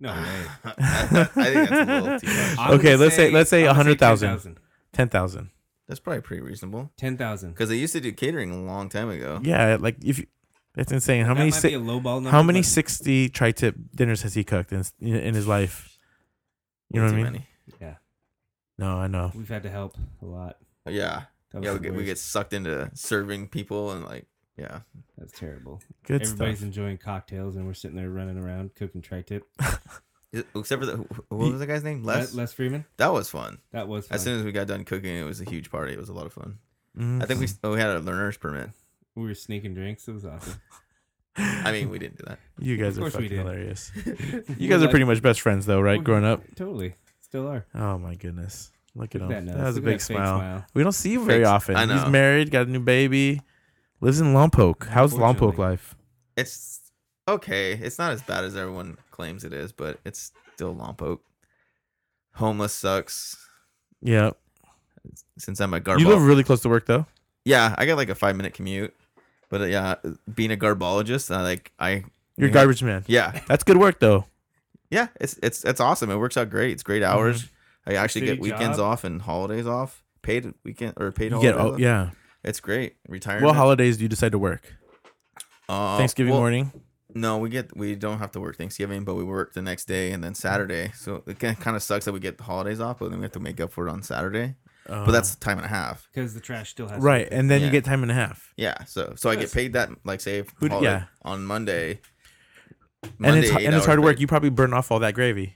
Speaker 2: No way.
Speaker 3: I think that's a little too much.
Speaker 2: I'm
Speaker 1: Okay,
Speaker 2: gonna
Speaker 1: let's say- let's say
Speaker 2: I'm gonna
Speaker 1: 100,000.
Speaker 2: 10,000.
Speaker 1: Ten thousand?
Speaker 3: That's probably pretty reasonable.
Speaker 2: 10,000.
Speaker 3: Because they used to do catering a long time ago.
Speaker 1: Yeah, like if you, that's insane. How
Speaker 2: That
Speaker 1: many
Speaker 2: might
Speaker 1: si-
Speaker 2: be a low ball number,
Speaker 1: how many
Speaker 2: but
Speaker 1: sixty tri tip dinners has he cooked in in his life? You know
Speaker 3: Way
Speaker 1: what I mean?
Speaker 3: too many.
Speaker 1: No, I know.
Speaker 2: We've had to help a lot.
Speaker 3: Yeah,
Speaker 2: That was
Speaker 3: yeah. We
Speaker 2: the
Speaker 3: get, we
Speaker 2: worst.
Speaker 3: get sucked into serving people and like, yeah.
Speaker 2: That's terrible.
Speaker 1: Good
Speaker 2: Everybody's
Speaker 1: stuff.
Speaker 2: enjoying cocktails, and we're sitting there running around cooking tri-tip.
Speaker 3: Is- Except for the wh- what was the guy's name? Les.
Speaker 2: Les Freeman.
Speaker 3: That was fun.
Speaker 2: That was fun.
Speaker 3: As soon as we got done cooking, it was a huge party. It was a lot of fun.
Speaker 1: Mhm.
Speaker 3: I think we oh, we had a learner's permit.
Speaker 2: we were sneaking drinks. It was awesome.
Speaker 3: I mean, we didn't do that.
Speaker 1: you guys
Speaker 2: Of
Speaker 1: are
Speaker 2: course we
Speaker 1: fucking
Speaker 2: did.
Speaker 1: hilarious. You
Speaker 2: We're
Speaker 1: guys are
Speaker 2: like-
Speaker 1: pretty much best friends though, right?
Speaker 2: We're-
Speaker 1: Growing up.
Speaker 2: totally still are.
Speaker 1: Oh my goodness. Look at
Speaker 2: Look at
Speaker 1: him.
Speaker 2: nose.
Speaker 1: That was a
Speaker 2: Look at
Speaker 1: big
Speaker 2: that fake
Speaker 1: smile. We don't see you very
Speaker 3: Fakes.
Speaker 1: often.
Speaker 3: I
Speaker 1: He's
Speaker 3: know.
Speaker 1: married, got a new baby, lives in Lompoc. How's Lompoc
Speaker 2: Unfortunately.
Speaker 1: life?
Speaker 3: It's okay. It's not as bad as everyone claims it is, but it's still Lompoc. Homeless sucks.
Speaker 1: Yeah,
Speaker 3: Since I'm a
Speaker 1: you live
Speaker 3: garbol,
Speaker 1: really close to work though.
Speaker 3: yeah, I got like a five minute commute. But uh, yeah, being a garbologist, I like I
Speaker 1: You're a
Speaker 3: Yeah.
Speaker 1: garbage man.
Speaker 3: yeah
Speaker 1: That's good work though.
Speaker 3: yeah it's it's it's awesome. It works out great. It's great
Speaker 1: Mm-hmm.
Speaker 3: hours. I actually
Speaker 2: Steady
Speaker 3: get weekends
Speaker 2: job.
Speaker 3: off and holidays off, paid weekend or paid
Speaker 1: You
Speaker 3: holidays.
Speaker 1: get oh
Speaker 3: off.
Speaker 1: yeah.
Speaker 3: It's great. Retirement.
Speaker 1: What holidays do you decide to work?
Speaker 3: Uh,
Speaker 1: Thanksgiving
Speaker 3: well,
Speaker 1: morning.
Speaker 3: No, we get we don't have to work Thanksgiving, but we work the next day and
Speaker 1: Mm-hmm.
Speaker 3: then Saturday. So it kind of sucks that we get the holidays off, but then we have to make up for it on Saturday.
Speaker 1: Uh,
Speaker 3: but that's time and a half.
Speaker 2: Because the trash still has
Speaker 1: right, and then you
Speaker 3: Yeah.
Speaker 1: get time and a half.
Speaker 3: Yeah. So so I
Speaker 2: Yes.
Speaker 3: get paid that like say if
Speaker 1: Who d-
Speaker 3: holiday-
Speaker 1: yeah.
Speaker 3: on Monday.
Speaker 1: and it's
Speaker 3: Monday, eight
Speaker 1: and it's
Speaker 3: hours
Speaker 1: hard work.
Speaker 3: paid.
Speaker 1: You probably burn off all that gravy.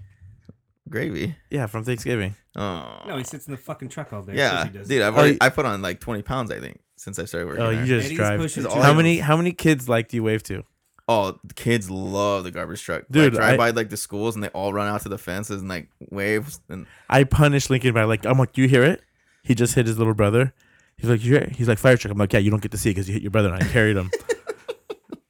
Speaker 3: gravy.
Speaker 1: Yeah, from Thanksgiving.
Speaker 3: Oh.
Speaker 2: No, he sits in the fucking truck all day. Of
Speaker 3: yeah,
Speaker 2: course he does.
Speaker 3: dude. I've
Speaker 1: Oh,
Speaker 3: already
Speaker 1: you-
Speaker 3: I put on like twenty pounds I think since I started working.
Speaker 1: Oh,
Speaker 3: there.
Speaker 1: you just
Speaker 2: Eddie's
Speaker 1: drive.
Speaker 2: pushing
Speaker 3: It's
Speaker 2: two
Speaker 3: all-
Speaker 1: How
Speaker 2: wheels.
Speaker 1: many how many kids like do you wave to?
Speaker 3: Oh, the kids love the garbage truck.
Speaker 1: Dude,
Speaker 3: Dude, like, drive
Speaker 1: I-
Speaker 3: by like the schools and they all run out to the fences and like waves and
Speaker 1: I punish Lincoln by like I'm like, you hear it? He just hit his little brother. He's like, yeah. he's like fire truck. I'm like, yeah, you don't get to see it because you hit your brother and I carried him.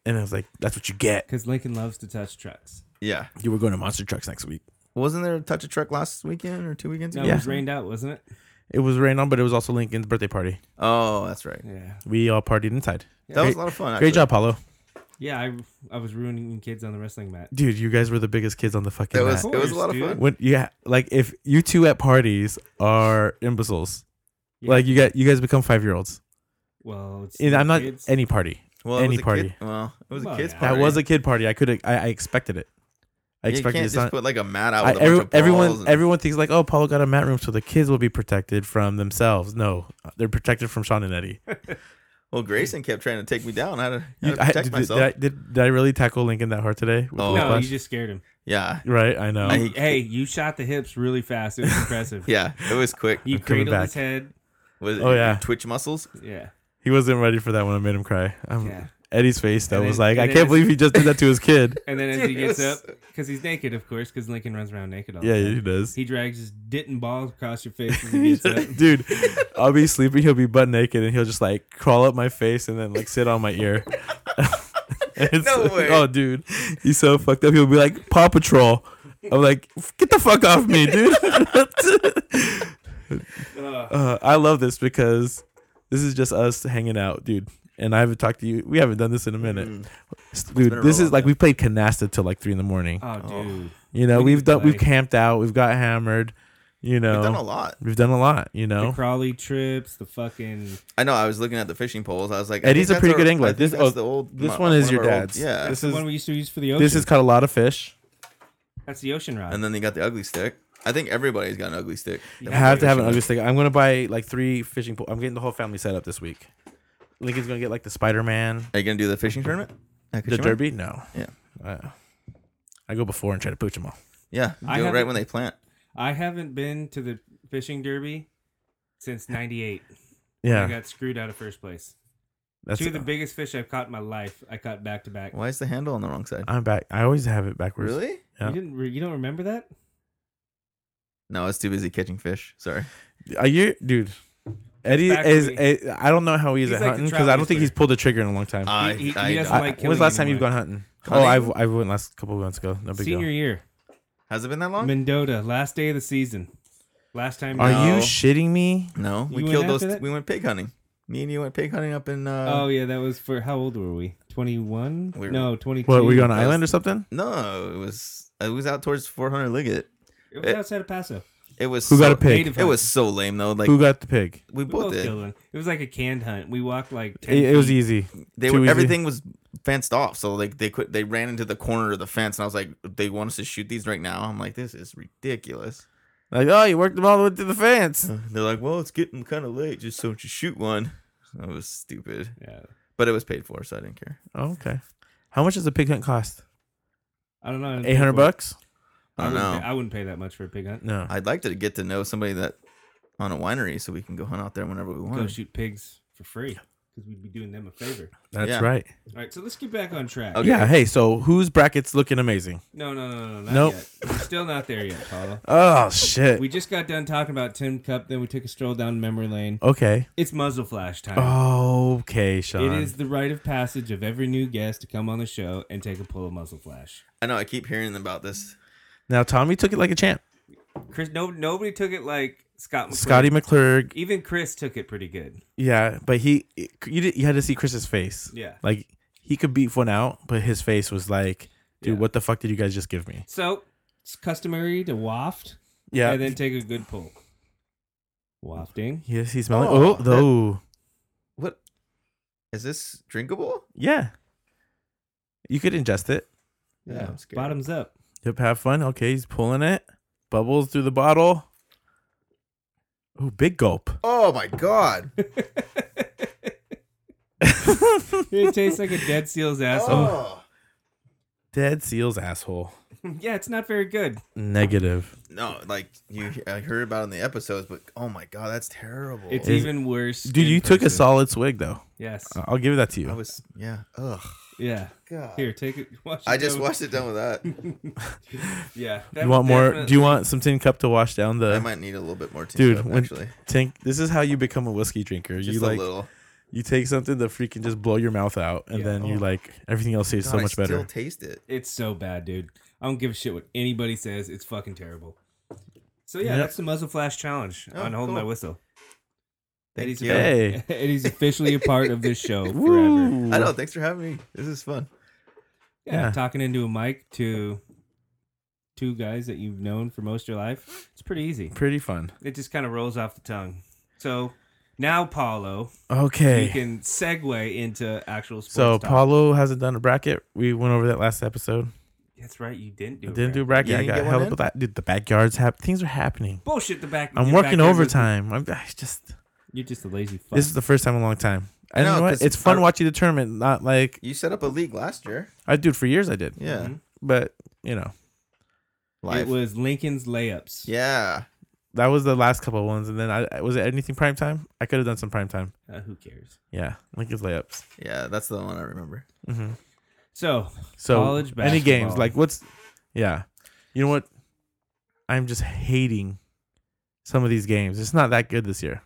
Speaker 1: and I was like, that's what you get.
Speaker 2: Because Lincoln loves to touch trucks.
Speaker 3: yeah.
Speaker 1: You were going to monster trucks next week.
Speaker 3: Wasn't there a touch a truck last weekend or two weekends
Speaker 2: No,
Speaker 3: ago?
Speaker 2: it
Speaker 1: Yeah.
Speaker 2: was rained out, wasn't it?
Speaker 1: It was rain on, but it was also Lincoln's birthday party.
Speaker 3: Oh, that's right.
Speaker 2: Yeah.
Speaker 1: We all partied inside.
Speaker 3: That was
Speaker 1: Great-
Speaker 3: a lot of fun.
Speaker 1: Great job, Paulo.
Speaker 2: Yeah, I, I was ruining kids on the wrestling mat.
Speaker 1: Dude, you guys were the biggest kids on the fucking
Speaker 3: It was
Speaker 1: mat.
Speaker 3: it was a lot of
Speaker 2: Dude.
Speaker 3: fun.
Speaker 1: When yeah, like if you two at parties are imbeciles,
Speaker 2: Yeah.
Speaker 1: like you get you guys become five year olds.
Speaker 2: Well, it's
Speaker 1: And I'm not
Speaker 2: kids.
Speaker 1: any party.
Speaker 3: Well, it
Speaker 1: Any
Speaker 3: was a
Speaker 1: party.
Speaker 3: Kid, well, it was
Speaker 2: Well,
Speaker 3: a kids
Speaker 2: yeah.
Speaker 3: party.
Speaker 1: That was a kid party. I could I, I expected it. I
Speaker 3: Yeah, you
Speaker 1: expected
Speaker 3: can't
Speaker 1: it's
Speaker 3: just
Speaker 1: not-
Speaker 3: put like a mat out.
Speaker 1: I,
Speaker 3: With a
Speaker 1: every,
Speaker 3: bunch of
Speaker 1: everyone
Speaker 3: balls and-
Speaker 1: everyone thinks like, oh, Paulo got a mat room, so the kids will be protected from themselves. No, they're protected from Sean and Eddie.
Speaker 3: Well, Grayson kept trying to take me down. I had to, I
Speaker 1: You- I-
Speaker 3: had to protect
Speaker 1: did, did
Speaker 3: myself.
Speaker 1: I, did, did I really tackle Lincoln that hard today? with
Speaker 3: Oh.
Speaker 1: the
Speaker 2: No,
Speaker 1: whiplash?
Speaker 2: you just scared him.
Speaker 3: yeah,
Speaker 1: right. I know.
Speaker 3: I-
Speaker 2: You- hey, you shot the hips really fast. It was impressive.
Speaker 3: yeah. It was quick.
Speaker 2: You
Speaker 1: I'm coming
Speaker 2: cradled
Speaker 1: back.
Speaker 2: his head.
Speaker 3: Was it
Speaker 1: Oh, yeah.
Speaker 3: Twitch muscles.
Speaker 2: Yeah.
Speaker 1: he wasn't ready for that when I made him cry. Um,
Speaker 2: Yeah.
Speaker 1: Eddie's face though
Speaker 2: And
Speaker 1: was
Speaker 2: then-
Speaker 1: like,
Speaker 2: and
Speaker 1: I
Speaker 2: then
Speaker 1: can't
Speaker 2: it's-
Speaker 1: believe he just did that to his kid.
Speaker 2: And then as he
Speaker 3: Dude, it
Speaker 2: gets up,
Speaker 3: was-
Speaker 2: because he's naked, of course, because Lincoln runs around naked all
Speaker 1: Yeah,
Speaker 2: the time.
Speaker 1: he does.
Speaker 2: He drags his dittin' balls across your face as he gets up.
Speaker 1: Dude, I'll be sleeping. He'll be butt naked, and he'll just like crawl up my face and then like sit on my ear. It's-
Speaker 3: No way.
Speaker 1: Oh, dude, he's so fucked up. He'll be like Paw Patrol. I'm like, get the fuck off me, dude.
Speaker 2: Ugh. Oh,
Speaker 1: uh, I love this because this is just us hanging out, dude. And I haven't talked to you. We haven't done this in a minute,
Speaker 3: Mm-hmm. been a
Speaker 1: dude. This
Speaker 3: real
Speaker 1: is
Speaker 3: long Uh,
Speaker 1: like we played canasta till like three in the morning.
Speaker 2: oh, dude.
Speaker 1: you know,
Speaker 2: we
Speaker 1: we've
Speaker 2: need
Speaker 1: done,
Speaker 2: to
Speaker 1: we've
Speaker 2: play.
Speaker 1: camped out, we've got hammered. You know,
Speaker 3: We've done a lot.
Speaker 1: we've done a lot. You
Speaker 2: The
Speaker 1: know,
Speaker 2: Crawley trips, the fucking.
Speaker 3: I know. I was looking at the fishing poles. I was like, I
Speaker 1: Eddie's
Speaker 3: think
Speaker 1: a
Speaker 3: that's
Speaker 1: pretty
Speaker 3: our-
Speaker 1: good
Speaker 3: I
Speaker 1: angler.
Speaker 3: think
Speaker 1: This-
Speaker 3: that's
Speaker 1: oh,
Speaker 3: the old.
Speaker 1: this
Speaker 3: one
Speaker 1: one
Speaker 3: of
Speaker 1: is your
Speaker 3: our old-
Speaker 1: dad's.
Speaker 3: yeah.
Speaker 1: This
Speaker 2: The
Speaker 1: is
Speaker 2: one we used to use for the ocean.
Speaker 1: this has caught a lot of fish.
Speaker 2: That's the ocean rod.
Speaker 3: And then they got the ugly stick. I think everybody's got an ugly stick.
Speaker 2: Yeah.
Speaker 1: I have to have an ugly stick. I'm gonna buy like three fishing pole. I'm getting the whole family set up this week. Lincoln's gonna get like the Spider Man,
Speaker 3: Are you gonna do the fishing tournament? At
Speaker 1: the
Speaker 3: Kashima?
Speaker 1: Derby. No,
Speaker 3: Yeah.
Speaker 1: Uh, I go before and try to pooch them all.
Speaker 3: Yeah.
Speaker 2: I
Speaker 3: Do it right
Speaker 2: haven't-
Speaker 3: when they plant.
Speaker 2: I haven't been to the fishing derby since '98. I
Speaker 1: Yeah,
Speaker 2: got screwed out of first place.
Speaker 1: that's
Speaker 2: Two of the biggest fish I've caught in my life. I caught back to back.
Speaker 3: Why is the handle on the wrong side?
Speaker 1: I'm back. I always have it backwards.
Speaker 3: Really?
Speaker 1: Yeah.
Speaker 2: You didn't. Re- you don't remember that?
Speaker 3: No, I was too busy catching fish. Sorry.
Speaker 1: Are Uh, you, dude? Eddie
Speaker 2: Back
Speaker 1: is.
Speaker 2: to
Speaker 1: eh, I don't know how he's,
Speaker 2: He's
Speaker 1: at
Speaker 2: like the
Speaker 1: hunting because
Speaker 2: trout
Speaker 1: I don't think
Speaker 2: wrestler.
Speaker 1: he's pulled a trigger in a long time.
Speaker 3: I,
Speaker 2: he- he
Speaker 3: I,
Speaker 2: doesn't
Speaker 3: I-
Speaker 1: I-
Speaker 2: like
Speaker 1: when's
Speaker 2: killing
Speaker 1: the last time you've
Speaker 2: anymore.
Speaker 1: gone hunting?
Speaker 3: Hunting?
Speaker 1: Oh, I've I went last couple of months ago. No big
Speaker 2: Senior
Speaker 1: deal.
Speaker 2: year,
Speaker 3: Has it been that long?
Speaker 2: Mendota, last day of the season, last time.
Speaker 1: Are
Speaker 3: No.
Speaker 1: you shitting me?
Speaker 3: no, we
Speaker 2: You went
Speaker 3: killed those.
Speaker 2: after that?
Speaker 3: We went pig hunting. Me and you went pig hunting up in. Uh,
Speaker 2: Oh yeah, that was for how old were we? Twenty one?
Speaker 3: We were-
Speaker 2: No, twenty two.
Speaker 1: What were you on an
Speaker 3: That was-
Speaker 1: island or something?
Speaker 3: No, it was. It was out towards 400 Liggett.
Speaker 2: It
Speaker 3: Eh.
Speaker 2: was outside of Paso.
Speaker 3: It was.
Speaker 1: Who
Speaker 3: so,
Speaker 1: got a pig?
Speaker 2: native-
Speaker 3: It was so lame though. Like
Speaker 1: Who got the pig?
Speaker 3: we
Speaker 2: We
Speaker 3: both
Speaker 2: both
Speaker 3: did.
Speaker 2: killed one. It was like a canned hunt. We walked like ten.
Speaker 1: It, it was
Speaker 2: feet.
Speaker 1: easy.
Speaker 3: they
Speaker 1: Too
Speaker 3: were
Speaker 1: easy.
Speaker 3: everything was fenced off so like they could they ran into the corner of the fence and i was like they want us to shoot these right now i'm like this is ridiculous
Speaker 1: Like, oh, you worked them all the way to the fence.
Speaker 3: Uh, they're like well it's getting kind of late just so you shoot one that was stupid
Speaker 2: Yeah.
Speaker 3: but it was paid for so i didn't care
Speaker 1: Oh, okay. How much does a pig hunt cost?
Speaker 2: I don't know. I didn't pay
Speaker 1: Eight hundred
Speaker 2: for it.
Speaker 1: bucks?
Speaker 3: i don't
Speaker 2: wouldn't pay-
Speaker 3: know
Speaker 2: I wouldn't pay that much for a pig hunt.
Speaker 1: No.
Speaker 3: i'd like to get to know somebody that on a winery so we can go hunt out there whenever we
Speaker 2: Go
Speaker 3: want
Speaker 2: shoot pigs for free because we'd be doing them a favor.
Speaker 1: That's
Speaker 3: Yeah.
Speaker 1: right.
Speaker 2: All right, so let's get back on track.
Speaker 3: Okay.
Speaker 1: Yeah. Hey, so whose brackets looking amazing?
Speaker 2: No, no, no, no, no, not
Speaker 1: Nope.
Speaker 2: yet. We're still not there yet, Paulo.
Speaker 1: Oh shit.
Speaker 2: We just got done talking about Tim Cup. Then we took a stroll down memory lane.
Speaker 1: okay.
Speaker 2: It's muzzle flash time.
Speaker 1: Okay, Sean.
Speaker 2: It is the rite of passage of every new guest to come on the show and take a pull of muzzle flash.
Speaker 3: i know i keep hearing about this
Speaker 1: Now Tommy took it like a champ.
Speaker 2: Chris, no, nobody took it like Scott. McClure.
Speaker 1: Scotty McClurg.
Speaker 2: even Chris took it pretty good.
Speaker 1: Yeah, but he you did, you had to see Chris's face.
Speaker 2: Yeah.
Speaker 1: Like he could beat one out, but his face was like, dude,
Speaker 2: Yeah.
Speaker 1: what the fuck did you guys just give me?
Speaker 2: So it's customary to waft
Speaker 1: Yeah.
Speaker 2: and then take a good pull. Wafting.
Speaker 1: yes, he's smelling. Oh,
Speaker 3: Oh, that-
Speaker 1: though.
Speaker 3: what is this drinkable
Speaker 1: Yeah. You could ingest it.
Speaker 3: yeah, i'm scared
Speaker 2: Bottoms up.
Speaker 1: Yep, have fun. Okay, he's pulling it. Bubbles through the bottle. Oh, big gulp.
Speaker 3: oh my god
Speaker 2: It tastes like a dead seal's asshole.
Speaker 3: oh
Speaker 1: Dead seal's asshole.
Speaker 2: yeah, it's not very good.
Speaker 1: Negative.
Speaker 3: no like you i heard about it in the episodes but oh my god that's terrible
Speaker 2: It's
Speaker 1: Is-
Speaker 2: even worse.
Speaker 1: Dude,
Speaker 2: in
Speaker 1: you took a
Speaker 2: person.
Speaker 1: solid swig though.
Speaker 2: Yes.
Speaker 1: I- I'll give that to
Speaker 3: I
Speaker 1: you.
Speaker 3: was yeah. Ugh.
Speaker 2: yeah.
Speaker 3: God.
Speaker 2: Here, take it. Wash
Speaker 3: I
Speaker 2: it
Speaker 3: just
Speaker 2: down.
Speaker 3: washed it down with that.
Speaker 2: Yeah. that
Speaker 1: You want
Speaker 2: was
Speaker 1: more? Do
Speaker 2: definitely-
Speaker 1: you want some tin cup to wash down
Speaker 3: I
Speaker 1: the
Speaker 3: might need a little bit more tea.
Speaker 1: Uh, dude?
Speaker 3: Dude,
Speaker 1: When
Speaker 3: actually,
Speaker 1: tin, this is how you become a whiskey drinker.
Speaker 3: just
Speaker 1: you
Speaker 3: a
Speaker 1: like
Speaker 3: little.
Speaker 1: you take something to freaking just blow your mouth out, and
Speaker 2: Yeah.
Speaker 1: then you
Speaker 3: Oh.
Speaker 1: like everything else tastes
Speaker 3: God,
Speaker 1: so
Speaker 3: I
Speaker 1: much
Speaker 3: still
Speaker 1: better.
Speaker 3: taste it.
Speaker 2: It's so bad, dude. I don't give a shit what anybody says. It's fucking terrible. So yeah,
Speaker 1: Yep.
Speaker 2: that's the muzzle flash challenge
Speaker 3: Oh,
Speaker 2: on hold my
Speaker 3: cool.
Speaker 2: whistle.
Speaker 3: Thank
Speaker 2: Eddie's
Speaker 3: you.
Speaker 2: a-
Speaker 1: Hey.
Speaker 2: Eddie's officially a part of this show forever.
Speaker 1: Woo.
Speaker 3: I know. Thanks for having me. This is fun.
Speaker 2: Yeah,
Speaker 1: Yeah.
Speaker 2: talking into a mic to two guys that you've known for most of your life. It's pretty easy.
Speaker 1: Pretty fun.
Speaker 2: It just kind of rolls off the tongue. So now, Paulo, you
Speaker 1: Okay.
Speaker 2: can segue into actual sports.
Speaker 1: So
Speaker 2: talk.
Speaker 1: Paulo hasn't done a bracket. We went over that last episode.
Speaker 2: that's right, you didn't do.
Speaker 1: I
Speaker 2: it
Speaker 1: didn't do a
Speaker 2: right.
Speaker 1: bracket.
Speaker 3: You
Speaker 1: I
Speaker 3: didn't
Speaker 1: got
Speaker 3: get one in?
Speaker 1: help with that. Dude, the backyards hap things are happening.
Speaker 2: bullshit. The back.
Speaker 1: I'm
Speaker 2: your
Speaker 1: working
Speaker 2: backyard was-
Speaker 1: overtime. I'm I just
Speaker 2: You're just a lazy fuck.
Speaker 1: this is the first time in a long time.
Speaker 3: I
Speaker 1: And
Speaker 3: know,
Speaker 1: you know what?
Speaker 3: 'cause
Speaker 1: It's fun
Speaker 3: I-
Speaker 1: watching the tournament, not like
Speaker 3: You set up a league last year.
Speaker 1: I do it for years I did.
Speaker 3: Yeah.
Speaker 2: Mhm.
Speaker 1: But you know,
Speaker 3: Live.
Speaker 2: It was Lincoln's layups.
Speaker 3: yeah.
Speaker 1: that was the last couple of ones and then I I- was it anything prime time? I could have done some prime time.
Speaker 2: Uh, who cares?
Speaker 1: Yeah. Lincoln's layups.
Speaker 3: Yeah. That's the one I remember.
Speaker 1: hmm
Speaker 2: So
Speaker 1: So
Speaker 2: College
Speaker 1: any games
Speaker 2: basketball.
Speaker 1: like what's yeah. You know what? I'm just hating some of these games. It's not that good this year.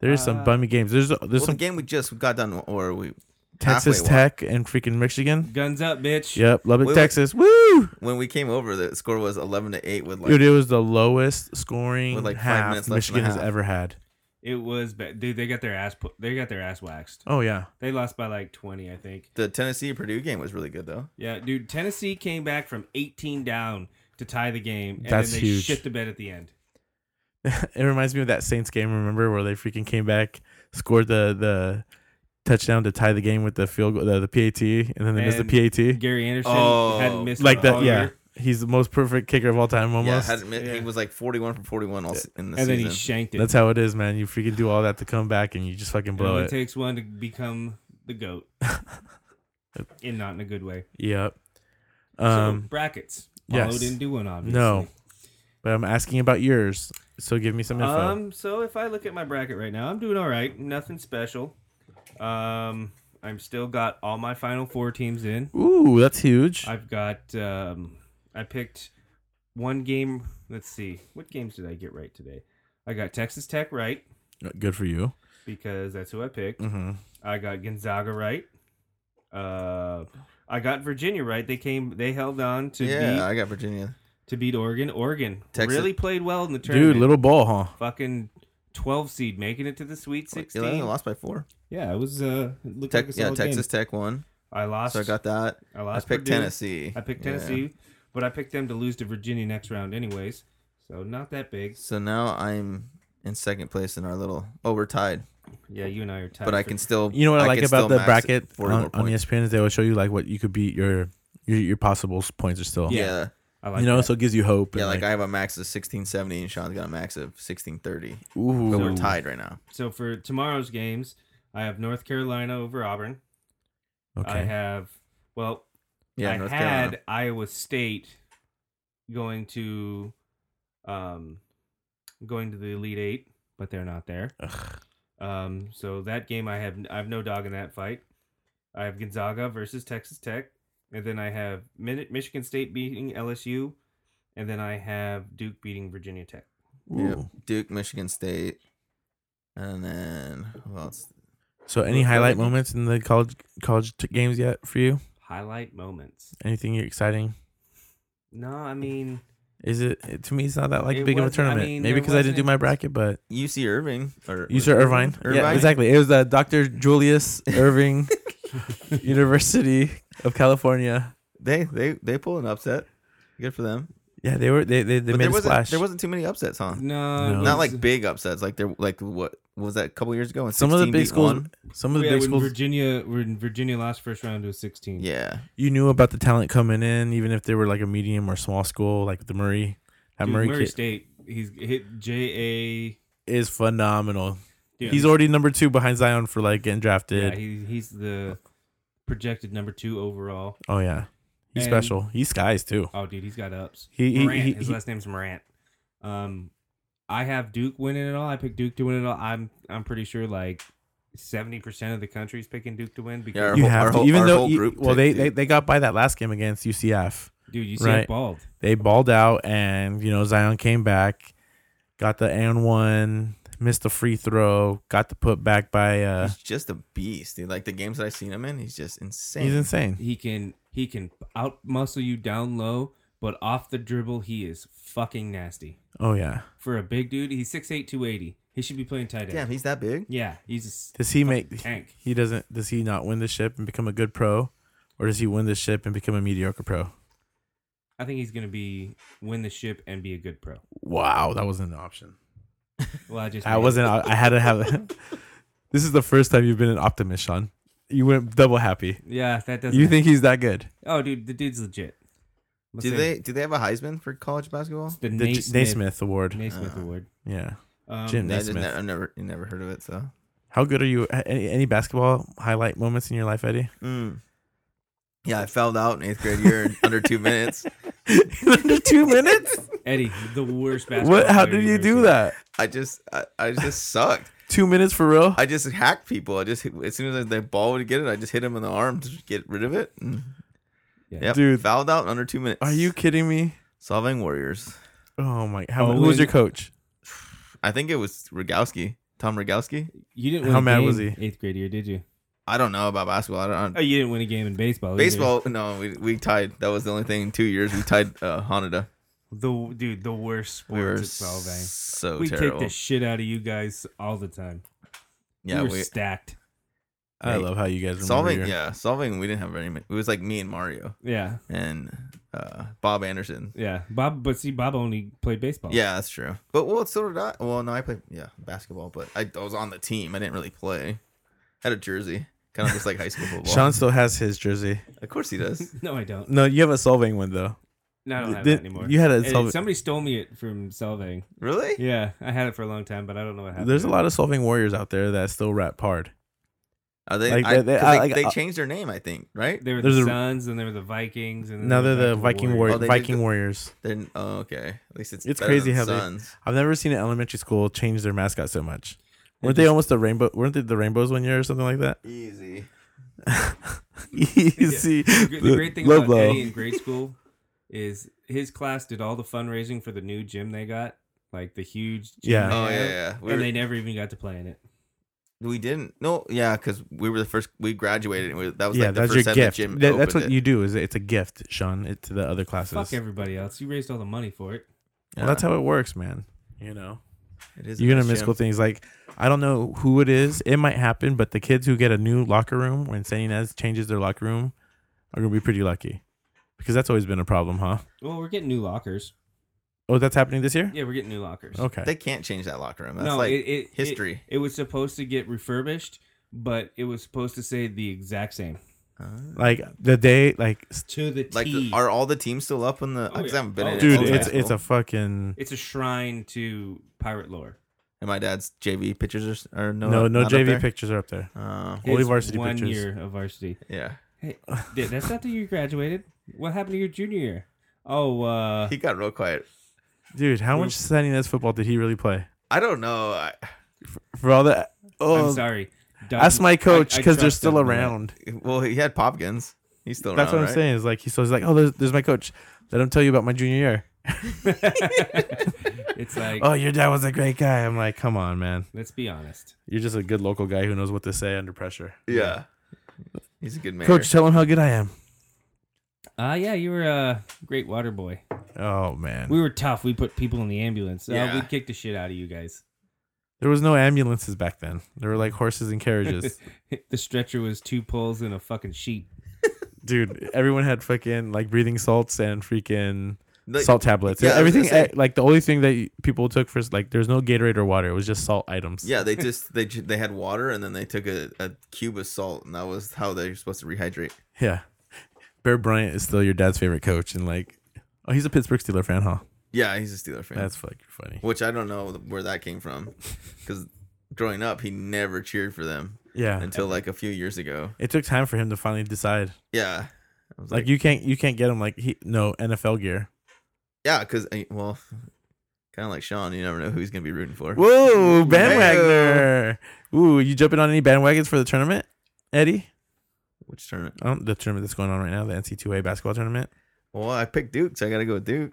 Speaker 1: There's
Speaker 2: Uh,
Speaker 1: some bummy games. There's there's
Speaker 3: well,
Speaker 1: some
Speaker 3: the game we just got done, or we halfway
Speaker 1: Texas
Speaker 3: walk.
Speaker 1: Tech and freaking Michigan.
Speaker 2: Guns up, bitch.
Speaker 1: Yep, Lubbock,
Speaker 3: Wait, wait.
Speaker 1: Texas. Woo!
Speaker 3: When we came over, the score was eleven to eight with like
Speaker 1: Dude, it was the lowest scoring
Speaker 3: With like five
Speaker 1: half
Speaker 3: minutes left in the
Speaker 1: Michigan has
Speaker 3: half.
Speaker 1: ever had.
Speaker 2: It was bad. Dude, they got their ass put, they got their ass waxed.
Speaker 1: Oh yeah,
Speaker 2: They lost by like 20, I think.
Speaker 3: the Tennessee Purdue game was really good though.
Speaker 2: Yeah, dude, Tennessee came back from 18 down to tie the game and
Speaker 1: That's
Speaker 2: then they
Speaker 1: huge.
Speaker 2: shit the bed at the end.
Speaker 1: it reminds me of that Saints game. Remember where they freaking came back, scored the the touchdown to tie the game with the field goal, the, the PAT, and then they missed
Speaker 2: And-
Speaker 1: the PAT.
Speaker 2: Gary Anderson
Speaker 3: Oh.
Speaker 2: hadn't missed
Speaker 1: Like
Speaker 2: a
Speaker 1: that,
Speaker 2: ball
Speaker 1: yeah.
Speaker 2: yet,
Speaker 1: He's the most perfect kicker of all time,
Speaker 3: Yeah,
Speaker 1: almost.
Speaker 3: hadn't mi-
Speaker 2: Yeah.
Speaker 3: he was like forty-one for forty-one all s- in the
Speaker 2: And then he
Speaker 3: season.
Speaker 2: shanked it.
Speaker 1: That's how it is, man. You freaking do all that to come back, and you just fucking
Speaker 2: it
Speaker 1: blow
Speaker 2: only
Speaker 1: it.
Speaker 2: takes one to become the goat. and not in a good way.
Speaker 1: yep.
Speaker 2: so
Speaker 1: Um,
Speaker 2: brackets. Paulo
Speaker 1: yes.
Speaker 2: didn't do one, obviously.
Speaker 1: no, but I'm asking about yours. So give me some info.
Speaker 2: Um, so if I look at my bracket right now, I'm doing all right. Nothing special. Um, I'm still got all my final four teams in.
Speaker 1: Ooh, that's huge.
Speaker 2: I've got um, I picked one game. Let's see, what games did I get right today? I got Texas Tech right
Speaker 1: Good for you.
Speaker 2: because that's who I picked.
Speaker 1: Mm-hmm.
Speaker 2: I got Gonzaga right. Uh, I got Virginia right. They came. They held on to
Speaker 3: yeah,
Speaker 2: beat
Speaker 3: I got Virginia.
Speaker 2: to beat Oregon. Oregon
Speaker 3: Texas-
Speaker 2: really played well in the tournament.
Speaker 1: Dude, little ball, huh?
Speaker 2: fucking twelve seed making it to the Sweet Sixteen.
Speaker 3: Eleven lost by four.
Speaker 2: Yeah, it was. Uh, it looked
Speaker 3: Tech,
Speaker 2: like a
Speaker 3: yeah,
Speaker 2: solid
Speaker 3: Texas
Speaker 2: Game.
Speaker 3: Tech won.
Speaker 2: I lost.
Speaker 3: So I got that.
Speaker 2: I
Speaker 3: I
Speaker 2: lost.
Speaker 3: picked
Speaker 2: Purdue.
Speaker 3: Tennessee.
Speaker 2: I picked
Speaker 3: Yeah.
Speaker 2: Tennessee, but I picked them to lose to Virginia next round, anyways. So not that big.
Speaker 3: So now I'm in second place in our little. Oh, we're tied,
Speaker 2: Yeah, you and I are tied.
Speaker 3: but I
Speaker 2: for-
Speaker 3: can still.
Speaker 1: You know what I, like
Speaker 3: can still
Speaker 1: about the
Speaker 3: max
Speaker 1: bracket
Speaker 3: it 40 more
Speaker 1: on, E on
Speaker 3: points.
Speaker 1: ESPN is they always show you like what you could beat your your, your possible s- points are still.
Speaker 3: Yeah,
Speaker 2: Yeah.
Speaker 3: yeah.
Speaker 2: I like
Speaker 1: you know,
Speaker 2: that.
Speaker 1: so it gives you hope. and,
Speaker 3: like, I have a max of sixteen seventy, and Sean's got a max of sixteen thirty.
Speaker 1: ooh,
Speaker 2: So-
Speaker 3: But we're tied right now.
Speaker 2: So for tomorrow's games, I have North Carolina over Auburn. I
Speaker 1: okay.
Speaker 2: have well,
Speaker 3: Yeah,
Speaker 2: I
Speaker 3: North
Speaker 2: had
Speaker 3: Carolina.
Speaker 2: Iowa State going to, um, going to the Elite Eight, but they're not there.
Speaker 1: Ugh.
Speaker 2: Um, so that game, I have I have no dog in that fight. I have Gonzaga versus Texas Tech, and then I have Min- Michigan State beating LSU, and then I have Duke beating Virginia Tech.
Speaker 3: Yep.
Speaker 1: Ooh.
Speaker 3: Duke, Michigan State, and then who else?
Speaker 1: So any
Speaker 3: Look,
Speaker 1: highlight
Speaker 3: look.
Speaker 1: moments in the college college t- games yet for you?
Speaker 2: Highlight moments.
Speaker 1: Anything exciting?
Speaker 2: No, I mean
Speaker 1: Is it it- to me? It's not that like
Speaker 2: It
Speaker 1: big of a
Speaker 2: wasn't- I
Speaker 1: tournament.
Speaker 2: mean,
Speaker 1: Maybe
Speaker 2: there
Speaker 1: because I didn't
Speaker 2: wasn't
Speaker 1: do my
Speaker 2: any-
Speaker 1: bracket, but
Speaker 3: UC Irving or
Speaker 1: you said Irvine. Yeah,
Speaker 3: Irvine?
Speaker 1: exactly. It was the Dr. Julius Irving University of California.
Speaker 3: They they they pull an upset. Good for them.
Speaker 1: Yeah, they were they they, they
Speaker 3: But
Speaker 1: made
Speaker 3: there
Speaker 1: a
Speaker 3: wasn't
Speaker 1: splash.
Speaker 3: there wasn't too many upsets, huh?
Speaker 2: no,
Speaker 1: No.
Speaker 2: it
Speaker 3: Not
Speaker 2: was-
Speaker 3: like big upsets. Like there like what was that a couple years ago? When
Speaker 1: some of the
Speaker 3: 16
Speaker 1: big
Speaker 3: beat
Speaker 1: schools.
Speaker 3: one?
Speaker 1: Some of the
Speaker 2: yeah,
Speaker 1: big
Speaker 2: when
Speaker 1: schools.
Speaker 2: Virginia when Virginia lost first round to a sixteen.
Speaker 3: Yeah,
Speaker 1: you knew about the talent coming in, even if they were like a medium or small school, like the Murray. That
Speaker 2: Dude,
Speaker 1: Murray,
Speaker 2: Murray,
Speaker 1: kid
Speaker 2: State. He's hit J
Speaker 1: is phenomenal.
Speaker 2: A.
Speaker 1: He's already number two behind Zion for like getting drafted.
Speaker 2: yeah, he, he's the projected number two overall.
Speaker 1: oh yeah, he's
Speaker 2: And-
Speaker 1: special. He skies too.
Speaker 2: Oh, dude, he's got ups.
Speaker 1: He he,
Speaker 2: Morant.
Speaker 1: he,
Speaker 2: his
Speaker 1: he-
Speaker 2: last name's Morant. Um, I have Duke winning it all. I picked Duke to win it all. I'm I'm pretty sure like seventy percent of the country's picking Duke to win because
Speaker 3: our
Speaker 1: you
Speaker 3: whole-
Speaker 1: have
Speaker 3: our
Speaker 1: to,
Speaker 3: whole-
Speaker 1: even
Speaker 3: our
Speaker 1: though
Speaker 3: whole
Speaker 1: you-
Speaker 3: group
Speaker 1: well
Speaker 3: picked
Speaker 1: they,
Speaker 3: Duke.
Speaker 1: they they got by that last game against UCF.
Speaker 2: dude, you see
Speaker 1: Right.
Speaker 2: it bald.
Speaker 1: They balled out, and you know Zion came back, got the and one, missed the free throw, got the put back by. uh
Speaker 3: he's just a beast, dude. Like the games that I've seen him in, he's just insane.
Speaker 1: He's insane.
Speaker 2: He can he can out muscle you down low, but off the dribble he is fucking nasty.
Speaker 1: Oh yeah.
Speaker 2: For a big dude, he's 6'8", 280. He should be playing tight end.
Speaker 3: Damn, he's that big.
Speaker 2: Yeah, he's a s-
Speaker 1: Does he make?
Speaker 2: tank.
Speaker 1: he doesn't does he not win the ship and become a good pro or does he win the ship and become a mediocre pro
Speaker 2: I think he's gonna be win the ship and be a good pro.
Speaker 1: wow that wasn't an option
Speaker 2: Well, I just
Speaker 1: i wasn't i, I had to have this is the first time you've been an optimist sean you went double happy
Speaker 2: Yeah, that doesn't.
Speaker 1: you think he's that good
Speaker 2: Oh, dude, the dude's legit. Let's
Speaker 3: Do
Speaker 2: see.
Speaker 3: they do they have a Heisman for college basketball?
Speaker 1: the
Speaker 2: The,
Speaker 1: J-
Speaker 2: Naismith,
Speaker 1: naismith award
Speaker 2: Naismith
Speaker 3: Uh,
Speaker 2: Award.
Speaker 1: yeah
Speaker 2: Um,
Speaker 1: Jim
Speaker 3: No, I just
Speaker 1: Naismith.
Speaker 3: ne- I've never you never heard of it. So
Speaker 1: how good are you any, any basketball highlight moments in your life eddie
Speaker 3: Mm. yeah, I fouled out in eighth grade year in under two minutes.
Speaker 1: under two minutes
Speaker 2: Eddie, the worst basketball.
Speaker 1: what how
Speaker 2: player
Speaker 1: did you
Speaker 2: you've
Speaker 1: do
Speaker 2: ever
Speaker 1: that
Speaker 3: I just I, I just sucked.
Speaker 1: two minutes for real
Speaker 3: I just hacked people. I just hit- as soon as the ball would get it, I just hit him in the arm to get rid of it. And,
Speaker 2: Yeah.
Speaker 3: yep,
Speaker 1: Dude.
Speaker 3: fouled out in under two minutes.
Speaker 1: are you kidding me
Speaker 3: solving Warriors?
Speaker 1: oh my how, who was
Speaker 2: Owen.
Speaker 1: your coach
Speaker 3: I think it was Rogowski, Tom Rogowski.
Speaker 2: seen? You didn't. Win
Speaker 1: How
Speaker 2: a
Speaker 1: mad was
Speaker 2: game Eighth grade year, did you?
Speaker 3: I don't know about basketball. I don't. I don't
Speaker 2: Oh, you didn't win a game in baseball. either.
Speaker 3: baseball. No, we, we tied. That was the only thing. in Two years we tied uh, Hanada.
Speaker 2: The dude, the worst
Speaker 3: We were
Speaker 2: sports at Solvang.
Speaker 3: so
Speaker 2: we
Speaker 3: terrible.
Speaker 2: kicked the shit out of you guys all the time.
Speaker 3: yeah,
Speaker 2: we were
Speaker 3: we
Speaker 2: stacked.
Speaker 1: I love how you guys remember.
Speaker 3: solving.
Speaker 1: your-
Speaker 3: Yeah, solving. We didn't have any. It was like me and Mario
Speaker 2: Yeah,
Speaker 3: and uh, Bob Anderson.
Speaker 2: yeah. Bob, but see, Bob only played
Speaker 1: Oh.
Speaker 2: baseball.
Speaker 3: Yeah, that's true. But well, so did I. Well, no, I played yeah basketball, but I, I was on the team. I didn't really play. had a jersey, kind of just like high school football.
Speaker 1: Sean still has his jersey.
Speaker 3: of course he does.
Speaker 2: No, I don't.
Speaker 1: No, you have a solving one though.
Speaker 2: No, I don't have
Speaker 1: Th-
Speaker 2: that anymore.
Speaker 1: You had a
Speaker 2: Hey,
Speaker 1: solving.
Speaker 2: somebody stole me it from Solvang.
Speaker 3: Really?
Speaker 2: Yeah, I had it for a long time, but I don't know what happened.
Speaker 1: There's a lot of solving warriors out there that still rap hard.
Speaker 3: Are they?
Speaker 1: Like,
Speaker 3: I-
Speaker 1: they- they-
Speaker 3: 'cause
Speaker 1: I-
Speaker 3: they,
Speaker 1: like, uh,
Speaker 3: they
Speaker 1: I-
Speaker 3: changed their name, I think. Right?
Speaker 2: There were
Speaker 1: There's
Speaker 2: the
Speaker 1: a-
Speaker 2: Suns, and there were the Vikings, and then
Speaker 1: Now
Speaker 2: there
Speaker 1: they're the
Speaker 2: were
Speaker 1: Viking
Speaker 3: Oh,
Speaker 1: warrior,
Speaker 3: they did
Speaker 1: Viking
Speaker 3: the-
Speaker 1: warriors.
Speaker 3: Then oh okay. At least it's
Speaker 1: It's
Speaker 3: better
Speaker 1: crazy
Speaker 3: than
Speaker 1: how they-
Speaker 3: Suns.
Speaker 1: I've never seen an elementary school change their mascot so much.
Speaker 2: They
Speaker 1: Weren't they
Speaker 2: just-
Speaker 1: almost the rainbow? Weren't they the rainbows one year or something like that?
Speaker 3: easy.
Speaker 1: Easy.
Speaker 2: The, gr- the great thing
Speaker 1: low
Speaker 2: about
Speaker 1: blow.
Speaker 2: Eddie in grade school is his class did all the fundraising for the new gym they got, like the huge. Gym
Speaker 1: Yeah.
Speaker 2: they
Speaker 3: Oh yeah,
Speaker 2: have,
Speaker 3: yeah. We,
Speaker 2: And
Speaker 3: were-
Speaker 2: they never even got to play in it.
Speaker 3: we didn't. No, yeah, because we were the first. We graduated. And we, that was
Speaker 1: yeah,
Speaker 3: like the
Speaker 1: that's
Speaker 3: first
Speaker 1: your
Speaker 3: time the
Speaker 1: gift.
Speaker 3: gym.
Speaker 1: That- that's what
Speaker 3: opened it.
Speaker 1: you do. Is it's a gift, Sean, it, to the other classes.
Speaker 2: Fuck everybody else. You raised all the money for it.
Speaker 1: Well, that's how it works, man. You know,
Speaker 3: It is a
Speaker 1: you're gonna
Speaker 3: nice
Speaker 1: miss
Speaker 3: gym.
Speaker 1: cool things. Like I don't know who it is. It might happen, but the kids who get a new locker room when San Ynez changes their locker room are gonna be pretty lucky, because that's always been a problem, huh?
Speaker 2: Well, we're getting new lockers.
Speaker 1: Oh, that's happening this year.
Speaker 2: Yeah, we're getting new lockers.
Speaker 1: Okay.
Speaker 3: They can't change that locker room. That's
Speaker 2: no,
Speaker 3: like
Speaker 2: it, it, it-
Speaker 3: history.
Speaker 2: It, was supposed to get refurbished, but it was supposed to say the exact same
Speaker 3: Uh,
Speaker 1: like the day, like s-
Speaker 2: to the
Speaker 3: Like,
Speaker 2: T.
Speaker 3: are all the teams still up in the?
Speaker 2: Oh,
Speaker 3: 'cause
Speaker 2: yeah.
Speaker 3: I haven't been
Speaker 2: Oh,
Speaker 3: in.
Speaker 2: yeah.
Speaker 1: dude,
Speaker 3: since
Speaker 1: it's
Speaker 3: high
Speaker 1: it's
Speaker 3: school.
Speaker 1: a fucking
Speaker 2: it's a shrine to pirate lore.
Speaker 3: And my dad's JV pictures are, are no,
Speaker 1: no no
Speaker 3: not up there?
Speaker 1: JV pictures are up there.
Speaker 3: Uh,
Speaker 1: Only
Speaker 2: It's
Speaker 1: varsity
Speaker 2: one
Speaker 1: pictures.
Speaker 2: year of varsity.
Speaker 3: yeah,
Speaker 2: Hey, dude, that's not the year you graduated. What happened to your junior year? Oh, uh,
Speaker 3: he got real quiet.
Speaker 1: Dude, how
Speaker 2: Oof.
Speaker 1: much San Ynez football did he really play?
Speaker 3: I don't know. I,
Speaker 1: For all that,
Speaker 2: I'm
Speaker 1: oh,
Speaker 2: sorry. Doc-
Speaker 1: ask my coach
Speaker 2: I- I
Speaker 1: because they're
Speaker 2: trust
Speaker 1: still
Speaker 2: him, right?
Speaker 1: around.
Speaker 3: well, he had Popkins. He's still
Speaker 1: That's what
Speaker 3: around,
Speaker 1: I'm
Speaker 3: right?
Speaker 1: saying. Is like he's always like, oh, there's, there's my coach. Let him tell you about my junior year.
Speaker 2: it's like,
Speaker 1: Oh, your dad was a great guy. I'm like, come on, man.
Speaker 2: let's be honest.
Speaker 1: You're just a good local guy who knows what to say under pressure.
Speaker 3: Yeah, he's a good man.
Speaker 1: Coach, tell him how good I am.
Speaker 2: Uh, yeah, you were a great water boy.
Speaker 1: Oh man,
Speaker 2: We were tough. We put people in the ambulance. Uh,
Speaker 3: Yeah.
Speaker 2: we kicked the shit out of you guys.
Speaker 1: there was no ambulances back then. There were like horses and carriages.
Speaker 2: the stretcher was two poles and a fucking sheet.
Speaker 1: Dude, everyone had fucking like breathing salts and freaking
Speaker 3: The-
Speaker 1: salt tablets.
Speaker 3: Yeah, I was gonna
Speaker 1: Everything
Speaker 3: say.
Speaker 1: eh, like the only thing that you- people took for like there's no Gatorade or water. It was just salt items.
Speaker 3: Yeah, they just they ju- they had water and then they took a, a cube of salt and that was how they're supposed to rehydrate.
Speaker 1: Yeah. Bear Bryant is still your dad's favorite coach, and like, oh, he's a Pittsburgh Steeler fan, huh?
Speaker 3: Yeah, he's a Steeler fan.
Speaker 1: That's fucking funny.
Speaker 3: which I don't know where that came from, because growing up he never cheered for them
Speaker 1: Yeah.
Speaker 3: until like a few years ago.
Speaker 1: It took time for him to finally decide.
Speaker 3: Yeah, I was
Speaker 1: Like, you can't you can't get him like he no NFL gear.
Speaker 3: yeah, because well, kind of like Sean, you never know who he's gonna be rooting for.
Speaker 1: Whoa, bandwagoner! Ooh, you jumping on any bandwagons for the tournament, Eddie?
Speaker 3: Which tournament?
Speaker 1: Um, the tournament that's going on right now, the NC2A basketball tournament.
Speaker 3: Well, I picked Duke, so I gotta go with Duke.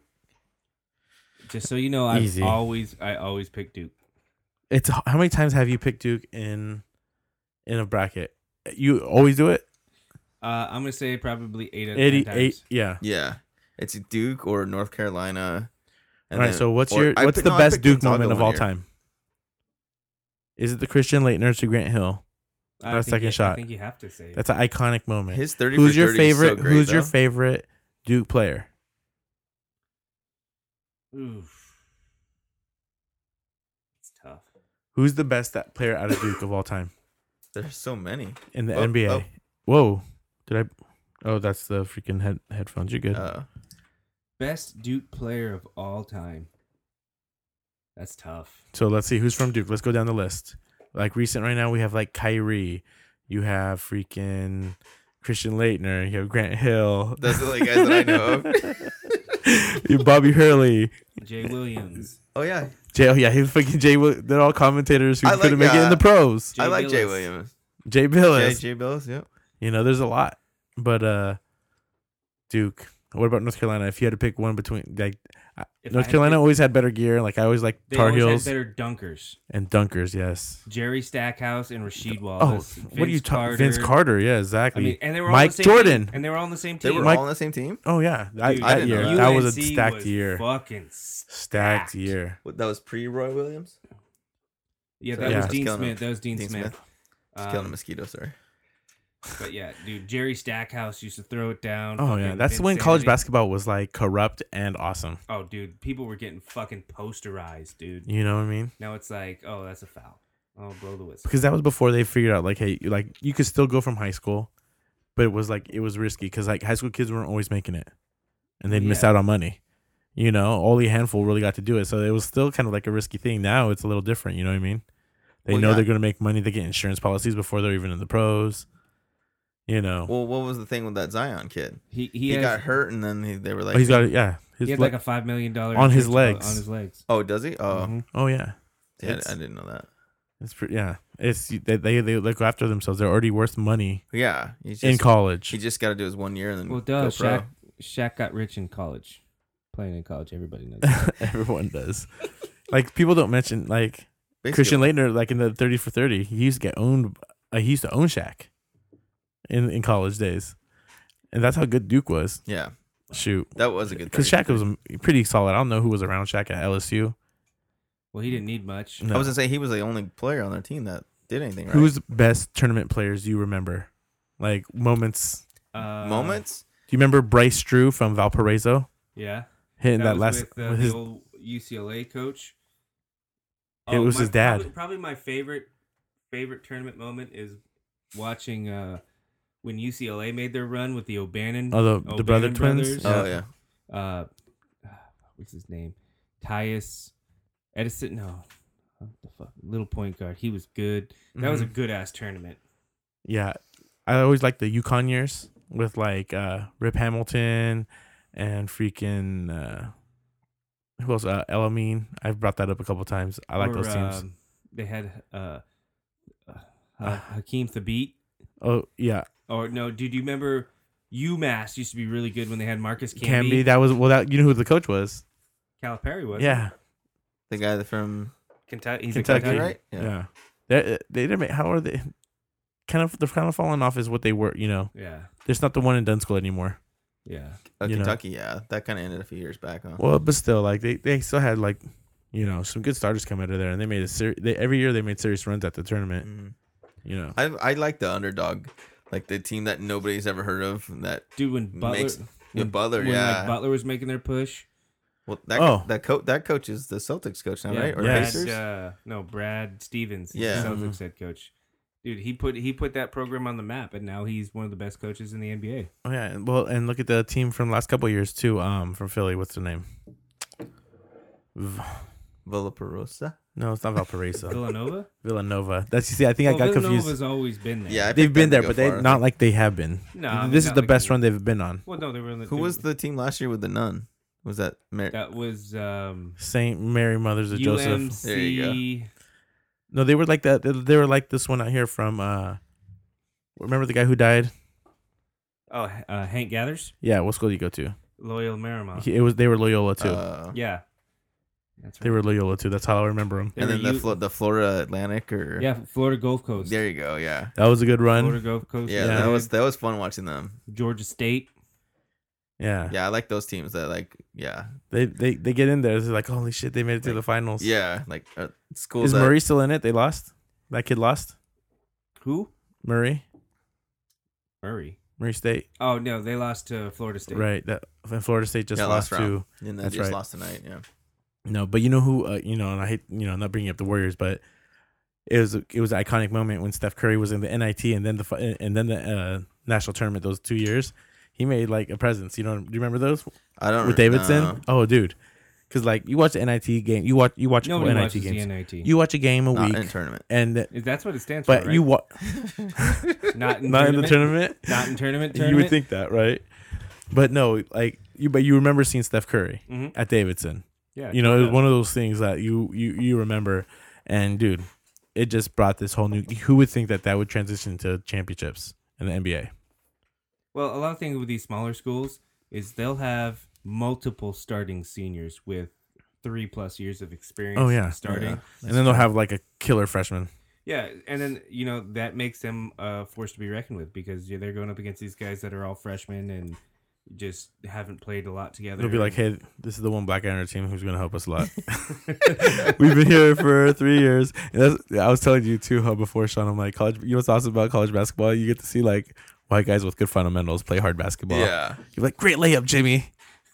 Speaker 2: Just so you know, I
Speaker 1: Easy.
Speaker 2: always, I always pick Duke.
Speaker 1: It's how many times have you picked Duke in in a bracket? You always do it.
Speaker 2: Uh, I'm gonna say probably eight out of ten times.
Speaker 1: Eighty-eight. Yeah.
Speaker 3: Yeah, it's Duke or North Carolina.
Speaker 1: all right.
Speaker 3: then-
Speaker 1: So what's
Speaker 3: or-
Speaker 1: your
Speaker 3: I
Speaker 1: what's
Speaker 3: picked-
Speaker 1: the
Speaker 3: no, I
Speaker 1: best
Speaker 3: picked
Speaker 1: Duke
Speaker 3: Gonzaga
Speaker 1: moment of
Speaker 3: one
Speaker 1: all
Speaker 3: year.
Speaker 1: time? Is it the Christian Leitner to Grant Hill?
Speaker 2: I
Speaker 1: Last
Speaker 2: think
Speaker 1: second
Speaker 2: you- I
Speaker 1: shot.
Speaker 2: think you have to say.
Speaker 1: That's an iconic moment.
Speaker 3: His thirty.
Speaker 1: who's
Speaker 3: for
Speaker 1: your
Speaker 3: 30 is so
Speaker 1: favorite?
Speaker 3: great,
Speaker 1: who's your
Speaker 3: though.
Speaker 1: favorite Duke player?
Speaker 2: Oof. It's tough.
Speaker 1: Who's the best that player out of Duke of all time
Speaker 3: There's so many.
Speaker 1: in the
Speaker 3: Oh,
Speaker 1: NBA?
Speaker 3: oh.
Speaker 1: Whoa, did I? Oh, that's the freaking head headphones. You're good.
Speaker 3: Uh,
Speaker 2: Best Duke player of all time. That's tough.
Speaker 1: so let's see who's from Duke. Let's go down the list. Like recent right now, we have like Kyrie. You have freaking Christian Leitner. You have Grant Hill.
Speaker 3: Those are the guys that I know
Speaker 1: of. you have Bobby Hurley.
Speaker 2: Jay Williams.
Speaker 3: oh yeah,
Speaker 1: Jay, oh yeah, he fucking Jay. Will- They're all commentators who
Speaker 3: I
Speaker 1: couldn't
Speaker 3: like,
Speaker 1: make it in
Speaker 3: uh,
Speaker 1: the pros.
Speaker 2: Jay
Speaker 3: I like Jay
Speaker 2: Billis.
Speaker 3: Williams.
Speaker 1: Jay Billis.
Speaker 3: Jay, Jay Billis. Yep.
Speaker 1: You know, there's a lot. But uh Duke. What about North Carolina? If you had to pick one between like
Speaker 2: If I
Speaker 1: North
Speaker 2: had
Speaker 1: Carolina
Speaker 2: to-
Speaker 1: always had better gear. Like I always like
Speaker 2: they
Speaker 1: Tar
Speaker 2: always had
Speaker 1: Heels
Speaker 2: better dunkers.
Speaker 1: and Dunkers. Yes.
Speaker 2: Jerry Stackhouse and Rasheed
Speaker 1: Oh,
Speaker 2: Wallace.
Speaker 1: what are you talking? Vince Carter. Yeah,
Speaker 2: I
Speaker 1: exactly.
Speaker 2: mean, and they were all on
Speaker 1: Mike
Speaker 2: the same
Speaker 1: Jordan.
Speaker 2: team, and they were all on the same
Speaker 3: They
Speaker 2: team.
Speaker 3: were
Speaker 1: Mike-
Speaker 3: all on the same team.
Speaker 1: oh yeah, I,
Speaker 2: Dude,
Speaker 3: I
Speaker 1: that
Speaker 3: didn't
Speaker 1: year
Speaker 3: know
Speaker 1: that was a
Speaker 2: UNC
Speaker 1: stacked
Speaker 2: was
Speaker 1: year.
Speaker 2: Fucking
Speaker 1: Stacked
Speaker 2: stacked
Speaker 1: year.
Speaker 3: What- That was pre Roy Williams.
Speaker 2: Yeah,
Speaker 3: So
Speaker 2: that
Speaker 1: yeah.
Speaker 2: was
Speaker 1: Just
Speaker 2: Dean
Speaker 3: killing
Speaker 2: Smith.
Speaker 3: him.
Speaker 2: That was Dean,
Speaker 3: Dean
Speaker 2: Smith.
Speaker 3: Smith. Uh, Just killing a
Speaker 2: Um,
Speaker 3: mosquito, sorry.
Speaker 2: But yeah, dude, Jerry Stackhouse used to throw it down.
Speaker 1: Oh yeah,
Speaker 2: Fucking
Speaker 1: that's
Speaker 2: Vince
Speaker 1: when college
Speaker 2: Samuel-
Speaker 1: basketball was like corrupt and awesome.
Speaker 2: Oh, dude, people were getting fucking posterized, dude.
Speaker 1: You know what I mean?
Speaker 2: Now it's like, oh, that's a foul. Oh, blow the whistle.
Speaker 1: Because that was before they figured out like, hey, like you could still go from high school, but it was like it was risky because like high school kids weren't always making it, and they'd miss
Speaker 2: Yeah.
Speaker 1: out on money. You know, only a handful really got to do it, so it was still kind of like a risky thing. Now it's a little different. You know what I mean? They
Speaker 3: Well,
Speaker 1: know
Speaker 3: yeah.
Speaker 1: they're going to make money. They get insurance policies before they're even in the pros. You know,
Speaker 3: Well, what was the thing with that Zion kid?
Speaker 2: He he,
Speaker 3: He,
Speaker 2: has,
Speaker 3: got hurt and then he, they were like,
Speaker 1: oh, he's got yeah. His
Speaker 2: He had
Speaker 1: le-
Speaker 2: like a five million dollar
Speaker 1: On his
Speaker 2: insurance
Speaker 1: legs.
Speaker 2: on his legs.
Speaker 3: oh, does he? Oh,
Speaker 2: Mhm.
Speaker 1: oh yeah,
Speaker 3: yeah,
Speaker 1: It's-
Speaker 3: I didn't know that.
Speaker 1: it's pretty, yeah. It's they they they look after themselves. They're already worth money
Speaker 3: Yeah, he's
Speaker 1: in
Speaker 3: just,
Speaker 1: college.
Speaker 3: he just got to do his one year and then
Speaker 2: Well, duh,
Speaker 3: go pro.
Speaker 2: Shaq, Shaq got rich in college, playing in college. Everybody knows. That.
Speaker 1: Everyone does. like people don't mention like
Speaker 3: Basically,
Speaker 1: Christian Leitner, like in the thirty for thirty, he used to get owned. Uh, he used to own Shaq in in college days, and that's how good Duke was.
Speaker 3: Yeah,
Speaker 1: Shoot,
Speaker 3: that was a good.
Speaker 1: because
Speaker 3: 30.
Speaker 1: Shaq was um, pretty solid. I don't know who was around Shaq at LSU.
Speaker 2: well, he didn't need much.
Speaker 1: No.
Speaker 3: I was gonna say he was the only player on their team that did anything right.
Speaker 1: Who's the best tournament players you remember? Like moments.
Speaker 2: Uh,
Speaker 3: moments?
Speaker 1: Do you remember Bryce Drew from Valparaiso
Speaker 2: Yeah.
Speaker 1: hitting that,
Speaker 2: was
Speaker 1: last?
Speaker 2: with, uh,
Speaker 1: with his,
Speaker 2: the old UCLA coach.
Speaker 1: It was his dad.
Speaker 2: Probably, probably my favorite favorite tournament moment is watching uh, when UCLA made their run with the O'Bannon.
Speaker 1: oh, the, the
Speaker 2: O'Bannon
Speaker 1: brother twins.
Speaker 2: brothers.
Speaker 3: Oh yeah,
Speaker 2: uh, what's his name? Tyus Edison. No, what the fuck? Little point guard. He was good. That was a
Speaker 3: Mm-hmm.
Speaker 1: Mhm.
Speaker 2: good ass tournament.
Speaker 1: Yeah, I always liked the Yukon years with like uh, Rip Hamilton and freaking uh, who else? Uh, Elamine. I've brought that up a couple times. I like
Speaker 2: Or,
Speaker 1: those teams. Ah.
Speaker 2: um, they had uh, uh, Hakeem Thabit.
Speaker 1: oh yeah,
Speaker 2: Or no, dude, you remember UMass used to be really good when they had Marcus
Speaker 1: Camby.
Speaker 2: Camby.
Speaker 1: That was well. That you know who the coach was?
Speaker 2: Calipari was.
Speaker 1: yeah,
Speaker 3: the guy that from
Speaker 2: Kentucky. He's
Speaker 1: Kentucky.
Speaker 2: Kentucky.
Speaker 3: Kentucky,
Speaker 1: Kentucky.
Speaker 3: right?
Speaker 1: yeah. They they didn't make. How are they? Kind of they're kind of falling off is what they were. You know,
Speaker 2: Yeah.
Speaker 1: there's not the one and done school anymore.
Speaker 2: Yeah.
Speaker 3: Uh,
Speaker 1: You know.
Speaker 3: Kentucky. Yeah, that kind of ended a few years back. Huh?
Speaker 2: Uh-huh.
Speaker 1: Well, but still, like they, they still had like, you know, some good starters come out of there, and they made a ser- they Every year they made serious runs at the tournament.
Speaker 3: Mhm.
Speaker 1: You know,
Speaker 3: I I like the underdog, like the team that nobody's ever heard of. That
Speaker 2: Dude, when Butler,
Speaker 3: Makes- yeah,
Speaker 2: when,
Speaker 3: Butler.
Speaker 2: when,
Speaker 3: yeah.
Speaker 2: like, Butler was making their push.
Speaker 3: well, that
Speaker 1: Oh.
Speaker 3: that coach that coach is the Celtics coach now,
Speaker 2: yeah,
Speaker 3: right? Or
Speaker 1: Yeah.
Speaker 2: Brad,
Speaker 3: Pacers?
Speaker 2: Uh, no, Brad Stevens. He's
Speaker 3: Yeah.
Speaker 2: the
Speaker 1: Mm-hmm.
Speaker 2: Celtics head coach. Dude, he put he put that program on the map, and now he's one of the best coaches in the NBA.
Speaker 1: Oh yeah, and- well, and look at the team from the last couple of years too. Um, from Philly, what's their name? V-
Speaker 3: Villaparosa.
Speaker 1: no, it's not Valparaiso.
Speaker 2: Villanova.
Speaker 1: Villanova. That's you see. I think I got
Speaker 2: Villanova's
Speaker 1: confused.
Speaker 2: always been there.
Speaker 3: Yeah, I
Speaker 1: They've
Speaker 3: picked
Speaker 1: been there,
Speaker 3: them to
Speaker 1: but
Speaker 3: go
Speaker 1: they
Speaker 3: far.
Speaker 1: not like they have been.
Speaker 2: No, I mean,
Speaker 1: this is
Speaker 2: not
Speaker 1: the
Speaker 2: like
Speaker 1: best
Speaker 2: they-
Speaker 1: run they've been on.
Speaker 2: Well, no, they were. In the,
Speaker 3: Who was the team last year with the nun? Was that Mar-
Speaker 2: That was um,
Speaker 1: Saint Mary Mothers of Joseph.
Speaker 2: UMC.
Speaker 3: There you
Speaker 1: No, they were like that. They, they were like this one out here from. uh Remember the guy who died?
Speaker 2: Oh, uh, Hank Gathers,
Speaker 1: Yeah, what school did he go to?
Speaker 2: Loyal Marymount.
Speaker 1: He- it was they were Loyola too.
Speaker 3: Uh,
Speaker 2: yeah, that's right.
Speaker 1: they were Loyola too. That's how I remember him.
Speaker 2: They
Speaker 3: and
Speaker 2: were
Speaker 3: then the
Speaker 2: U-
Speaker 3: Flo- the Florida Atlantic or
Speaker 2: yeah, Florida Gulf Coast.
Speaker 3: There you go. Yeah.
Speaker 1: That was a good
Speaker 2: Florida
Speaker 1: run.
Speaker 2: Gulf Coast.
Speaker 3: Yeah,
Speaker 1: Yeah.
Speaker 3: that was that was fun watching them.
Speaker 2: Georgia State.
Speaker 1: Yeah,
Speaker 3: Yeah, I like those teams that like yeah
Speaker 1: They, they they get in there. They're like, holy shit, they made it to the finals.
Speaker 3: yeah like uh, schools.
Speaker 1: Is
Speaker 3: that-
Speaker 1: Murray still in it? They lost. That kid lost.
Speaker 2: Who?
Speaker 1: Murray,
Speaker 2: Murray.
Speaker 1: Murray State.
Speaker 2: Oh no, they lost to Florida State.
Speaker 1: Right. That and Florida State just
Speaker 3: Yeah,
Speaker 1: lost
Speaker 3: last round.
Speaker 1: to
Speaker 3: And they
Speaker 1: That's
Speaker 3: just
Speaker 1: right.
Speaker 3: lost tonight. Yeah.
Speaker 1: no. But you know who? Uh, you know, and I hate you know not bringing up the Warriors, but it was it was an iconic moment when Steph Curry was in the NIT and then the fi- and then the uh, national tournament. Those two years, he made like a presence. You know, do you remember those
Speaker 3: I don't
Speaker 1: with
Speaker 3: re-
Speaker 1: Davidson?
Speaker 3: no.
Speaker 1: Oh, dude, because like you watch the NIT game, you watch you watch
Speaker 2: Nobody
Speaker 1: NIT
Speaker 2: watches
Speaker 1: games.
Speaker 2: the NIT.
Speaker 1: You watch a game a
Speaker 3: Not
Speaker 1: week,
Speaker 3: in tournament.
Speaker 1: and
Speaker 2: Is- That's what it stands
Speaker 1: but
Speaker 2: for. Right?
Speaker 1: you watch
Speaker 2: not in
Speaker 1: not in
Speaker 2: tournament,
Speaker 1: the tournament.
Speaker 2: Not in tournament.
Speaker 1: You
Speaker 2: tournament?
Speaker 1: would think that, right? But no, like you, but you remember seeing Steph Curry
Speaker 2: Mhm.
Speaker 1: at Davidson.
Speaker 2: Yeah.
Speaker 1: You know, it was
Speaker 2: yeah.
Speaker 1: one of those things that you you you remember, and dude, it just brought this whole new. Who would think that that would transition to championships in the NBA?
Speaker 2: Well, a lot of things with these smaller schools is they'll have multiple starting seniors with three plus years of experience.
Speaker 1: Oh, yeah.
Speaker 2: starting.
Speaker 3: Yeah.
Speaker 1: and then they'll have like a killer freshman.
Speaker 2: Yeah, and then you know that makes them a force to be reckoned with because yeah, they're going up against these guys that are all freshmen and just haven't played a lot together.
Speaker 1: They'll be like, "Hey, this is the one black guy on our team who's going to help us a lot. We've been here for three years." And that's, yeah, I was telling you too how before Sean, I'm like, college. You know what's awesome about college basketball? You get to see like white guys with good fundamentals play hard basketball.
Speaker 3: Yeah.
Speaker 1: You're like, "Great layup, Jimmy."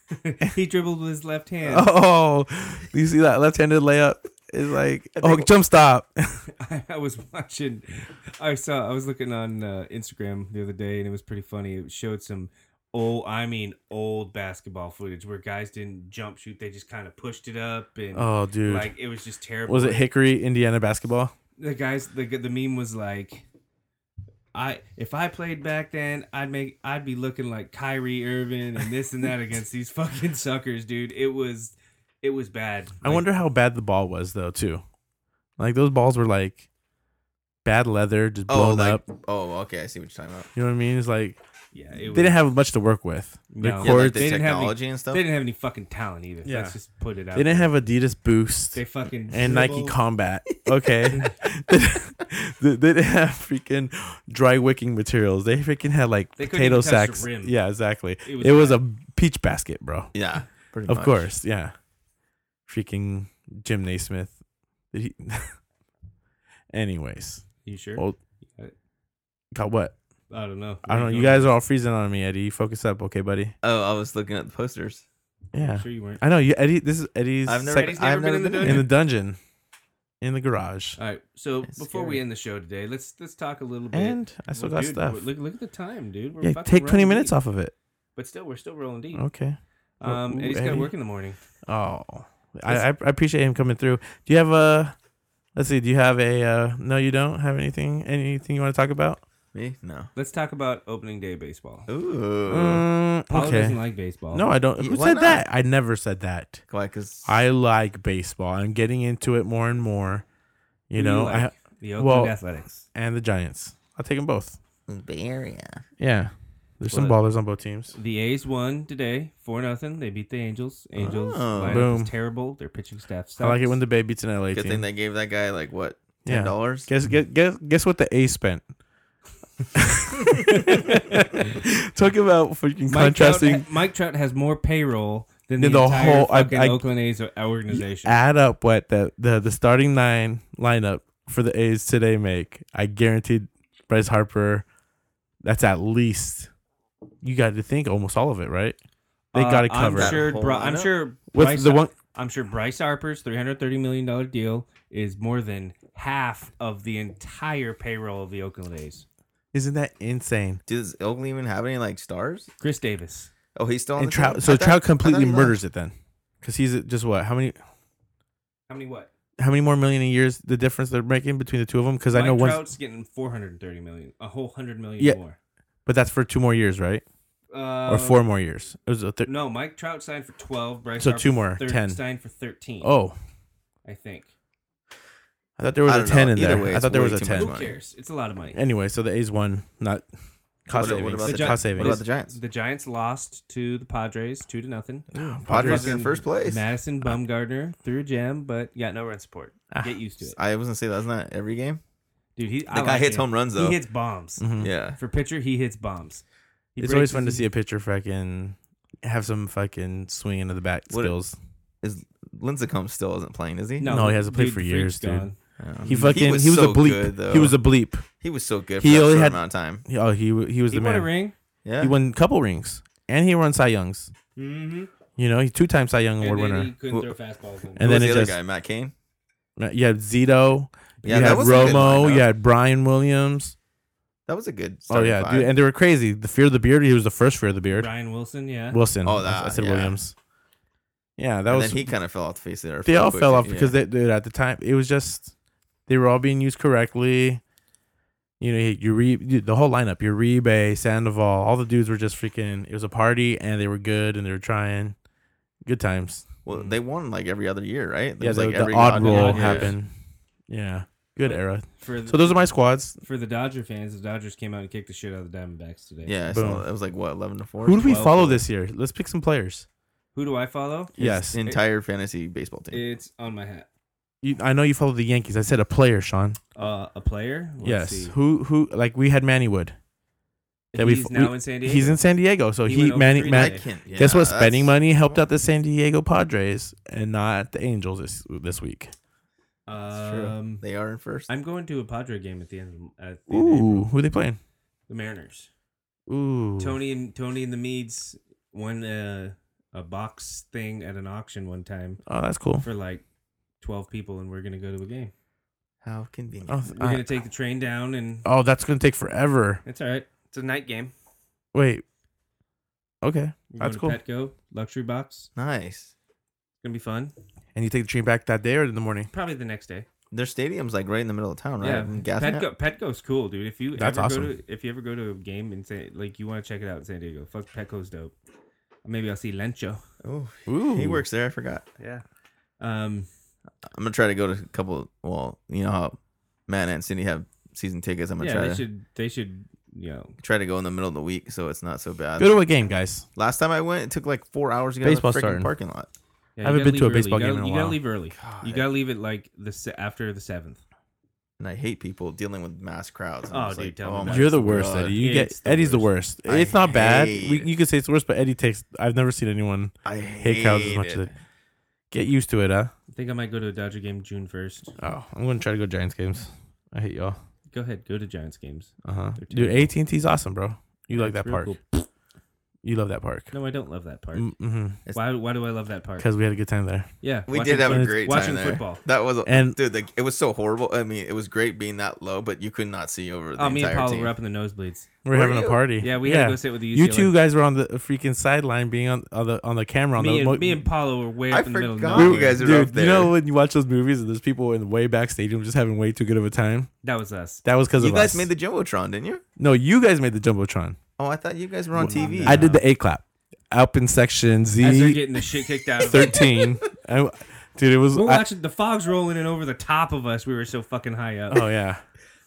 Speaker 2: he dribbled with his left hand.
Speaker 1: Oh, you see that left-handed layup? It's like, oh,
Speaker 2: think-
Speaker 1: jump stop.
Speaker 2: I, I was watching. I saw. I was looking on uh, Instagram the other day, and it was pretty funny. It showed some old. I mean, old basketball footage where guys didn't jump shoot; they just kind of pushed it up, and
Speaker 1: Oh, dude.
Speaker 2: like it was just terrible.
Speaker 1: was it Hickory, Indiana basketball?
Speaker 2: the guys? The the meme was like. I if I played back then, I'd make I'd be looking like Kyrie Irving and this and that against these fucking suckers, dude. It was it was bad.
Speaker 1: I
Speaker 2: Like,
Speaker 1: wonder how bad the ball was though, too. Like those balls were like bad leather, just
Speaker 3: Oh,
Speaker 1: blown
Speaker 3: like
Speaker 1: up.
Speaker 3: oh, okay. I see what you're talking about.
Speaker 1: You know what I mean? It's like
Speaker 2: Yeah,
Speaker 1: they
Speaker 2: it was,
Speaker 1: didn't have much to work with. The
Speaker 2: No.
Speaker 1: courts,
Speaker 2: Yeah,
Speaker 3: Yeah, like the
Speaker 1: they,
Speaker 2: they didn't have any-
Speaker 3: technology and stuff.
Speaker 2: they didn't have any fucking talent either.
Speaker 1: Yeah.
Speaker 2: Let's just put it out.
Speaker 1: didn't
Speaker 2: there.
Speaker 1: have Adidas Boost
Speaker 2: They fucking
Speaker 1: and Nike
Speaker 2: dribble.
Speaker 1: Combat. Okay, they, they didn't have freaking dry wicking materials. They freaking had like
Speaker 2: They couldn't
Speaker 1: potato
Speaker 2: even touch the
Speaker 1: sacks.
Speaker 2: rim.
Speaker 1: Yeah, exactly.
Speaker 2: It
Speaker 1: It
Speaker 2: was
Speaker 1: was, a peach basket, bro.
Speaker 3: yeah. Pretty
Speaker 1: Of
Speaker 3: much.
Speaker 1: course, yeah. Freaking Jim Naismith. Did he? Anyways,
Speaker 2: You sure?
Speaker 1: Old- got what?
Speaker 2: I don't know.
Speaker 1: I don't know. You guys are all freezing on me, Eddie. Focus up, okay, buddy?
Speaker 3: Oh, I was looking at the posters.
Speaker 1: Yeah.
Speaker 2: sure you weren't.
Speaker 1: I know you, Eddie. This is Eddie's
Speaker 3: I've never,
Speaker 1: sec-
Speaker 2: Eddie's never
Speaker 3: I've
Speaker 2: been
Speaker 3: never
Speaker 2: in the
Speaker 3: been
Speaker 1: in
Speaker 2: dungeon.
Speaker 1: the dungeon, in the garage,
Speaker 2: All right. So
Speaker 3: That's
Speaker 2: before we
Speaker 3: scary.
Speaker 2: end the show today, let's let's talk a little bit.
Speaker 1: and I still
Speaker 2: Well,
Speaker 1: got
Speaker 2: dude,
Speaker 1: stuff.
Speaker 2: Look, look at the time, dude. We're
Speaker 1: Yeah,
Speaker 2: fucking
Speaker 1: take twenty
Speaker 2: rolling
Speaker 1: minutes
Speaker 2: deep.
Speaker 1: off of it.
Speaker 2: But still, we're still rolling deep.
Speaker 1: Okay.
Speaker 2: Um,
Speaker 1: Ooh,
Speaker 2: Eddie's got to
Speaker 1: Eddie.
Speaker 2: work in the morning.
Speaker 1: Oh, I, I
Speaker 2: Let's-
Speaker 1: I appreciate him coming through. Do you have a? Let's see. Do you have a? Uh, no, you don't have anything. Anything you want to talk about?
Speaker 3: Me? No.
Speaker 2: Let's talk about opening day baseball.
Speaker 3: Ooh.
Speaker 1: Mm,
Speaker 2: Paul doesn't
Speaker 1: okay.
Speaker 2: like baseball.
Speaker 1: No, I don't.
Speaker 3: Yeah,
Speaker 1: Who
Speaker 3: why
Speaker 1: said
Speaker 3: not?
Speaker 1: that? I never said that.
Speaker 3: Why? Because
Speaker 1: I like baseball. I'm getting into it more and more. You know,
Speaker 2: like?
Speaker 1: I
Speaker 2: the Oakland
Speaker 1: well,
Speaker 2: Athletics.
Speaker 1: and the Giants. I'll take them both.
Speaker 3: Bay Area.
Speaker 1: Yeah. There's some
Speaker 2: But-
Speaker 1: ballers on both teams.
Speaker 2: The A's won today, four nothing. They beat the Angels. Angels
Speaker 3: Oh.
Speaker 2: lineup
Speaker 1: Boom.
Speaker 2: is terrible. Their pitching staff sucks.
Speaker 1: I like it when the Bay beats an LA
Speaker 3: Good
Speaker 1: team.
Speaker 3: thing they gave that guy like what
Speaker 1: Yeah.
Speaker 3: ten dollars.
Speaker 1: guess, guess guess guess what the A spent. Talk about freaking
Speaker 2: Mike Trout,
Speaker 1: contrasting.
Speaker 2: Mike Trout has more payroll than the,
Speaker 1: Than the
Speaker 2: entire
Speaker 1: whole- I-
Speaker 2: fucking
Speaker 1: I-
Speaker 2: Oakland A's organization.
Speaker 1: Add up what the, the the starting nine lineup for the A's today make. I guaranteed Bryce Harper. That's at least you got to think almost all of it, right? They
Speaker 2: Uh,
Speaker 1: got it covered
Speaker 2: I'm sure.
Speaker 3: That whole
Speaker 2: Bri- I'm
Speaker 3: lineup?
Speaker 2: sure.
Speaker 1: with
Speaker 2: Bryce,
Speaker 1: the one.
Speaker 2: I'm sure Bryce Harper's 330 million dollar deal is more than half of the entire payroll of the Oakland A's.
Speaker 1: Isn't that insane?
Speaker 3: Does Oakland even have any like stars?
Speaker 2: Chris Davis.
Speaker 3: Oh, he's still on
Speaker 1: And
Speaker 3: the
Speaker 1: Trout,
Speaker 3: team?
Speaker 1: so
Speaker 3: I thought- I
Speaker 1: Trout
Speaker 3: thought
Speaker 1: completely
Speaker 3: he left.
Speaker 1: murders it then, because he's at just what? How many?
Speaker 2: How many what?
Speaker 1: How many more million a year is the difference they're making between the two of them? Because I
Speaker 2: Mike
Speaker 1: know one,
Speaker 2: Trout's getting 430 million, a whole hundred million
Speaker 1: Yeah.
Speaker 2: more.
Speaker 1: but that's for two more years, right?
Speaker 2: Uh,
Speaker 1: Or four more years? It was a thir-
Speaker 2: No, Mike Trout signed for 12. Bryce
Speaker 1: So
Speaker 2: Harper
Speaker 1: two more, 10.
Speaker 2: Signed for 13.
Speaker 1: oh,
Speaker 2: I think.
Speaker 1: I thought there was
Speaker 3: I
Speaker 1: a
Speaker 3: don't
Speaker 1: ten
Speaker 3: know.
Speaker 1: in
Speaker 3: Either
Speaker 1: there. I
Speaker 3: way, it's
Speaker 1: thought there
Speaker 3: way
Speaker 1: was a
Speaker 3: too much
Speaker 1: ten.
Speaker 2: Who cares? It's a lot of money.
Speaker 1: Anyway, so the A's won, not cost
Speaker 3: What- what
Speaker 1: savings.
Speaker 3: about the
Speaker 1: cost
Speaker 2: Gi-
Speaker 1: savings?
Speaker 3: What about the Giants?
Speaker 2: The Giants lost to the Padres two to nothing.
Speaker 3: Padres are in
Speaker 2: Fucking
Speaker 3: first place.
Speaker 2: Madison Bumgarner threw a gem, but got no run support.
Speaker 1: Ah.
Speaker 2: Get used to it,
Speaker 3: I was gonna say that's not every game.
Speaker 2: dude. He the
Speaker 3: guy hits home runs, though.
Speaker 2: He hits bombs.
Speaker 1: Mhm.
Speaker 3: Yeah.
Speaker 2: For pitcher, he hits bombs. He
Speaker 1: It's
Speaker 2: breaks
Speaker 1: always fun to
Speaker 2: his-
Speaker 1: see a pitcher fucking have some fucking swing into the bat
Speaker 3: What- Mm,
Speaker 1: skills.
Speaker 3: Is Lincecum still isn't playing? Is he?
Speaker 1: No, he hasn't played for
Speaker 2: the
Speaker 1: years,
Speaker 2: freak's
Speaker 1: dude.
Speaker 2: gone.
Speaker 3: Um,
Speaker 1: He fucking he was,
Speaker 3: so
Speaker 1: a bleep.
Speaker 3: Good, though.
Speaker 1: he was a bleep.
Speaker 3: he was so good. For
Speaker 1: he
Speaker 3: that
Speaker 1: only
Speaker 3: short
Speaker 1: had-
Speaker 3: amount of time.
Speaker 1: He- Oh, he w- he was
Speaker 2: He
Speaker 1: the
Speaker 2: won a
Speaker 1: man.
Speaker 2: ring.
Speaker 3: Yeah.
Speaker 1: He won a couple rings, and he won Cy Youngs.
Speaker 2: Mm-hmm.
Speaker 1: You know, he's two time Cy Young Award
Speaker 2: And then he
Speaker 1: winner.
Speaker 2: couldn't throw
Speaker 3: Who-
Speaker 2: fastballs. in.
Speaker 1: And
Speaker 3: Who was
Speaker 1: then
Speaker 3: the
Speaker 1: it
Speaker 3: other
Speaker 1: just
Speaker 3: guy, Matt Cain.
Speaker 1: you had Zito,
Speaker 3: Yeah,
Speaker 1: you
Speaker 3: that
Speaker 1: had
Speaker 3: was a good
Speaker 1: Romo,
Speaker 3: lineup.
Speaker 1: you had Brian Williams.
Speaker 3: That was a good.
Speaker 1: Oh
Speaker 3: starting
Speaker 1: yeah,
Speaker 3: five.
Speaker 1: dude, and they were crazy. The Fear of the Beard. He was the first Fear of the Beard.
Speaker 2: Brian Wilson, yeah.
Speaker 1: Wilson.
Speaker 3: Oh,
Speaker 1: I- I
Speaker 3: that,
Speaker 1: said
Speaker 3: yeah.
Speaker 1: Williams. Yeah, that
Speaker 3: And
Speaker 1: was.
Speaker 3: then he kind of fell off the face of the earth.
Speaker 1: they
Speaker 3: real
Speaker 1: all
Speaker 3: quick,
Speaker 1: fell off
Speaker 3: yeah.
Speaker 1: because they, dude, at the time it was just they were all being used correctly. You know, you re dude, the whole lineup, Uribe, Sandoval, all the dudes were just freaking. It was a party, and they were good, and they were trying. Good times.
Speaker 3: well, they won like every other year, right? There
Speaker 1: yeah,
Speaker 3: was,
Speaker 1: the,
Speaker 3: like,
Speaker 1: the
Speaker 3: every
Speaker 1: odd roll
Speaker 2: year.
Speaker 1: happened. Yeah, good era.
Speaker 2: For the,
Speaker 1: So those are my squads.
Speaker 2: for the Dodger fans. The Dodgers came out and kicked the shit out of the Diamondbacks today.
Speaker 3: Yeah, so
Speaker 1: Boom.
Speaker 3: it was like what eleven to four.
Speaker 1: Who do we
Speaker 2: 12
Speaker 1: follow
Speaker 2: players.
Speaker 1: this year? Let's pick some players.
Speaker 2: Who do I follow?
Speaker 3: His
Speaker 1: Yes.
Speaker 3: entire fantasy baseball team.
Speaker 2: It's on my hat.
Speaker 1: You, I know you follow the Yankees. I said a player, Sean.
Speaker 2: Uh, a player. Let's
Speaker 1: yes.
Speaker 2: see.
Speaker 1: Who who like we had Manny Wood. that we
Speaker 2: he's
Speaker 1: fo-
Speaker 2: now
Speaker 1: we-
Speaker 2: in San Diego.
Speaker 1: He's in San Diego, so
Speaker 2: He
Speaker 1: he,
Speaker 2: went over
Speaker 1: Manny
Speaker 2: three
Speaker 1: Man,
Speaker 2: days.
Speaker 3: can't. yeah,
Speaker 1: guess what? Spending
Speaker 3: that's-
Speaker 1: money helped out the San Diego Padres and not the Angels this this week.
Speaker 3: true.
Speaker 2: Um,
Speaker 3: They are in first.
Speaker 2: I'm going to a Padre game at the end. Of, at the, end of April.
Speaker 1: Ooh, who they playing?
Speaker 2: the Mariners.
Speaker 1: Ooh,
Speaker 2: Tony and Tony and the Meads won a, a box thing at an auction one time
Speaker 1: Oh, that's cool.
Speaker 2: for like twelve people, and we're gonna go to a game.
Speaker 3: How convenient.
Speaker 1: Oh,
Speaker 2: We're
Speaker 1: I-
Speaker 2: gonna take the train down, and
Speaker 1: oh, that's gonna take forever.
Speaker 2: it's all right. It's a night game.
Speaker 1: Wait. Okay,
Speaker 2: We're
Speaker 1: That's
Speaker 2: going to Petco luxury box.
Speaker 3: Nice.
Speaker 2: It's gonna be fun.
Speaker 1: and you take the train back that day or in the morning?
Speaker 2: Probably the next day.
Speaker 3: Their stadium's like right in the middle of town, right?
Speaker 2: Yeah,
Speaker 3: In Gaslamp?
Speaker 2: Petco, Petco's cool, dude. If you
Speaker 1: That's
Speaker 2: ever
Speaker 1: awesome.
Speaker 2: go to if you ever go to a game in San, like you want to check it out in San Diego, fuck Petco's dope. Maybe I'll see Lencho.
Speaker 3: Oh,
Speaker 1: Ooh,
Speaker 3: he works there. I forgot.
Speaker 2: Yeah. Um.
Speaker 3: I'm gonna try to go to a couple. Well, you know how Matt and Cindy have season tickets. I'm gonna
Speaker 2: yeah.
Speaker 3: try
Speaker 2: They
Speaker 3: to
Speaker 2: should. They should. You know.
Speaker 3: try to go in the middle of the week, so it's not so bad.
Speaker 1: Go to a game, guys.
Speaker 3: Last time I went, it took like four hours to get out of the
Speaker 1: Baseball's
Speaker 3: freaking
Speaker 1: starting.
Speaker 3: parking lot.
Speaker 2: Yeah,
Speaker 1: I haven't
Speaker 2: you
Speaker 1: been to a
Speaker 2: gotta leave early.
Speaker 1: baseball
Speaker 2: you gotta,
Speaker 1: game in a
Speaker 2: You gotta
Speaker 1: while.
Speaker 2: leave early. Ah, You
Speaker 3: God.
Speaker 2: gotta leave it like the se- after the seventh.
Speaker 3: And I hate people dealing with mass crowds. I'm
Speaker 2: Oh,
Speaker 3: just
Speaker 2: dude,
Speaker 3: like,
Speaker 2: tell me about
Speaker 3: my
Speaker 1: You're the worst,
Speaker 3: God.
Speaker 1: Eddie. You
Speaker 2: It's
Speaker 1: get
Speaker 2: the
Speaker 1: Eddie's the worst.
Speaker 3: I
Speaker 1: It's not bad.
Speaker 3: hate
Speaker 1: We,
Speaker 3: it.
Speaker 1: you could say it's the worst, but Eddie takes. I've never seen anyone
Speaker 3: I
Speaker 1: hate crowds as much as it. Get used to it, huh?
Speaker 2: I think I might go to a Dodger game June first.
Speaker 1: Oh, I'm gonna try to go Giants games. I hate y'all.
Speaker 2: Go ahead, go to Giants games.
Speaker 1: Uh huh.
Speaker 2: They're
Speaker 1: Dude, AT and T's awesome, bro. You like
Speaker 2: It's
Speaker 1: that
Speaker 2: real
Speaker 1: park.
Speaker 2: cool.
Speaker 1: You love that park.
Speaker 2: No, I don't love that part.
Speaker 1: Mm-hmm.
Speaker 2: Why? Why do I love that part?
Speaker 1: Because we had a good time there.
Speaker 2: Yeah,
Speaker 3: We
Speaker 2: watching
Speaker 3: did have a
Speaker 1: fun-
Speaker 3: great
Speaker 2: watching
Speaker 3: time there.
Speaker 2: football.
Speaker 3: That was
Speaker 1: And-
Speaker 3: and dude, like, it was so horrible. I mean, it was great being that low, but you could not see over the
Speaker 2: Oh, me and
Speaker 3: entire
Speaker 2: Paula
Speaker 3: team.
Speaker 2: were up in the nosebleeds.
Speaker 1: We're
Speaker 3: Were
Speaker 1: having
Speaker 3: you?
Speaker 1: a party.
Speaker 2: Yeah, we had to go sit with the
Speaker 1: You
Speaker 2: UCLA.
Speaker 1: two guys were on the freaking sideline, being on, on the on the camera. On
Speaker 2: Me
Speaker 1: the
Speaker 2: and,
Speaker 1: mo-
Speaker 2: me and Paulo were way
Speaker 3: I
Speaker 2: up in the middle of
Speaker 3: forgot
Speaker 2: nowhere.
Speaker 3: you guys were
Speaker 1: dude,
Speaker 3: up
Speaker 1: you know
Speaker 3: there.
Speaker 1: when you watch those movies and there's people in the way back stadium just having way too good of a time.
Speaker 2: That was us.
Speaker 1: That was because
Speaker 3: You
Speaker 1: of
Speaker 3: guys
Speaker 1: us.
Speaker 3: made the jumbotron, didn't you?
Speaker 1: no, you guys made the jumbotron.
Speaker 3: Oh, I thought you guys were on TV.
Speaker 1: I did the A clap up in section
Speaker 2: As they're
Speaker 1: Z
Speaker 2: getting the shit kicked out of them.
Speaker 1: thirteen. I- Dude, it was.
Speaker 2: We're
Speaker 1: I-
Speaker 2: watching the fog's rolling in over the top of us. We were so fucking high up.
Speaker 1: oh yeah.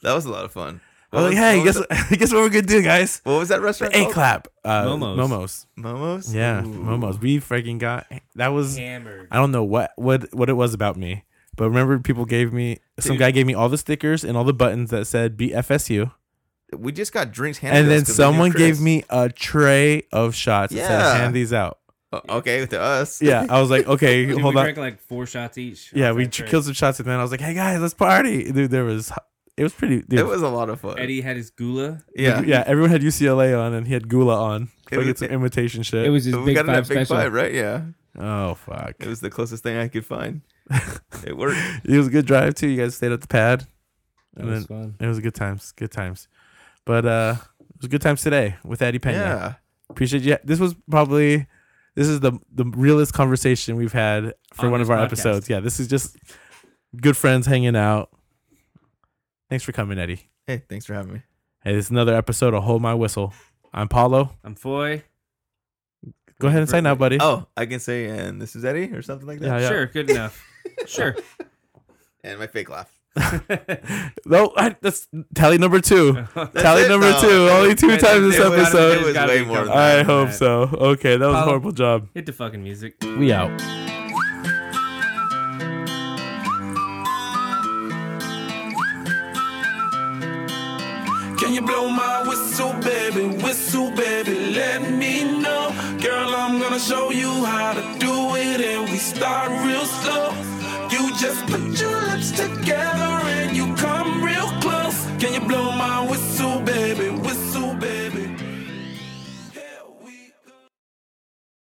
Speaker 3: That was a lot of fun.
Speaker 1: I was like,
Speaker 3: was-
Speaker 1: hey,
Speaker 3: what
Speaker 1: guess
Speaker 3: was
Speaker 1: what, guess what we're gonna do, guys?
Speaker 3: that, what was that restaurant?
Speaker 1: A
Speaker 3: called?
Speaker 1: clap. Uh,
Speaker 2: Oh. Momos.
Speaker 1: Momos.
Speaker 3: Momos.
Speaker 1: Yeah,
Speaker 3: Ooh.
Speaker 1: Momos. We freaking got that was
Speaker 2: Hammered.
Speaker 1: I don't know what what what it was about me, but remember people gave me some
Speaker 2: Dude.
Speaker 1: guy gave me all the stickers and all the buttons that said BFSU,
Speaker 3: We just got drinks handed.
Speaker 1: and
Speaker 3: to us
Speaker 1: then
Speaker 3: 'cause we knew
Speaker 1: someone
Speaker 3: Chris.
Speaker 1: gave me a tray of shots. Yeah,
Speaker 3: Yeah.
Speaker 1: said, hand these out.
Speaker 3: O- okay to us.
Speaker 1: Yeah, I was like, okay,
Speaker 2: Dude,
Speaker 1: hold
Speaker 2: we
Speaker 1: on.
Speaker 2: drank like four shots each.
Speaker 1: yeah, we
Speaker 2: That's right.
Speaker 1: killed some shots, and then I was like, hey guys, let's party, dude. There was it was pretty. Dude,
Speaker 3: It was a lot of fun.
Speaker 2: Eddie had his gula.
Speaker 3: yeah,
Speaker 1: yeah, everyone had UCLA on, and he had Gula on.
Speaker 3: It
Speaker 1: Like
Speaker 3: was-
Speaker 1: it's some imitation shit.
Speaker 4: It was his
Speaker 3: we
Speaker 4: big
Speaker 3: got it
Speaker 4: five
Speaker 3: at Big
Speaker 4: special.
Speaker 3: Five, right? Yeah,
Speaker 1: oh fuck.
Speaker 3: it was the closest thing I could find. It worked.
Speaker 1: It was a good drive too. You guys stayed at the pad.
Speaker 4: That
Speaker 1: And
Speaker 4: was
Speaker 1: then-
Speaker 4: fun.
Speaker 1: It was a good times. Good times. But uh it was good times today with Eddie Pena.
Speaker 3: yeah,
Speaker 1: Appreciate you. This was probably this is the the realest conversation we've had for
Speaker 2: On
Speaker 1: one
Speaker 2: this
Speaker 1: of our
Speaker 2: podcast.
Speaker 1: episodes. Yeah, this is just good friends hanging out. Thanks for coming, Eddie.
Speaker 3: Hey, thanks for having me.
Speaker 1: Hey, this is another episode of Hold My Whistle. I'm Paulo.
Speaker 2: I'm Foy.
Speaker 1: Go ahead and sign out, buddy.
Speaker 3: Oh, I can say, and this is Eddie or something like that.
Speaker 1: Yeah.
Speaker 2: Sure, good enough. sure.
Speaker 3: And my fake laugh.
Speaker 1: No, I, that's tally number two.
Speaker 2: Paulo
Speaker 1: tally
Speaker 3: it?
Speaker 1: number
Speaker 2: Oh,
Speaker 3: No.
Speaker 1: two. Only two
Speaker 2: It-
Speaker 1: times this
Speaker 3: it was-
Speaker 1: episode.
Speaker 3: It was
Speaker 2: Gotta
Speaker 3: way
Speaker 2: be
Speaker 3: more. Than
Speaker 2: covered.
Speaker 1: I
Speaker 3: that.
Speaker 1: hope so. Okay, that was a
Speaker 2: Paulo-
Speaker 1: horrible job.
Speaker 2: hit the fucking music.
Speaker 1: We out.
Speaker 5: Can you blow my whistle, baby? Whistle, baby, let me know. Girl, I'm gonna show you how to do it, and we start real slow. You just put your lips together